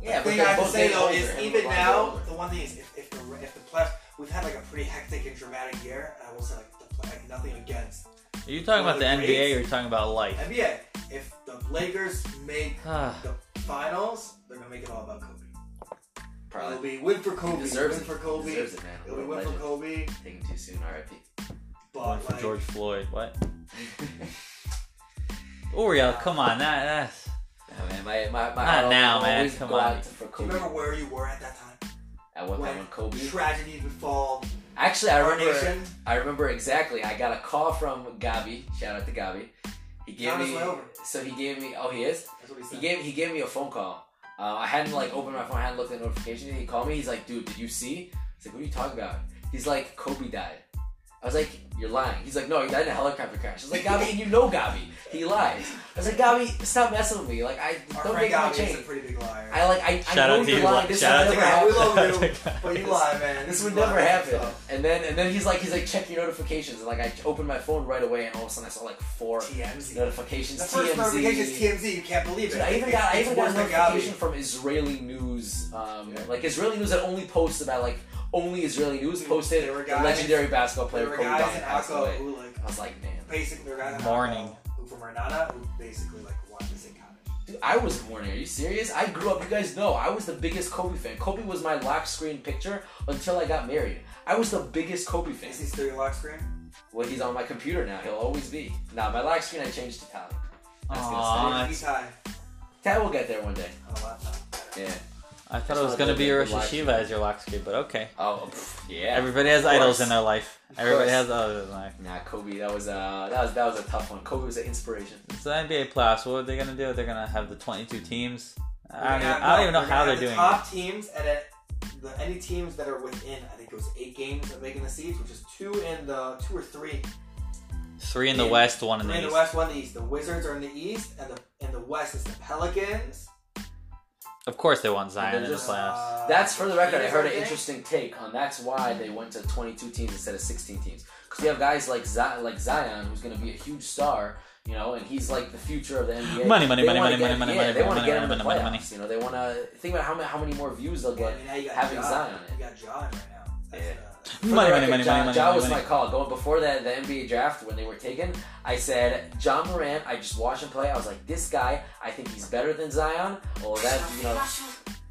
[SPEAKER 3] Yeah,
[SPEAKER 1] the
[SPEAKER 3] but
[SPEAKER 1] thing I
[SPEAKER 3] they're
[SPEAKER 1] have to
[SPEAKER 3] both
[SPEAKER 1] say
[SPEAKER 3] getting
[SPEAKER 1] though
[SPEAKER 3] older.
[SPEAKER 1] is
[SPEAKER 3] and
[SPEAKER 1] even
[SPEAKER 3] LeBron's
[SPEAKER 1] now
[SPEAKER 3] older.
[SPEAKER 1] the one thing is if, if the if the playoffs we've had like a pretty hectic and dramatic year and I will say like, the, play- like nothing against
[SPEAKER 2] Are you talking
[SPEAKER 1] One
[SPEAKER 2] about
[SPEAKER 1] of
[SPEAKER 2] the
[SPEAKER 1] the
[SPEAKER 2] NBA or are you talking about life?
[SPEAKER 1] NBA if the Lakers make
[SPEAKER 2] Ah,
[SPEAKER 1] the finals they're gonna make it all about Kobe it'll
[SPEAKER 3] Probably
[SPEAKER 1] be win for
[SPEAKER 3] He
[SPEAKER 1] Kobe
[SPEAKER 3] deserves
[SPEAKER 1] win
[SPEAKER 3] it.
[SPEAKER 1] for
[SPEAKER 3] He
[SPEAKER 1] Kobe
[SPEAKER 3] Deserves it, man.
[SPEAKER 1] it'll be
[SPEAKER 3] What a
[SPEAKER 1] win for Kobe
[SPEAKER 3] legend. Taken too soon. R.I.P.
[SPEAKER 2] one
[SPEAKER 1] but
[SPEAKER 2] for
[SPEAKER 1] like
[SPEAKER 2] George Floyd. What? Uriel, come on, that, that's
[SPEAKER 3] Nah, man, my my my
[SPEAKER 2] Not
[SPEAKER 3] heart will
[SPEAKER 2] now, man.
[SPEAKER 3] always
[SPEAKER 2] Come
[SPEAKER 3] go
[SPEAKER 2] on.
[SPEAKER 3] out
[SPEAKER 1] do
[SPEAKER 3] for
[SPEAKER 1] you
[SPEAKER 3] Kobe.
[SPEAKER 1] remember where you were at that time
[SPEAKER 3] At what
[SPEAKER 1] when
[SPEAKER 3] time when Kobe?
[SPEAKER 1] tragedy befall
[SPEAKER 3] Actually, I
[SPEAKER 1] our
[SPEAKER 3] remember.
[SPEAKER 1] nation
[SPEAKER 3] I remember exactly. I got a call from Gabi. Shout out to Gabi. He gave
[SPEAKER 1] On his
[SPEAKER 3] me.
[SPEAKER 1] way over.
[SPEAKER 3] So he gave me. Oh, he is.
[SPEAKER 1] that's what he
[SPEAKER 3] He
[SPEAKER 1] said
[SPEAKER 3] gave. He gave me a phone call. Uh, I hadn't like opened my phone. I hadn't looked at the notification. He called me. He's like, "Dude, did you see?" He's like, "What are you talking about?" He's like, "Kobe died." I was like, "You're lying." He's like, "No, he died in a helicopter crash." I was like, "Gabi, and you know Gabi, he lies." I was like, "Gabi, stop messing with me. Like, I
[SPEAKER 1] our
[SPEAKER 3] don't
[SPEAKER 1] friend
[SPEAKER 3] make my
[SPEAKER 1] Gabi is a
[SPEAKER 3] change.
[SPEAKER 1] pretty big liar
[SPEAKER 3] I like, I,
[SPEAKER 2] shout
[SPEAKER 3] I know
[SPEAKER 2] out to
[SPEAKER 3] you're
[SPEAKER 2] you.
[SPEAKER 3] lying.
[SPEAKER 2] Wa-
[SPEAKER 3] This
[SPEAKER 2] Shout
[SPEAKER 3] will
[SPEAKER 2] out to
[SPEAKER 3] never
[SPEAKER 1] you.
[SPEAKER 3] happen.
[SPEAKER 1] We love
[SPEAKER 2] Shout
[SPEAKER 1] you.
[SPEAKER 2] out to-
[SPEAKER 1] but you lie man
[SPEAKER 3] This
[SPEAKER 1] You
[SPEAKER 3] would never
[SPEAKER 1] lie.
[SPEAKER 3] happen.
[SPEAKER 1] So,
[SPEAKER 3] And then and then he's like he's like check your notifications. And like I opened my phone right away and all of a sudden I saw like four
[SPEAKER 1] TMZ
[SPEAKER 3] notifications.
[SPEAKER 1] The first
[SPEAKER 3] TMZ.
[SPEAKER 1] notification is TMZ. You can't believe it.
[SPEAKER 3] Dude, I even
[SPEAKER 1] It's-
[SPEAKER 3] got I
[SPEAKER 1] it's
[SPEAKER 3] even got
[SPEAKER 1] worse
[SPEAKER 3] a
[SPEAKER 1] than Gabi.
[SPEAKER 3] notification from Israeli news, um,
[SPEAKER 1] Yeah.
[SPEAKER 3] like Israeli news that only posts about like only Israeli news
[SPEAKER 1] Dude,
[SPEAKER 3] posted
[SPEAKER 1] there were
[SPEAKER 3] the
[SPEAKER 1] guys-
[SPEAKER 3] legendary basketball player
[SPEAKER 1] There were
[SPEAKER 3] Kobe
[SPEAKER 1] guys in
[SPEAKER 3] Bryant passed
[SPEAKER 1] Akko
[SPEAKER 3] away.
[SPEAKER 1] who like
[SPEAKER 3] I was like, man,
[SPEAKER 1] basically there were guys in
[SPEAKER 2] Mourning.
[SPEAKER 1] Akko who from Renata uh, who basically like wanted to say college.
[SPEAKER 3] dude, I was mourning. Are you serious? I grew up. You guys know I was the biggest Kobe fan. Kobe was my lock screen picture until I got married. I was the biggest Kobe fan.
[SPEAKER 1] Is he still your lock screen?
[SPEAKER 3] Well, he's on my computer now. He'll always be. Nah, my lock screen I changed to Tally. That's
[SPEAKER 2] Aw,
[SPEAKER 3] gonna
[SPEAKER 1] Or is he high
[SPEAKER 3] stay. Tally will get there one day.
[SPEAKER 1] on the laptop?
[SPEAKER 3] Yeah.
[SPEAKER 2] I thought it was gonna be your Rosh Hashiva as your lock screen, but okay.
[SPEAKER 3] Oh, pff, yeah.
[SPEAKER 2] Everybody has
[SPEAKER 3] Of course.
[SPEAKER 2] idols in their life.
[SPEAKER 3] Of
[SPEAKER 2] Everybody
[SPEAKER 3] course.
[SPEAKER 2] has idols in their life.
[SPEAKER 3] nah, Kobe. That was uh, that was that was a tough one. Kobe was an inspiration.
[SPEAKER 2] So the NBA playoffs, what are they gonna do? They're gonna have the 22 teams. I
[SPEAKER 1] We're
[SPEAKER 2] don't,
[SPEAKER 1] gonna
[SPEAKER 2] even,
[SPEAKER 1] have-
[SPEAKER 2] I don't even know
[SPEAKER 1] we're gonna
[SPEAKER 2] how
[SPEAKER 1] have
[SPEAKER 2] they're
[SPEAKER 1] the
[SPEAKER 2] doing it.
[SPEAKER 1] Top teams and it, the any teams that are within I think it was eight games of making the seeds, which is two in the two or three.
[SPEAKER 2] Three in the
[SPEAKER 1] Yeah.
[SPEAKER 2] West, one in
[SPEAKER 1] Three
[SPEAKER 2] the
[SPEAKER 1] in the
[SPEAKER 2] East.
[SPEAKER 1] West, one in the East. The Wizards are in the East, and the in the West is the Pelicans.
[SPEAKER 2] Of course, they want Zion
[SPEAKER 3] They're
[SPEAKER 2] in the
[SPEAKER 3] just,
[SPEAKER 2] playoffs.
[SPEAKER 1] Uh,
[SPEAKER 3] That's for the record. I
[SPEAKER 1] Kings,
[SPEAKER 3] heard an
[SPEAKER 1] think.
[SPEAKER 3] interesting take on that's why they went to 22 teams instead of 16 teams. Because you have guys like Zion, like Zion, who's going to be a huge star, you know, and he's like the future of the NBA.
[SPEAKER 2] Money, money,
[SPEAKER 3] They
[SPEAKER 2] money,
[SPEAKER 3] wanna
[SPEAKER 2] money,
[SPEAKER 3] get-
[SPEAKER 2] money,
[SPEAKER 3] yeah,
[SPEAKER 2] money,
[SPEAKER 3] They want to
[SPEAKER 2] money,
[SPEAKER 3] get him in
[SPEAKER 2] money,
[SPEAKER 3] the
[SPEAKER 2] money, money,
[SPEAKER 3] playoffs. You know, they want to think about how many how many more views they'll
[SPEAKER 1] Well, I
[SPEAKER 3] get.
[SPEAKER 1] mean, now you got
[SPEAKER 3] having
[SPEAKER 1] Ja.
[SPEAKER 3] Zion.
[SPEAKER 1] You got John right now. That's,
[SPEAKER 3] Yeah.
[SPEAKER 1] uh,
[SPEAKER 3] For
[SPEAKER 2] Money,
[SPEAKER 3] the
[SPEAKER 2] money,
[SPEAKER 3] record,
[SPEAKER 2] money,
[SPEAKER 3] Ja,
[SPEAKER 2] money,
[SPEAKER 3] Ja
[SPEAKER 2] money,
[SPEAKER 3] was
[SPEAKER 2] money.
[SPEAKER 3] my call. Going before the, the NBA draft when they were taken, I said John Moran. I just watched him play. I was like, this guy. I think he's better than Zion. Well, that you know,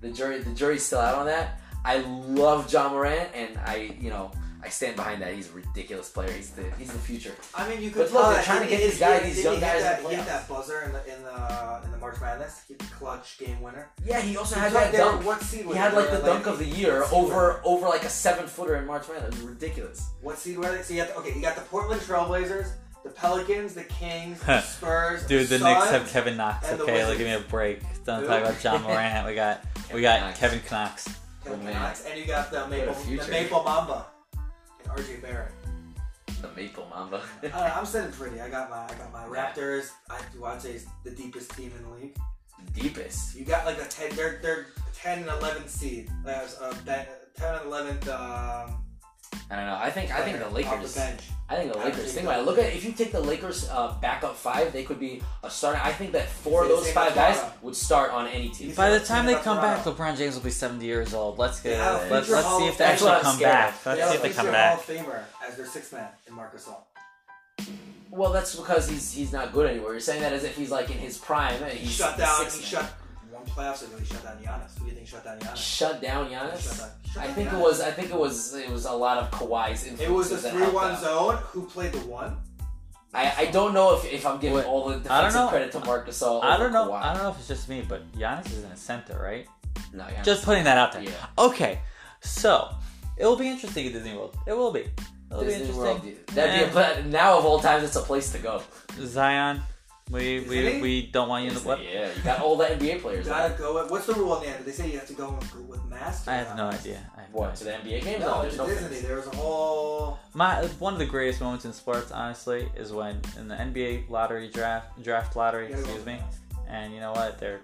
[SPEAKER 3] the jury the jury's still out on that. I love John Moran, and I you know I stand behind that. He's a ridiculous player. He's the he's the future.
[SPEAKER 1] I mean, you
[SPEAKER 3] But
[SPEAKER 1] could
[SPEAKER 3] look,
[SPEAKER 1] tell
[SPEAKER 3] they're
[SPEAKER 1] that
[SPEAKER 3] trying to
[SPEAKER 1] didn't
[SPEAKER 3] get
[SPEAKER 1] he-
[SPEAKER 3] these guys-
[SPEAKER 1] didn't
[SPEAKER 3] these
[SPEAKER 1] he
[SPEAKER 3] young
[SPEAKER 1] hit
[SPEAKER 3] guys in
[SPEAKER 1] That,
[SPEAKER 3] the
[SPEAKER 1] he hit
[SPEAKER 3] playoffs.
[SPEAKER 1] that buzzer in the in the in the March March Madness. He had the clutch game winner.
[SPEAKER 3] Yeah, he also
[SPEAKER 1] He
[SPEAKER 3] had
[SPEAKER 1] cut
[SPEAKER 3] that
[SPEAKER 1] down
[SPEAKER 3] dunk.
[SPEAKER 1] What seed
[SPEAKER 3] He
[SPEAKER 1] were
[SPEAKER 3] had
[SPEAKER 1] they?
[SPEAKER 3] like
[SPEAKER 1] They
[SPEAKER 3] the
[SPEAKER 1] were,
[SPEAKER 3] dunk of the year
[SPEAKER 1] Let's see
[SPEAKER 3] over over like a seven footer in March Madness. It was ridiculous.
[SPEAKER 1] What seed were they? So you got the, okay, you got the Portland Trailblazers, the Pelicans, the Kings, the Spurs,
[SPEAKER 2] Dude, the
[SPEAKER 1] Suns.
[SPEAKER 2] Knicks have Kevin Knox.
[SPEAKER 1] and the
[SPEAKER 2] Okay, like, give me a
[SPEAKER 1] Wizards.
[SPEAKER 2] break. Don't
[SPEAKER 1] Who?
[SPEAKER 2] talk about John Morant. We got we got Kevin Knox.
[SPEAKER 1] Kevin
[SPEAKER 3] Oh, man.
[SPEAKER 1] Knox, and you got the
[SPEAKER 3] a
[SPEAKER 1] Maple, the
[SPEAKER 3] future.
[SPEAKER 1] Maple Mamba, and RJ Barrett.
[SPEAKER 3] The Maple Mamba.
[SPEAKER 1] I don't know, I'm sitting pretty. I got my, I got my Raptors. I do I'd say is the deepest team in the league.
[SPEAKER 3] Deepest.
[SPEAKER 1] You got like a ten. They're they're ten and eleven seed. Like I was, uh, that ten and eleventh. Um,
[SPEAKER 3] I don't know. I think I think the
[SPEAKER 1] player off
[SPEAKER 3] Lakers.
[SPEAKER 1] the bench.
[SPEAKER 3] I think the
[SPEAKER 1] I
[SPEAKER 3] Lakers.
[SPEAKER 1] think
[SPEAKER 3] Think
[SPEAKER 1] the-
[SPEAKER 3] about it. Look at if you take the Lakers uh, backup five, they could be a starter. I think that four of
[SPEAKER 1] Say the
[SPEAKER 3] those
[SPEAKER 1] same
[SPEAKER 3] five
[SPEAKER 1] as
[SPEAKER 3] guys
[SPEAKER 1] Toronto.
[SPEAKER 3] would start on any team.
[SPEAKER 1] He's-
[SPEAKER 2] By the time they come back, LeBron James will be 70 years old. Let's get
[SPEAKER 1] Yeah,
[SPEAKER 2] let's,
[SPEAKER 1] future
[SPEAKER 2] let's
[SPEAKER 1] Hall
[SPEAKER 2] see
[SPEAKER 1] of
[SPEAKER 2] if they
[SPEAKER 1] Fame.
[SPEAKER 2] actually
[SPEAKER 3] That's what I'm
[SPEAKER 2] come
[SPEAKER 3] scared
[SPEAKER 2] back. Let's
[SPEAKER 3] of.
[SPEAKER 1] They
[SPEAKER 2] see
[SPEAKER 1] have
[SPEAKER 2] if they
[SPEAKER 1] a
[SPEAKER 2] come
[SPEAKER 1] future
[SPEAKER 2] back.
[SPEAKER 1] Hall of Famer as their sixth man in Marcus All.
[SPEAKER 3] Well, that's because he's he's not good anymore. You're saying that as if he's like in his prime. And
[SPEAKER 1] He
[SPEAKER 3] he's
[SPEAKER 1] shut
[SPEAKER 3] the
[SPEAKER 1] down.
[SPEAKER 3] sixth
[SPEAKER 1] He
[SPEAKER 3] man.
[SPEAKER 1] shut one playoffs ago. He shut down Giannis. Who do you think shut down Giannis?
[SPEAKER 3] shut down
[SPEAKER 1] Shut
[SPEAKER 3] Giannis.
[SPEAKER 1] down- shut
[SPEAKER 3] I
[SPEAKER 1] down
[SPEAKER 3] think it
[SPEAKER 1] Giannis.
[SPEAKER 3] was I think it was it was a lot of Kawhi's influence.
[SPEAKER 1] It was a three-one zone. Who played the one?
[SPEAKER 3] I, I don't know if, if I'm giving
[SPEAKER 2] What-
[SPEAKER 3] all the defensive
[SPEAKER 2] I don't know.
[SPEAKER 3] credit to Marc Gasol.
[SPEAKER 2] I
[SPEAKER 3] over
[SPEAKER 2] don't know.
[SPEAKER 3] Kawhi.
[SPEAKER 2] I don't know if it's just me, but Giannis is in the center, right?
[SPEAKER 3] No, Giannis-
[SPEAKER 2] Just putting that out there.
[SPEAKER 3] Yeah.
[SPEAKER 2] Okay, so it will be interesting at Disney World. It will be. It'll be
[SPEAKER 3] Disney
[SPEAKER 2] interesting.
[SPEAKER 3] World, dude. That'd be a, pla- now of all times, it's a place to go.
[SPEAKER 2] Zion, we
[SPEAKER 1] Isn't
[SPEAKER 2] we,
[SPEAKER 1] he?
[SPEAKER 2] we don't want you in the what?
[SPEAKER 3] Yeah, you got all the NBA
[SPEAKER 1] You
[SPEAKER 3] players.
[SPEAKER 1] gotta go. With, what's the rule in the end? Did they say you have to go with, with masks? or
[SPEAKER 2] I have no
[SPEAKER 1] not?
[SPEAKER 2] idea. I have no
[SPEAKER 3] What
[SPEAKER 2] idea.
[SPEAKER 3] to the NBA games?
[SPEAKER 1] No,
[SPEAKER 3] there's no.
[SPEAKER 1] Disney.
[SPEAKER 3] fans.
[SPEAKER 1] There was a whole.
[SPEAKER 2] My one of the greatest moments in sports, honestly, is when in the NBA lottery draft draft lottery,
[SPEAKER 1] you gotta go
[SPEAKER 2] excuse
[SPEAKER 1] with
[SPEAKER 2] me,
[SPEAKER 1] masks.
[SPEAKER 2] and you know what? They're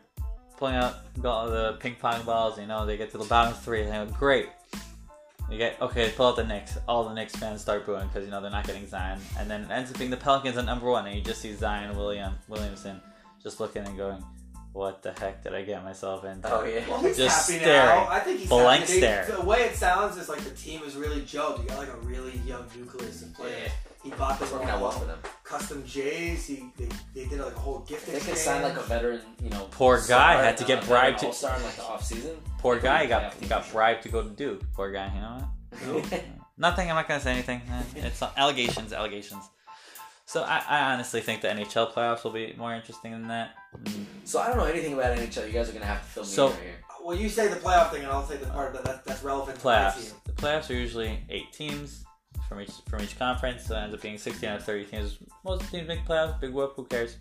[SPEAKER 2] pulling out go- the ping pong balls. You know they get to the bottom three. And they go, great. You get okay. They pull out the Knicks. All the Knicks fans start booing because you know they're not getting Zion, and then it ends up being the Pelicans at number one, and you just see Zion William Williamson just looking and going, "What the heck did I get myself into?"
[SPEAKER 3] Oh yeah.
[SPEAKER 1] Well, he's
[SPEAKER 2] Just
[SPEAKER 1] happy
[SPEAKER 2] staring.
[SPEAKER 1] now. I think he's
[SPEAKER 2] Blank
[SPEAKER 1] happy. They-
[SPEAKER 2] stare.
[SPEAKER 1] The way it sounds is like the team is really joked. You got like a really young nucleus of players.
[SPEAKER 3] Yeah.
[SPEAKER 1] He bought the
[SPEAKER 3] It's working out well for
[SPEAKER 1] whole
[SPEAKER 3] them.
[SPEAKER 1] custom J's. He they, they did like a whole gift
[SPEAKER 3] They could
[SPEAKER 1] exchange.
[SPEAKER 3] sign like a veteran, you know.
[SPEAKER 2] Poor guy
[SPEAKER 3] star,
[SPEAKER 2] had to
[SPEAKER 3] uh,
[SPEAKER 2] get
[SPEAKER 3] veteran
[SPEAKER 2] bribed to-
[SPEAKER 3] all-star in like the offseason.
[SPEAKER 2] Poor
[SPEAKER 3] They couldn't
[SPEAKER 2] guy
[SPEAKER 3] play
[SPEAKER 2] got
[SPEAKER 3] off the
[SPEAKER 2] got
[SPEAKER 3] bench.
[SPEAKER 2] bribed to go to Duke. Poor guy. You know what? Nothing. I'm not gonna say anything. Eh, It's allegations, allegations. So I, I honestly think the NHL playoffs will be more interesting than that. Mm.
[SPEAKER 3] So I don't know anything about NHL. You guys are gonna have to fill me
[SPEAKER 2] So-
[SPEAKER 3] in right here.
[SPEAKER 1] Well, you say the playoff thing, and I'll say the part that, that that's relevant to my
[SPEAKER 2] Playoffs.
[SPEAKER 1] team.
[SPEAKER 2] The playoffs are usually eight teams from each from each conference. So it ends up being 16 out of 30 teams. Most teams make playoffs. Big whoop. Who cares?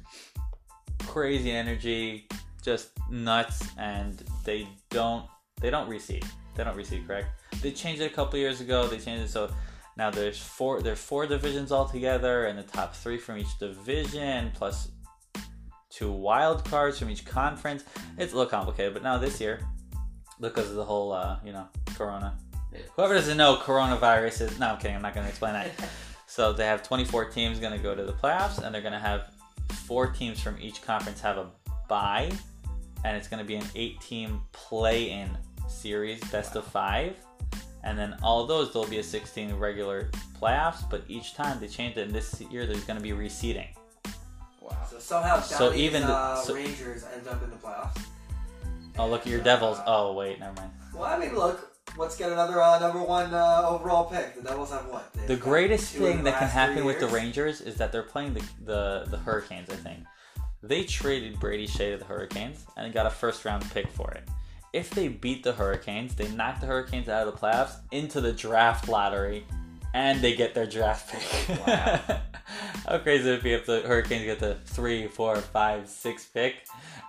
[SPEAKER 2] Crazy energy, just nuts, and they don't they don't reseed. They don't reseed. Correct. They changed it a couple years ago. They changed it so Now there's four. There are four divisions altogether, and the top three from each division plus two wild cards from each conference. It's a little complicated, but now this year, because of the whole, uh, you know, Corona.
[SPEAKER 3] Yeah.
[SPEAKER 2] Whoever doesn't know, coronavirus is. No, I'm kidding. I'm not going to explain that. so they have 24 teams going to go to the playoffs, and they're going to have four teams from each conference have a bye, and it's going to be an eight-team play-in series, best of five. And then all those, there'll be a 16 regular playoffs, but each time they change it. And this year, there's going to be reseeding.
[SPEAKER 3] Wow.
[SPEAKER 1] So somehow,
[SPEAKER 2] So
[SPEAKER 1] Downey's,
[SPEAKER 2] even the-
[SPEAKER 1] uh,
[SPEAKER 2] so-
[SPEAKER 1] Rangers end up in the playoffs.
[SPEAKER 2] Oh, look at your
[SPEAKER 1] Uh,
[SPEAKER 2] Devils. Oh, wait, never mind.
[SPEAKER 1] Well, I mean, look, let's get another uh, number one uh, overall pick. The Devils have what? They've
[SPEAKER 2] The
[SPEAKER 1] got
[SPEAKER 2] greatest
[SPEAKER 1] two in the
[SPEAKER 2] thing that can
[SPEAKER 1] last
[SPEAKER 2] happen
[SPEAKER 1] three
[SPEAKER 2] with the
[SPEAKER 1] years.
[SPEAKER 2] Rangers is that they're playing the, the, the Hurricanes, I think. They traded Brady Shea to the Hurricanes and got a first round pick for it. If they beat the Hurricanes, they knock the Hurricanes out of the playoffs into the draft lottery and they get their draft pick.
[SPEAKER 3] Wow.
[SPEAKER 2] How crazy would it be if the Hurricanes get the three, four, five, six pick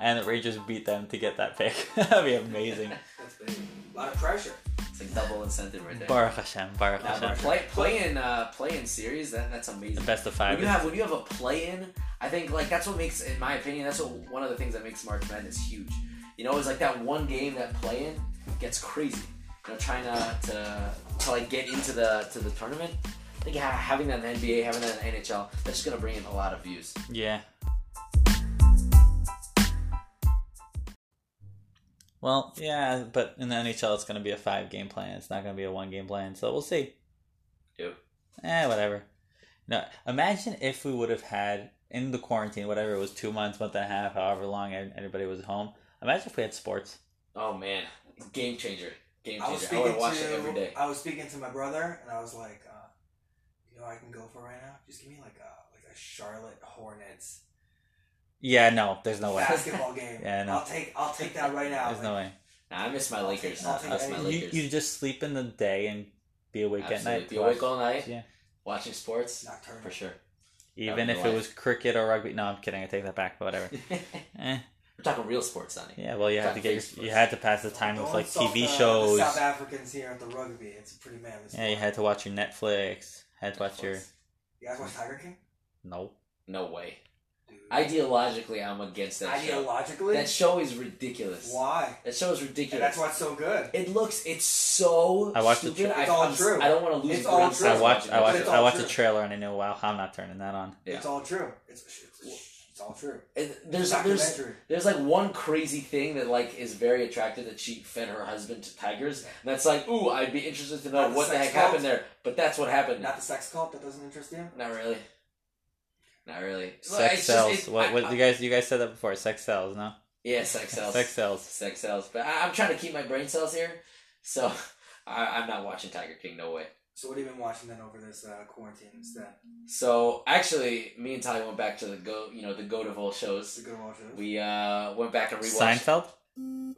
[SPEAKER 2] and the Rangers beat them to get that pick? That'd be amazing.
[SPEAKER 1] That's big. A lot of pressure.
[SPEAKER 3] It's like double incentive right there.
[SPEAKER 2] Baruch Hashem, Baruch
[SPEAKER 3] Now, the
[SPEAKER 2] Hashem.
[SPEAKER 3] play play in uh, play in series that that's amazing.
[SPEAKER 2] The best of
[SPEAKER 3] When
[SPEAKER 2] five.
[SPEAKER 3] you
[SPEAKER 2] is-
[SPEAKER 3] have when you have a play in, I think like that's what makes, in my opinion, that's what one of the things that makes March Madness huge. You know, it's like that one game that play in gets crazy. You know, trying to, to to like get into the to the tournament. I think ha- having that in the NBA, having that in the NHL, that's just gonna bring in a lot of views.
[SPEAKER 2] Yeah. Well, yeah, but in the NHL, it's going to be a five game plan. It's not going to be a one game plan. So we'll see.
[SPEAKER 3] Yep.
[SPEAKER 2] Eh, whatever. No, imagine if we would have had in the quarantine, whatever it was, two months, month and a half, however long and everybody was home. Imagine if we had sports.
[SPEAKER 3] Oh man, game changer, game
[SPEAKER 1] I was
[SPEAKER 3] changer. I,
[SPEAKER 1] speaking
[SPEAKER 3] would watch
[SPEAKER 1] to
[SPEAKER 3] it every day.
[SPEAKER 1] I was speaking to my brother, and I was like, uh, "You know, what I can go for right now. Just give me like a like a Charlotte Hornets
[SPEAKER 2] Yeah, no, there's no way.
[SPEAKER 1] basketball game.
[SPEAKER 2] Yeah, no.
[SPEAKER 1] I'll take I'll take that right now.
[SPEAKER 2] There's no way.
[SPEAKER 3] Nah, I miss my
[SPEAKER 1] I'll
[SPEAKER 3] Lakers.
[SPEAKER 1] take- I'll
[SPEAKER 3] I
[SPEAKER 1] take
[SPEAKER 3] miss my
[SPEAKER 1] that.
[SPEAKER 2] You,
[SPEAKER 3] Lakers.
[SPEAKER 2] you just sleep in the day and be awake
[SPEAKER 3] Absolutely.
[SPEAKER 2] at night.
[SPEAKER 3] Be
[SPEAKER 2] to
[SPEAKER 3] awake
[SPEAKER 2] watch-
[SPEAKER 3] all night
[SPEAKER 2] Yeah.
[SPEAKER 3] watching sports
[SPEAKER 1] Nocturnal.
[SPEAKER 3] for sure.
[SPEAKER 2] Even
[SPEAKER 3] That'd be
[SPEAKER 2] if
[SPEAKER 3] the
[SPEAKER 2] it
[SPEAKER 3] life.
[SPEAKER 2] was cricket or rugby. No, I'm kidding. I take that back. But whatever.
[SPEAKER 3] We're
[SPEAKER 2] eh.
[SPEAKER 3] talking real sports, Sonny.
[SPEAKER 2] Yeah. Well, you
[SPEAKER 3] It's
[SPEAKER 2] had
[SPEAKER 3] on
[SPEAKER 2] to get
[SPEAKER 3] Facebook.
[SPEAKER 2] your, you had to pass the time
[SPEAKER 1] Don't
[SPEAKER 2] with like
[SPEAKER 1] insult
[SPEAKER 2] TV
[SPEAKER 1] the- the
[SPEAKER 2] shows.
[SPEAKER 1] South Africans here at the rugby. It's a pretty manly.
[SPEAKER 2] Yeah, you
[SPEAKER 1] sport.
[SPEAKER 2] had to watch your Netflix. Had to watch your
[SPEAKER 1] You guys watch Tiger King?
[SPEAKER 2] no.
[SPEAKER 3] No way.
[SPEAKER 1] Dude.
[SPEAKER 3] Ideologically, I'm against that show.
[SPEAKER 1] Ideologically,
[SPEAKER 3] That show is ridiculous.
[SPEAKER 1] why?
[SPEAKER 3] That show is
[SPEAKER 1] And
[SPEAKER 3] ridiculous.
[SPEAKER 1] that's why it's so good.
[SPEAKER 3] It looks. It's so.
[SPEAKER 2] I watched the
[SPEAKER 3] stupid.
[SPEAKER 1] tra- It's
[SPEAKER 3] I,
[SPEAKER 1] all
[SPEAKER 3] I'm-
[SPEAKER 1] true.
[SPEAKER 3] I don't want to lose.
[SPEAKER 1] It's
[SPEAKER 3] the
[SPEAKER 1] all
[SPEAKER 3] ground
[SPEAKER 1] true.
[SPEAKER 2] I
[SPEAKER 3] source
[SPEAKER 2] watched I
[SPEAKER 3] watching
[SPEAKER 2] watched
[SPEAKER 1] it's
[SPEAKER 2] I
[SPEAKER 1] all
[SPEAKER 2] watched the
[SPEAKER 1] true.
[SPEAKER 2] trailer and I knew wow I'm not turning that on.
[SPEAKER 3] Yeah.
[SPEAKER 1] It's all true. It's it's, it's all true.
[SPEAKER 3] it. It- There's there's
[SPEAKER 1] Documentary.
[SPEAKER 3] there's like one crazy thing that like is very attractive that she fed her husband to tigers. And that's like, ooh, I'd be interested to know
[SPEAKER 1] Not the
[SPEAKER 3] what the
[SPEAKER 1] sex
[SPEAKER 3] heck
[SPEAKER 1] cult?
[SPEAKER 3] happened there. But that's what happened.
[SPEAKER 1] Not the sex cult that doesn't interest you.
[SPEAKER 3] Not really. Not really.
[SPEAKER 2] Sex
[SPEAKER 3] cells.
[SPEAKER 2] sells. what what you guys you guys said that before? Sex sells, no?
[SPEAKER 3] yeah, sex cells.
[SPEAKER 2] Sex
[SPEAKER 3] Sex,
[SPEAKER 2] sells.
[SPEAKER 3] cells. But I, I'm trying to keep my brain cells here, so I, I'm not watching Tiger King. No way.
[SPEAKER 1] So what have you been watching then over this uh, quarantine instead?
[SPEAKER 3] So actually, me and Tali went back to the go. You know, the goat of all
[SPEAKER 1] It's
[SPEAKER 3] shows.
[SPEAKER 1] a good watch. it.
[SPEAKER 3] We uh went back and rewatched.
[SPEAKER 2] Seinfeld.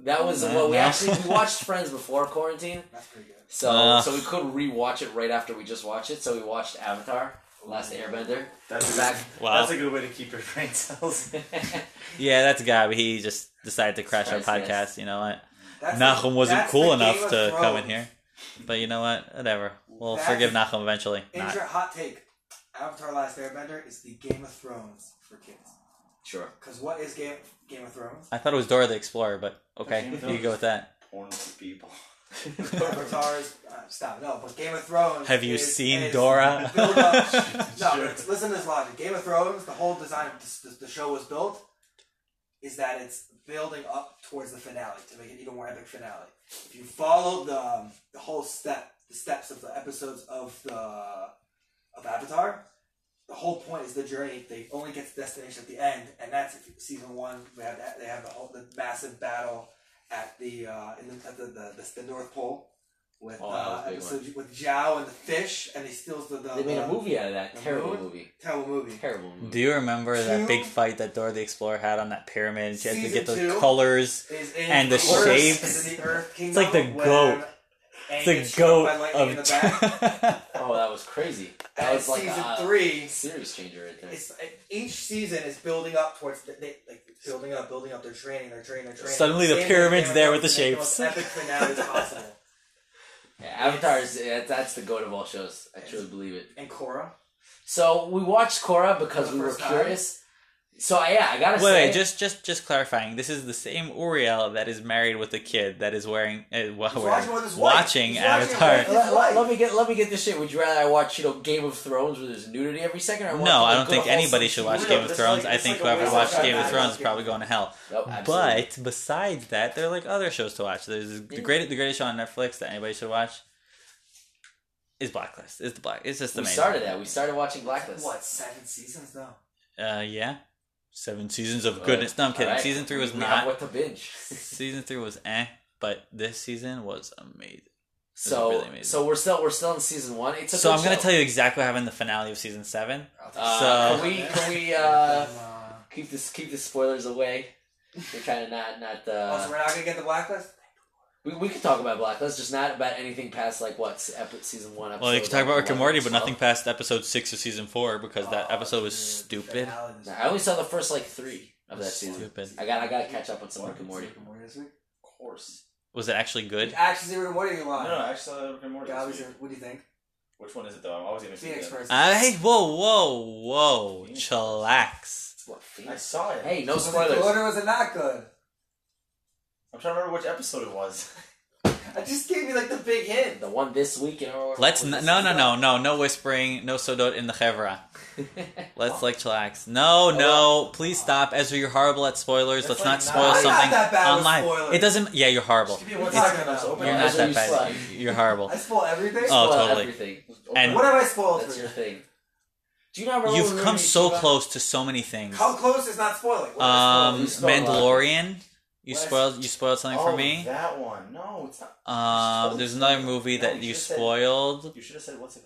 [SPEAKER 3] That was
[SPEAKER 2] Uh,
[SPEAKER 3] well, we
[SPEAKER 2] no.
[SPEAKER 3] actually we watched Friends before quarantine,
[SPEAKER 1] That's pretty good.
[SPEAKER 3] so
[SPEAKER 2] Uh.
[SPEAKER 3] so we could rewatch it right after we just watched it. So we watched Avatar: Last Airbender
[SPEAKER 5] That's a,
[SPEAKER 3] back.
[SPEAKER 2] Wow.
[SPEAKER 5] that's a good way to keep your brain cells.
[SPEAKER 2] yeah, that's a guy. But he just decided to crash our
[SPEAKER 3] Surprise, guys.
[SPEAKER 2] podcast. You know what?
[SPEAKER 1] That's
[SPEAKER 2] Nahum
[SPEAKER 1] the-
[SPEAKER 2] wasn't
[SPEAKER 1] that's
[SPEAKER 2] cool
[SPEAKER 1] the
[SPEAKER 2] enough
[SPEAKER 1] Game of
[SPEAKER 2] to come in
[SPEAKER 1] Thrones.
[SPEAKER 2] here. But you know what? Whatever. We'll
[SPEAKER 1] That's-
[SPEAKER 2] forgive Nahum eventually. Not.
[SPEAKER 1] Intro, hot take. Avatar: Last Airbender is the Game of Thrones for kids.
[SPEAKER 3] sure.
[SPEAKER 1] Because what is Game Game of Thrones?
[SPEAKER 2] I thought it was Dora the Explorer, but okay,
[SPEAKER 5] Game
[SPEAKER 2] you
[SPEAKER 5] of
[SPEAKER 2] can go with that.
[SPEAKER 5] Porn to people.
[SPEAKER 1] Avatar is uh, stop. No, but Game of Thrones.
[SPEAKER 2] Have you
[SPEAKER 1] is-
[SPEAKER 2] seen
[SPEAKER 1] is
[SPEAKER 2] Dora?
[SPEAKER 1] built up- no,
[SPEAKER 5] Sure.
[SPEAKER 1] but listen to this logic. Game of Thrones. The whole design of this, this, the show was built is that it's building up towards the finale to make an even more epic finale. If you follow the um, the whole step, the steps of the episodes of the of Avatar. The whole point is the journey. They only get to destination at the end, and that's if- season one. They have that, they have the whole the massive battle at the uh, in the, at the, the, the the North Pole with
[SPEAKER 3] Oh, that was
[SPEAKER 1] uh,
[SPEAKER 3] a
[SPEAKER 1] episode,
[SPEAKER 3] big one.
[SPEAKER 1] with Zhao and the fish, and he steals the. the
[SPEAKER 3] They made
[SPEAKER 1] the
[SPEAKER 3] a movie out of that.
[SPEAKER 1] the
[SPEAKER 3] Terrible
[SPEAKER 1] moon?
[SPEAKER 3] movie.
[SPEAKER 1] Terrible movie.
[SPEAKER 3] Terrible
[SPEAKER 2] Do
[SPEAKER 3] movie.
[SPEAKER 2] you remember
[SPEAKER 1] Two.
[SPEAKER 2] that big fight that Dora the Explorer had on that pyramid? She had to
[SPEAKER 1] Season
[SPEAKER 2] get those
[SPEAKER 1] two.
[SPEAKER 2] colors.
[SPEAKER 1] Is in
[SPEAKER 2] And the
[SPEAKER 1] Earth-
[SPEAKER 2] shapes.
[SPEAKER 1] is in the Earth
[SPEAKER 2] It's like the
[SPEAKER 1] Kingdom when
[SPEAKER 2] goat.
[SPEAKER 1] Aang
[SPEAKER 2] The
[SPEAKER 1] gets struck
[SPEAKER 2] goat
[SPEAKER 1] by lightning in the back.
[SPEAKER 2] of.
[SPEAKER 3] Oh, that was crazy. That
[SPEAKER 1] And
[SPEAKER 3] was like
[SPEAKER 1] season
[SPEAKER 3] a
[SPEAKER 1] three.
[SPEAKER 3] series changer right there.
[SPEAKER 1] It's it- each season is building up towards the, they, like building up, building up. They're training, they're training, they're training.
[SPEAKER 2] Suddenly the
[SPEAKER 1] Same
[SPEAKER 2] pyramid's
[SPEAKER 1] thing
[SPEAKER 2] there
[SPEAKER 1] with
[SPEAKER 2] with the
[SPEAKER 1] Avatar,
[SPEAKER 2] shapes.
[SPEAKER 1] and they make the most Epic finale possible.
[SPEAKER 3] Yeah, Avatar is yeah, that's the goat of all shows. I truly believe it.
[SPEAKER 1] And Korra,
[SPEAKER 3] So we watched Korra because
[SPEAKER 1] For the
[SPEAKER 3] we were
[SPEAKER 1] first time.
[SPEAKER 3] curious. So yeah, I gotta
[SPEAKER 2] wait,
[SPEAKER 3] say,
[SPEAKER 2] wait, just just just clarifying. This is the same Uriel that is married with a kid that is wearing uh, well,
[SPEAKER 1] He's
[SPEAKER 2] wearing-
[SPEAKER 1] watching with his wife.
[SPEAKER 2] watching
[SPEAKER 1] He's watching with
[SPEAKER 2] Avatar.
[SPEAKER 1] his
[SPEAKER 3] let, let- let me get let me get this shit. Would you rather I watch you know Game of Thrones where there's nudity every second? Or watch,
[SPEAKER 2] No,
[SPEAKER 3] like,
[SPEAKER 2] I don't
[SPEAKER 3] good
[SPEAKER 2] think anybody should
[SPEAKER 3] wholesome
[SPEAKER 2] watch
[SPEAKER 5] No,
[SPEAKER 2] Game of
[SPEAKER 5] that's
[SPEAKER 2] Thrones.
[SPEAKER 5] like-
[SPEAKER 2] I
[SPEAKER 5] that's
[SPEAKER 2] think
[SPEAKER 5] like a
[SPEAKER 2] whoever
[SPEAKER 1] waste
[SPEAKER 2] watched
[SPEAKER 1] of
[SPEAKER 2] Game of
[SPEAKER 1] time.
[SPEAKER 2] Thrones is probably going to hell.
[SPEAKER 3] Nope, absolutely.
[SPEAKER 2] But besides that, there are like other shows to watch. There's the
[SPEAKER 3] Yeah.
[SPEAKER 2] greatest the greatest show on Netflix that anybody should watch is Blacklist. Is the black? It's just
[SPEAKER 3] we
[SPEAKER 2] amazing.
[SPEAKER 3] started that. We started watching Blacklist.
[SPEAKER 1] what seven seasons though?
[SPEAKER 2] Uh, yeah, seven seasons of
[SPEAKER 3] Well,
[SPEAKER 2] goodness. No, I'm kidding.
[SPEAKER 3] All right.
[SPEAKER 2] Season three was
[SPEAKER 3] We have
[SPEAKER 2] not.
[SPEAKER 3] what to binge.
[SPEAKER 2] season three was eh, but this season was amazing.
[SPEAKER 3] so
[SPEAKER 2] really amazing.
[SPEAKER 3] so we're still we're still in season one. It's a
[SPEAKER 2] so
[SPEAKER 3] good
[SPEAKER 2] I'm gonna
[SPEAKER 3] show.
[SPEAKER 2] tell you exactly what happened in the finale of season seven.
[SPEAKER 3] Uh,
[SPEAKER 2] So-
[SPEAKER 3] can we can we uh, keep this keep the spoilers away? We're trying to not not. Uh,
[SPEAKER 1] also, we're not gonna get the blacklist.
[SPEAKER 3] We, we could talk about Blacklist, just not about anything past like what se- epi- season one. Episode
[SPEAKER 2] Well, you can talk about Rick and
[SPEAKER 3] 11
[SPEAKER 2] Morty, but
[SPEAKER 3] 12.
[SPEAKER 2] nothing past episode six of season four because that
[SPEAKER 1] Oh,
[SPEAKER 2] episode was
[SPEAKER 1] dude,
[SPEAKER 2] stupid.
[SPEAKER 1] finale was-
[SPEAKER 3] Nah, Oh, I only saw the first like three of that season.
[SPEAKER 2] Stupid.
[SPEAKER 3] I got I gotta catch up on some Rick and Morty.
[SPEAKER 1] Rick and Morty this week?
[SPEAKER 5] Of course.
[SPEAKER 2] Was it actually good?
[SPEAKER 1] Actually, see Rick and Morty
[SPEAKER 5] No,
[SPEAKER 1] live.
[SPEAKER 5] no, I actually saw Rick and Morty.
[SPEAKER 1] God,
[SPEAKER 5] this
[SPEAKER 1] we
[SPEAKER 5] week.
[SPEAKER 1] should- what do you think?
[SPEAKER 5] Which one is it though? I'm always gonna
[SPEAKER 1] Phoenix
[SPEAKER 5] see that.
[SPEAKER 1] first.
[SPEAKER 2] Uh, hey, whoa, whoa, whoa, chillax.
[SPEAKER 3] It's what,
[SPEAKER 5] I
[SPEAKER 3] Phoenix?
[SPEAKER 5] saw it.
[SPEAKER 3] Hey, no
[SPEAKER 1] was it good
[SPEAKER 3] spoilers.
[SPEAKER 1] or was it not good?
[SPEAKER 5] I'm trying to remember which episode it was.
[SPEAKER 1] I just gave you like the big hint.
[SPEAKER 3] The one this week in our
[SPEAKER 2] Let's n- no, no, no, no, no whispering, no sodot in the chevra. Let's like chillax. No, no, please stop, Ezra. You're horrible at spoilers. Let's
[SPEAKER 5] That's
[SPEAKER 2] not
[SPEAKER 5] like
[SPEAKER 2] spoil
[SPEAKER 5] not-
[SPEAKER 1] I'm not
[SPEAKER 2] something
[SPEAKER 1] that bad with
[SPEAKER 2] on live.
[SPEAKER 1] spoilers.
[SPEAKER 2] It doesn't. Yeah, you're horrible.
[SPEAKER 5] Just give me one
[SPEAKER 1] It's-
[SPEAKER 5] second. I'm just open
[SPEAKER 2] You're
[SPEAKER 5] it.
[SPEAKER 2] not
[SPEAKER 3] Ezra,
[SPEAKER 2] that
[SPEAKER 3] you
[SPEAKER 2] bad.
[SPEAKER 3] suck.
[SPEAKER 2] You're horrible.
[SPEAKER 1] I spoil everything.
[SPEAKER 2] Oh,
[SPEAKER 3] Spoil
[SPEAKER 2] totally.
[SPEAKER 3] Everything.
[SPEAKER 2] And-
[SPEAKER 1] what have I spoiled
[SPEAKER 3] that's
[SPEAKER 1] for
[SPEAKER 3] your
[SPEAKER 1] you?
[SPEAKER 3] thing. Do you not remember?
[SPEAKER 2] You've
[SPEAKER 3] when we
[SPEAKER 2] come
[SPEAKER 3] were
[SPEAKER 2] so
[SPEAKER 3] talking
[SPEAKER 2] close to so many things.
[SPEAKER 1] How close is not spoiling? What did I spoil?
[SPEAKER 2] Um,
[SPEAKER 3] You spoiled a lot.
[SPEAKER 2] Mandalorian. You
[SPEAKER 1] What?
[SPEAKER 2] spoiled. You spoiled something
[SPEAKER 5] oh,
[SPEAKER 2] for me.
[SPEAKER 5] That one. No, it's not.
[SPEAKER 2] Um, there's another movie
[SPEAKER 5] No,
[SPEAKER 2] that
[SPEAKER 5] you
[SPEAKER 2] you
[SPEAKER 5] just said-
[SPEAKER 2] spoiled.
[SPEAKER 5] You should have said what's it.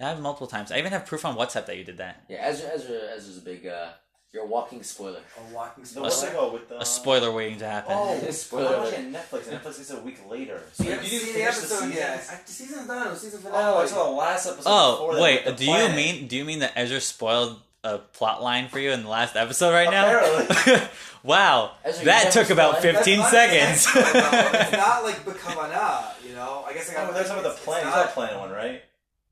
[SPEAKER 2] I have multiple times. I even have proof on WhatsApp that you did that.
[SPEAKER 3] about- Yeah, Ezra, Ezra, Ezra's a big. Uh, You're a walking spoiler.
[SPEAKER 1] A walking
[SPEAKER 5] The
[SPEAKER 1] spoiler.
[SPEAKER 5] one that go with the
[SPEAKER 2] A spoiler waiting to happen.
[SPEAKER 5] Uh, Oh,
[SPEAKER 3] Spoiler
[SPEAKER 5] I'm
[SPEAKER 3] alert.
[SPEAKER 5] watching Netflix. and Netflix is a week later. So
[SPEAKER 1] You
[SPEAKER 5] you
[SPEAKER 1] haven't
[SPEAKER 5] didn't
[SPEAKER 1] seen the
[SPEAKER 5] finish
[SPEAKER 1] episode
[SPEAKER 5] season?
[SPEAKER 1] yet. I, the season's done. It was season
[SPEAKER 5] Oh, I
[SPEAKER 1] finale.
[SPEAKER 5] saw the last episode. before
[SPEAKER 2] Oh
[SPEAKER 5] that,
[SPEAKER 2] wait,
[SPEAKER 5] the
[SPEAKER 2] do you
[SPEAKER 5] planet.
[SPEAKER 2] mean do you mean that Ezra spoiled a plot line for you in the last episode right now?
[SPEAKER 5] Apparently.
[SPEAKER 2] wow,
[SPEAKER 3] Ezra, you
[SPEAKER 2] that
[SPEAKER 3] never
[SPEAKER 2] took about
[SPEAKER 3] spoil it.
[SPEAKER 1] That's
[SPEAKER 2] fifteen
[SPEAKER 1] not
[SPEAKER 2] seconds.
[SPEAKER 1] the next one, though. it's not like Bakavana, you know. I guess I got.
[SPEAKER 5] Oh, that's about the
[SPEAKER 1] it's- it's
[SPEAKER 5] plan. You
[SPEAKER 1] not-
[SPEAKER 5] saw plan one, right?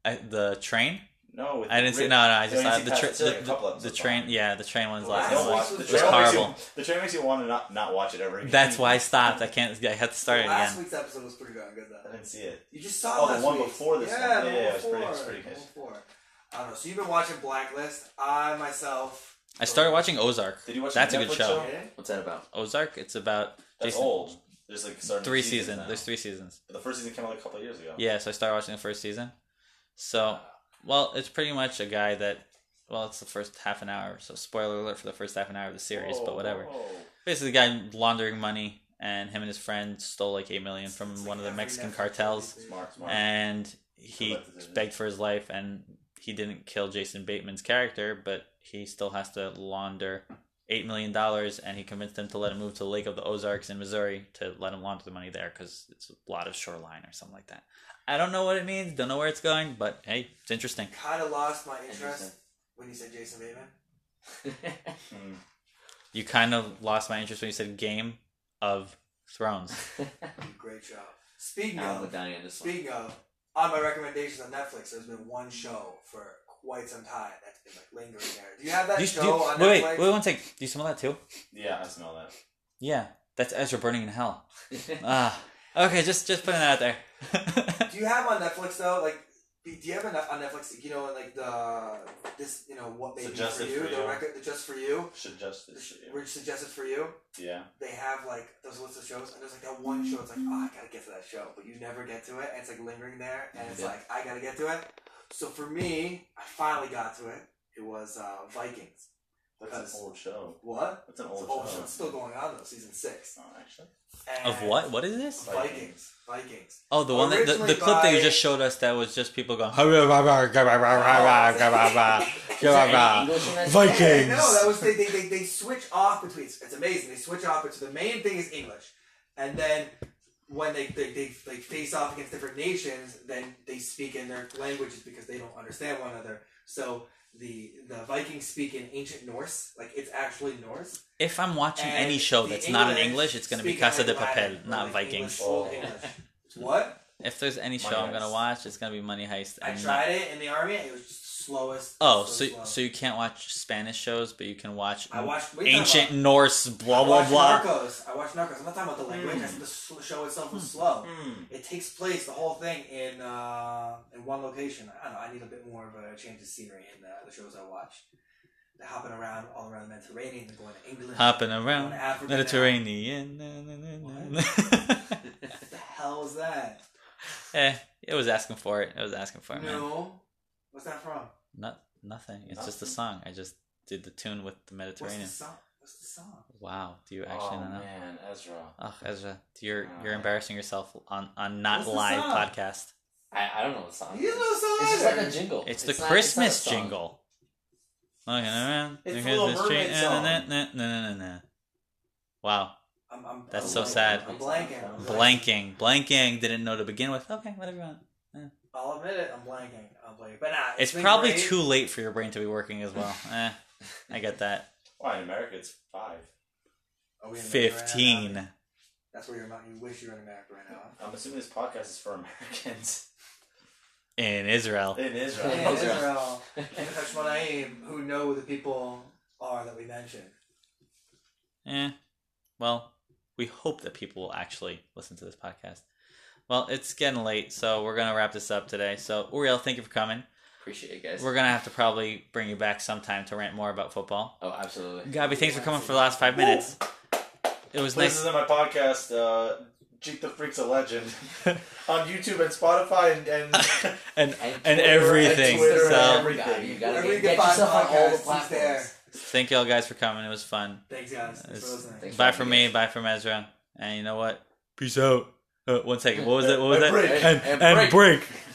[SPEAKER 2] I- the train?
[SPEAKER 5] No, with
[SPEAKER 2] I didn't see.
[SPEAKER 5] Rick.
[SPEAKER 2] No, no, I
[SPEAKER 5] You
[SPEAKER 2] just
[SPEAKER 5] only
[SPEAKER 2] saw
[SPEAKER 5] see
[SPEAKER 2] the,
[SPEAKER 5] past-
[SPEAKER 2] tra-
[SPEAKER 5] it's only a
[SPEAKER 2] the,
[SPEAKER 5] couple
[SPEAKER 2] the, the
[SPEAKER 5] episodes
[SPEAKER 2] train. Yeah, the train one's
[SPEAKER 1] Well, I
[SPEAKER 2] last.
[SPEAKER 5] Don't
[SPEAKER 1] don't
[SPEAKER 5] watch
[SPEAKER 1] watch
[SPEAKER 5] the
[SPEAKER 1] it.
[SPEAKER 5] train.
[SPEAKER 1] It's
[SPEAKER 5] makes you-
[SPEAKER 2] horrible.
[SPEAKER 5] The train makes you want to not, not watch it ever again.
[SPEAKER 2] That's why I stopped. I can't. I had to start it
[SPEAKER 1] Last
[SPEAKER 2] again.
[SPEAKER 1] week's episode was pretty darn good
[SPEAKER 5] I
[SPEAKER 1] though.
[SPEAKER 5] didn't see it.
[SPEAKER 1] You just saw
[SPEAKER 5] Oh, the
[SPEAKER 1] last
[SPEAKER 5] one
[SPEAKER 1] week's.
[SPEAKER 5] before this
[SPEAKER 1] Yeah,
[SPEAKER 5] one.
[SPEAKER 1] the
[SPEAKER 5] Yeah, yeah,
[SPEAKER 1] one
[SPEAKER 5] it was pretty-
[SPEAKER 1] before,
[SPEAKER 5] it was pretty
[SPEAKER 1] the
[SPEAKER 5] good.
[SPEAKER 1] one before. I don't know. So you've been watching Blacklist. I myself.
[SPEAKER 2] I started watching Ozark.
[SPEAKER 5] Did you watch
[SPEAKER 2] That's
[SPEAKER 5] the
[SPEAKER 2] a good
[SPEAKER 5] Netflix
[SPEAKER 2] show.
[SPEAKER 5] show?
[SPEAKER 1] Okay.
[SPEAKER 3] What's that about?
[SPEAKER 2] Ozark. It's about
[SPEAKER 5] That's
[SPEAKER 2] Jason-
[SPEAKER 5] old. There's like starting
[SPEAKER 2] three
[SPEAKER 5] new
[SPEAKER 2] seasons.
[SPEAKER 5] now.
[SPEAKER 2] There's three seasons.
[SPEAKER 5] But The first season came out like a couple of years ago.
[SPEAKER 2] Yeah, so I started watching the first season. So, well, it's pretty much a guy that, well, it's the first half an hour. So, spoiler alert for the first half an hour of the series,
[SPEAKER 5] Whoa,
[SPEAKER 1] Oh,
[SPEAKER 2] but whatever.
[SPEAKER 5] whoa.
[SPEAKER 2] Basically, the guy laundering money, and him and his friend stole like eight million from
[SPEAKER 1] It's
[SPEAKER 2] one
[SPEAKER 1] like
[SPEAKER 2] of the
[SPEAKER 1] every
[SPEAKER 2] Mexican
[SPEAKER 1] Netflix
[SPEAKER 2] cartels,
[SPEAKER 1] movie.
[SPEAKER 5] Smart, smart.
[SPEAKER 2] and he
[SPEAKER 5] Good decision.
[SPEAKER 2] begged for his life, and he didn't kill Jason Bateman's character, but he still has to launder. Eight million dollars, and he convinced them to let him move to the Lake of the Ozarks in Missouri to let him launder the money there because it's a lot of shoreline or something like that. I don't know what it means, don't know where it's going, but hey, it's interesting.
[SPEAKER 1] Kind of lost my interest
[SPEAKER 3] Interesting.
[SPEAKER 1] when you said Jason Bateman.
[SPEAKER 5] Mm.
[SPEAKER 2] You kind of lost my interest when you said Game of Thrones.
[SPEAKER 1] Great job. Speaking
[SPEAKER 3] I'll
[SPEAKER 1] of,
[SPEAKER 3] put Donnie on this one.
[SPEAKER 1] Speaking of, on my recommendations on Netflix, there's been one show for quite some time that's been like lingering there. Do you have that
[SPEAKER 2] Do you,
[SPEAKER 1] show
[SPEAKER 2] do you-
[SPEAKER 1] on
[SPEAKER 2] wait,
[SPEAKER 1] Netflix?
[SPEAKER 2] wait, wait, one second. Do you smell that too?
[SPEAKER 5] Yeah, I smell that.
[SPEAKER 2] Yeah, that's Ezra burning in hell. Ah, okay, just just putting that out there.
[SPEAKER 1] Do you have on Netflix though? Like, do do you have enough on Netflix? You know, like the this, you know, what they
[SPEAKER 5] The
[SPEAKER 1] do for
[SPEAKER 5] Justice
[SPEAKER 1] you,
[SPEAKER 5] for
[SPEAKER 1] the
[SPEAKER 5] You.
[SPEAKER 1] record, the just for you,
[SPEAKER 5] Should just
[SPEAKER 1] the sh-
[SPEAKER 5] this year.
[SPEAKER 1] which suggested for you.
[SPEAKER 5] Yeah.
[SPEAKER 1] They have like those list of shows, and there's like that one show. It's like, oh, I gotta get to that show, but you never get to it, and it's like lingering there, and it's
[SPEAKER 3] Yeah.
[SPEAKER 1] like, I gotta get to it. So for me, I finally got to it. It was uh, Vikings.
[SPEAKER 5] That's an old show.
[SPEAKER 1] What?
[SPEAKER 5] That's an
[SPEAKER 1] It's
[SPEAKER 5] old
[SPEAKER 1] an old
[SPEAKER 5] show.
[SPEAKER 1] show. It's still going on though, season six.
[SPEAKER 5] Oh, actually.
[SPEAKER 1] And
[SPEAKER 2] of what? What is this?
[SPEAKER 1] Vikings. Vikings.
[SPEAKER 2] Oh, the one that the, the
[SPEAKER 1] Originally
[SPEAKER 2] clip that you
[SPEAKER 1] by-
[SPEAKER 2] just showed us that was just people going.
[SPEAKER 3] Is there any English in that show?
[SPEAKER 2] Vikings.
[SPEAKER 1] No, that was they, they, they, they switch off between. It's amazing. They switch off between. The main thing is English, and then when they they, they like face off against different nations, then they speak in their languages because they don't understand one another. So the the Vikings speak in ancient Norse, like it's actually Norse.
[SPEAKER 2] If I'm watching
[SPEAKER 1] And
[SPEAKER 2] any show
[SPEAKER 1] the
[SPEAKER 2] that's not in
[SPEAKER 1] English
[SPEAKER 2] English, it's gonna be
[SPEAKER 1] speak
[SPEAKER 2] Casa de
[SPEAKER 1] like Latin,
[SPEAKER 2] Papel,
[SPEAKER 1] or
[SPEAKER 2] not
[SPEAKER 1] like
[SPEAKER 2] Vikings.
[SPEAKER 1] English, old English. What?
[SPEAKER 2] If there's any show
[SPEAKER 5] Money
[SPEAKER 2] I'm gonna
[SPEAKER 5] Heist.
[SPEAKER 2] watch, it's gonna be Money Heist.
[SPEAKER 1] I
[SPEAKER 2] and not-
[SPEAKER 1] tried it in the army. and It was just the slowest.
[SPEAKER 2] Oh, so
[SPEAKER 1] so
[SPEAKER 2] so,
[SPEAKER 1] slow.
[SPEAKER 2] you can't watch Spanish shows, but you can watch
[SPEAKER 1] I watched we talking
[SPEAKER 2] ancient
[SPEAKER 1] about-
[SPEAKER 2] Norse blah
[SPEAKER 1] I
[SPEAKER 2] blah
[SPEAKER 1] watched
[SPEAKER 2] blah.
[SPEAKER 1] Narcos. I watched Narcos. I'm not talking about the language.
[SPEAKER 3] Hmm.
[SPEAKER 1] I said the s- show itself was slow.
[SPEAKER 5] Hmm.
[SPEAKER 1] It takes place the whole thing in uh, in one location. I don't know. I need a bit more of a change of scenery in uh, the, the shows I watch. They're hopping around all around the Mediterranean. They're going to England.
[SPEAKER 2] Hopping
[SPEAKER 1] going
[SPEAKER 2] around
[SPEAKER 1] to Africa now.
[SPEAKER 2] Mediterranean. na, na, na, na, na.
[SPEAKER 1] What the hell is that?
[SPEAKER 2] eh, it was asking for it. It was asking for it, man.
[SPEAKER 1] No. What's that from?
[SPEAKER 2] Not nothing. It's just a
[SPEAKER 5] Nothing.
[SPEAKER 2] song. I just did the tune with the
[SPEAKER 1] What's the
[SPEAKER 2] Mediterranean.
[SPEAKER 1] song? What's the song?
[SPEAKER 2] Wow, do you actually
[SPEAKER 5] Oh
[SPEAKER 2] not know?
[SPEAKER 5] man, Ezra.
[SPEAKER 2] Oh, Ezra, you're
[SPEAKER 5] Wow.
[SPEAKER 2] you're embarrassing yourself on on not
[SPEAKER 1] What's the
[SPEAKER 2] live
[SPEAKER 1] song?
[SPEAKER 2] podcast.
[SPEAKER 3] I, I don't know the song.
[SPEAKER 1] You don't know the song
[SPEAKER 3] It's just like
[SPEAKER 1] either.
[SPEAKER 3] a jingle.
[SPEAKER 2] It's, the
[SPEAKER 3] not- not a
[SPEAKER 2] Christmas
[SPEAKER 3] song.
[SPEAKER 2] jingle. Looking around,
[SPEAKER 5] It's
[SPEAKER 2] here's
[SPEAKER 5] the Little
[SPEAKER 2] this tree-
[SPEAKER 5] Mermaid song.
[SPEAKER 2] na- na- na- na- na- na. Wow,
[SPEAKER 1] I'm, I'm,
[SPEAKER 2] That's
[SPEAKER 1] I'm
[SPEAKER 2] so
[SPEAKER 1] blanking.
[SPEAKER 2] sad.
[SPEAKER 1] I'm blanking. I'm
[SPEAKER 2] blanking, blanking. Didn't know to begin with. Okay, whatever you want.
[SPEAKER 1] I'll admit it. I'm blanking. I'm blanking. But nah,
[SPEAKER 2] It's
[SPEAKER 1] been
[SPEAKER 2] probably
[SPEAKER 1] great.
[SPEAKER 2] too late for your brain to be working as well. eh, I get that.
[SPEAKER 5] Why in America it's five?
[SPEAKER 1] Are Oh, we in America right now?
[SPEAKER 2] Fifteen.
[SPEAKER 1] That's where you're. Not, you wish you were in America right now.
[SPEAKER 5] I'm assuming this podcast is for Americans
[SPEAKER 2] In Israel.
[SPEAKER 5] in Israel.
[SPEAKER 1] In
[SPEAKER 3] Yeah,
[SPEAKER 5] Israel.
[SPEAKER 1] Israel, in Hashmonaim, who know who the people are that we mentioned.
[SPEAKER 2] Eh. Well, we hope that people will actually listen to this podcast. Well, it's getting late, so we're gonna wrap this up today. So Uriel, thank you for coming.
[SPEAKER 3] Appreciate it, guys.
[SPEAKER 2] We're gonna have to probably bring you back sometime to rant more about football.
[SPEAKER 3] oh, absolutely.
[SPEAKER 2] Gabby, thanks for coming for the last five minutes. It was
[SPEAKER 5] This is
[SPEAKER 2] nice.
[SPEAKER 5] in my podcast, uh, Jeek the Freak's a Legend, on YouTube and Spotify and, and
[SPEAKER 2] and
[SPEAKER 3] And,
[SPEAKER 2] and
[SPEAKER 3] Twitter,
[SPEAKER 2] everything.
[SPEAKER 5] and Twitter,
[SPEAKER 2] So
[SPEAKER 5] everything.
[SPEAKER 3] God, you gotta
[SPEAKER 1] Wherever
[SPEAKER 3] get,
[SPEAKER 1] you can
[SPEAKER 3] get
[SPEAKER 1] find
[SPEAKER 3] yourself on all the
[SPEAKER 1] podcasts, he's there.
[SPEAKER 3] platforms.
[SPEAKER 2] thank y'all guys for coming. It was fun.
[SPEAKER 1] Thanks, guys. Thanks for
[SPEAKER 2] It's-
[SPEAKER 1] listening.
[SPEAKER 3] Thanks.
[SPEAKER 2] Bye from me. Bye from Ezra. And you know what? Peace out. Uh, one second. What was it? What was
[SPEAKER 5] And
[SPEAKER 2] that?
[SPEAKER 5] break.
[SPEAKER 2] And,
[SPEAKER 3] And
[SPEAKER 2] and break.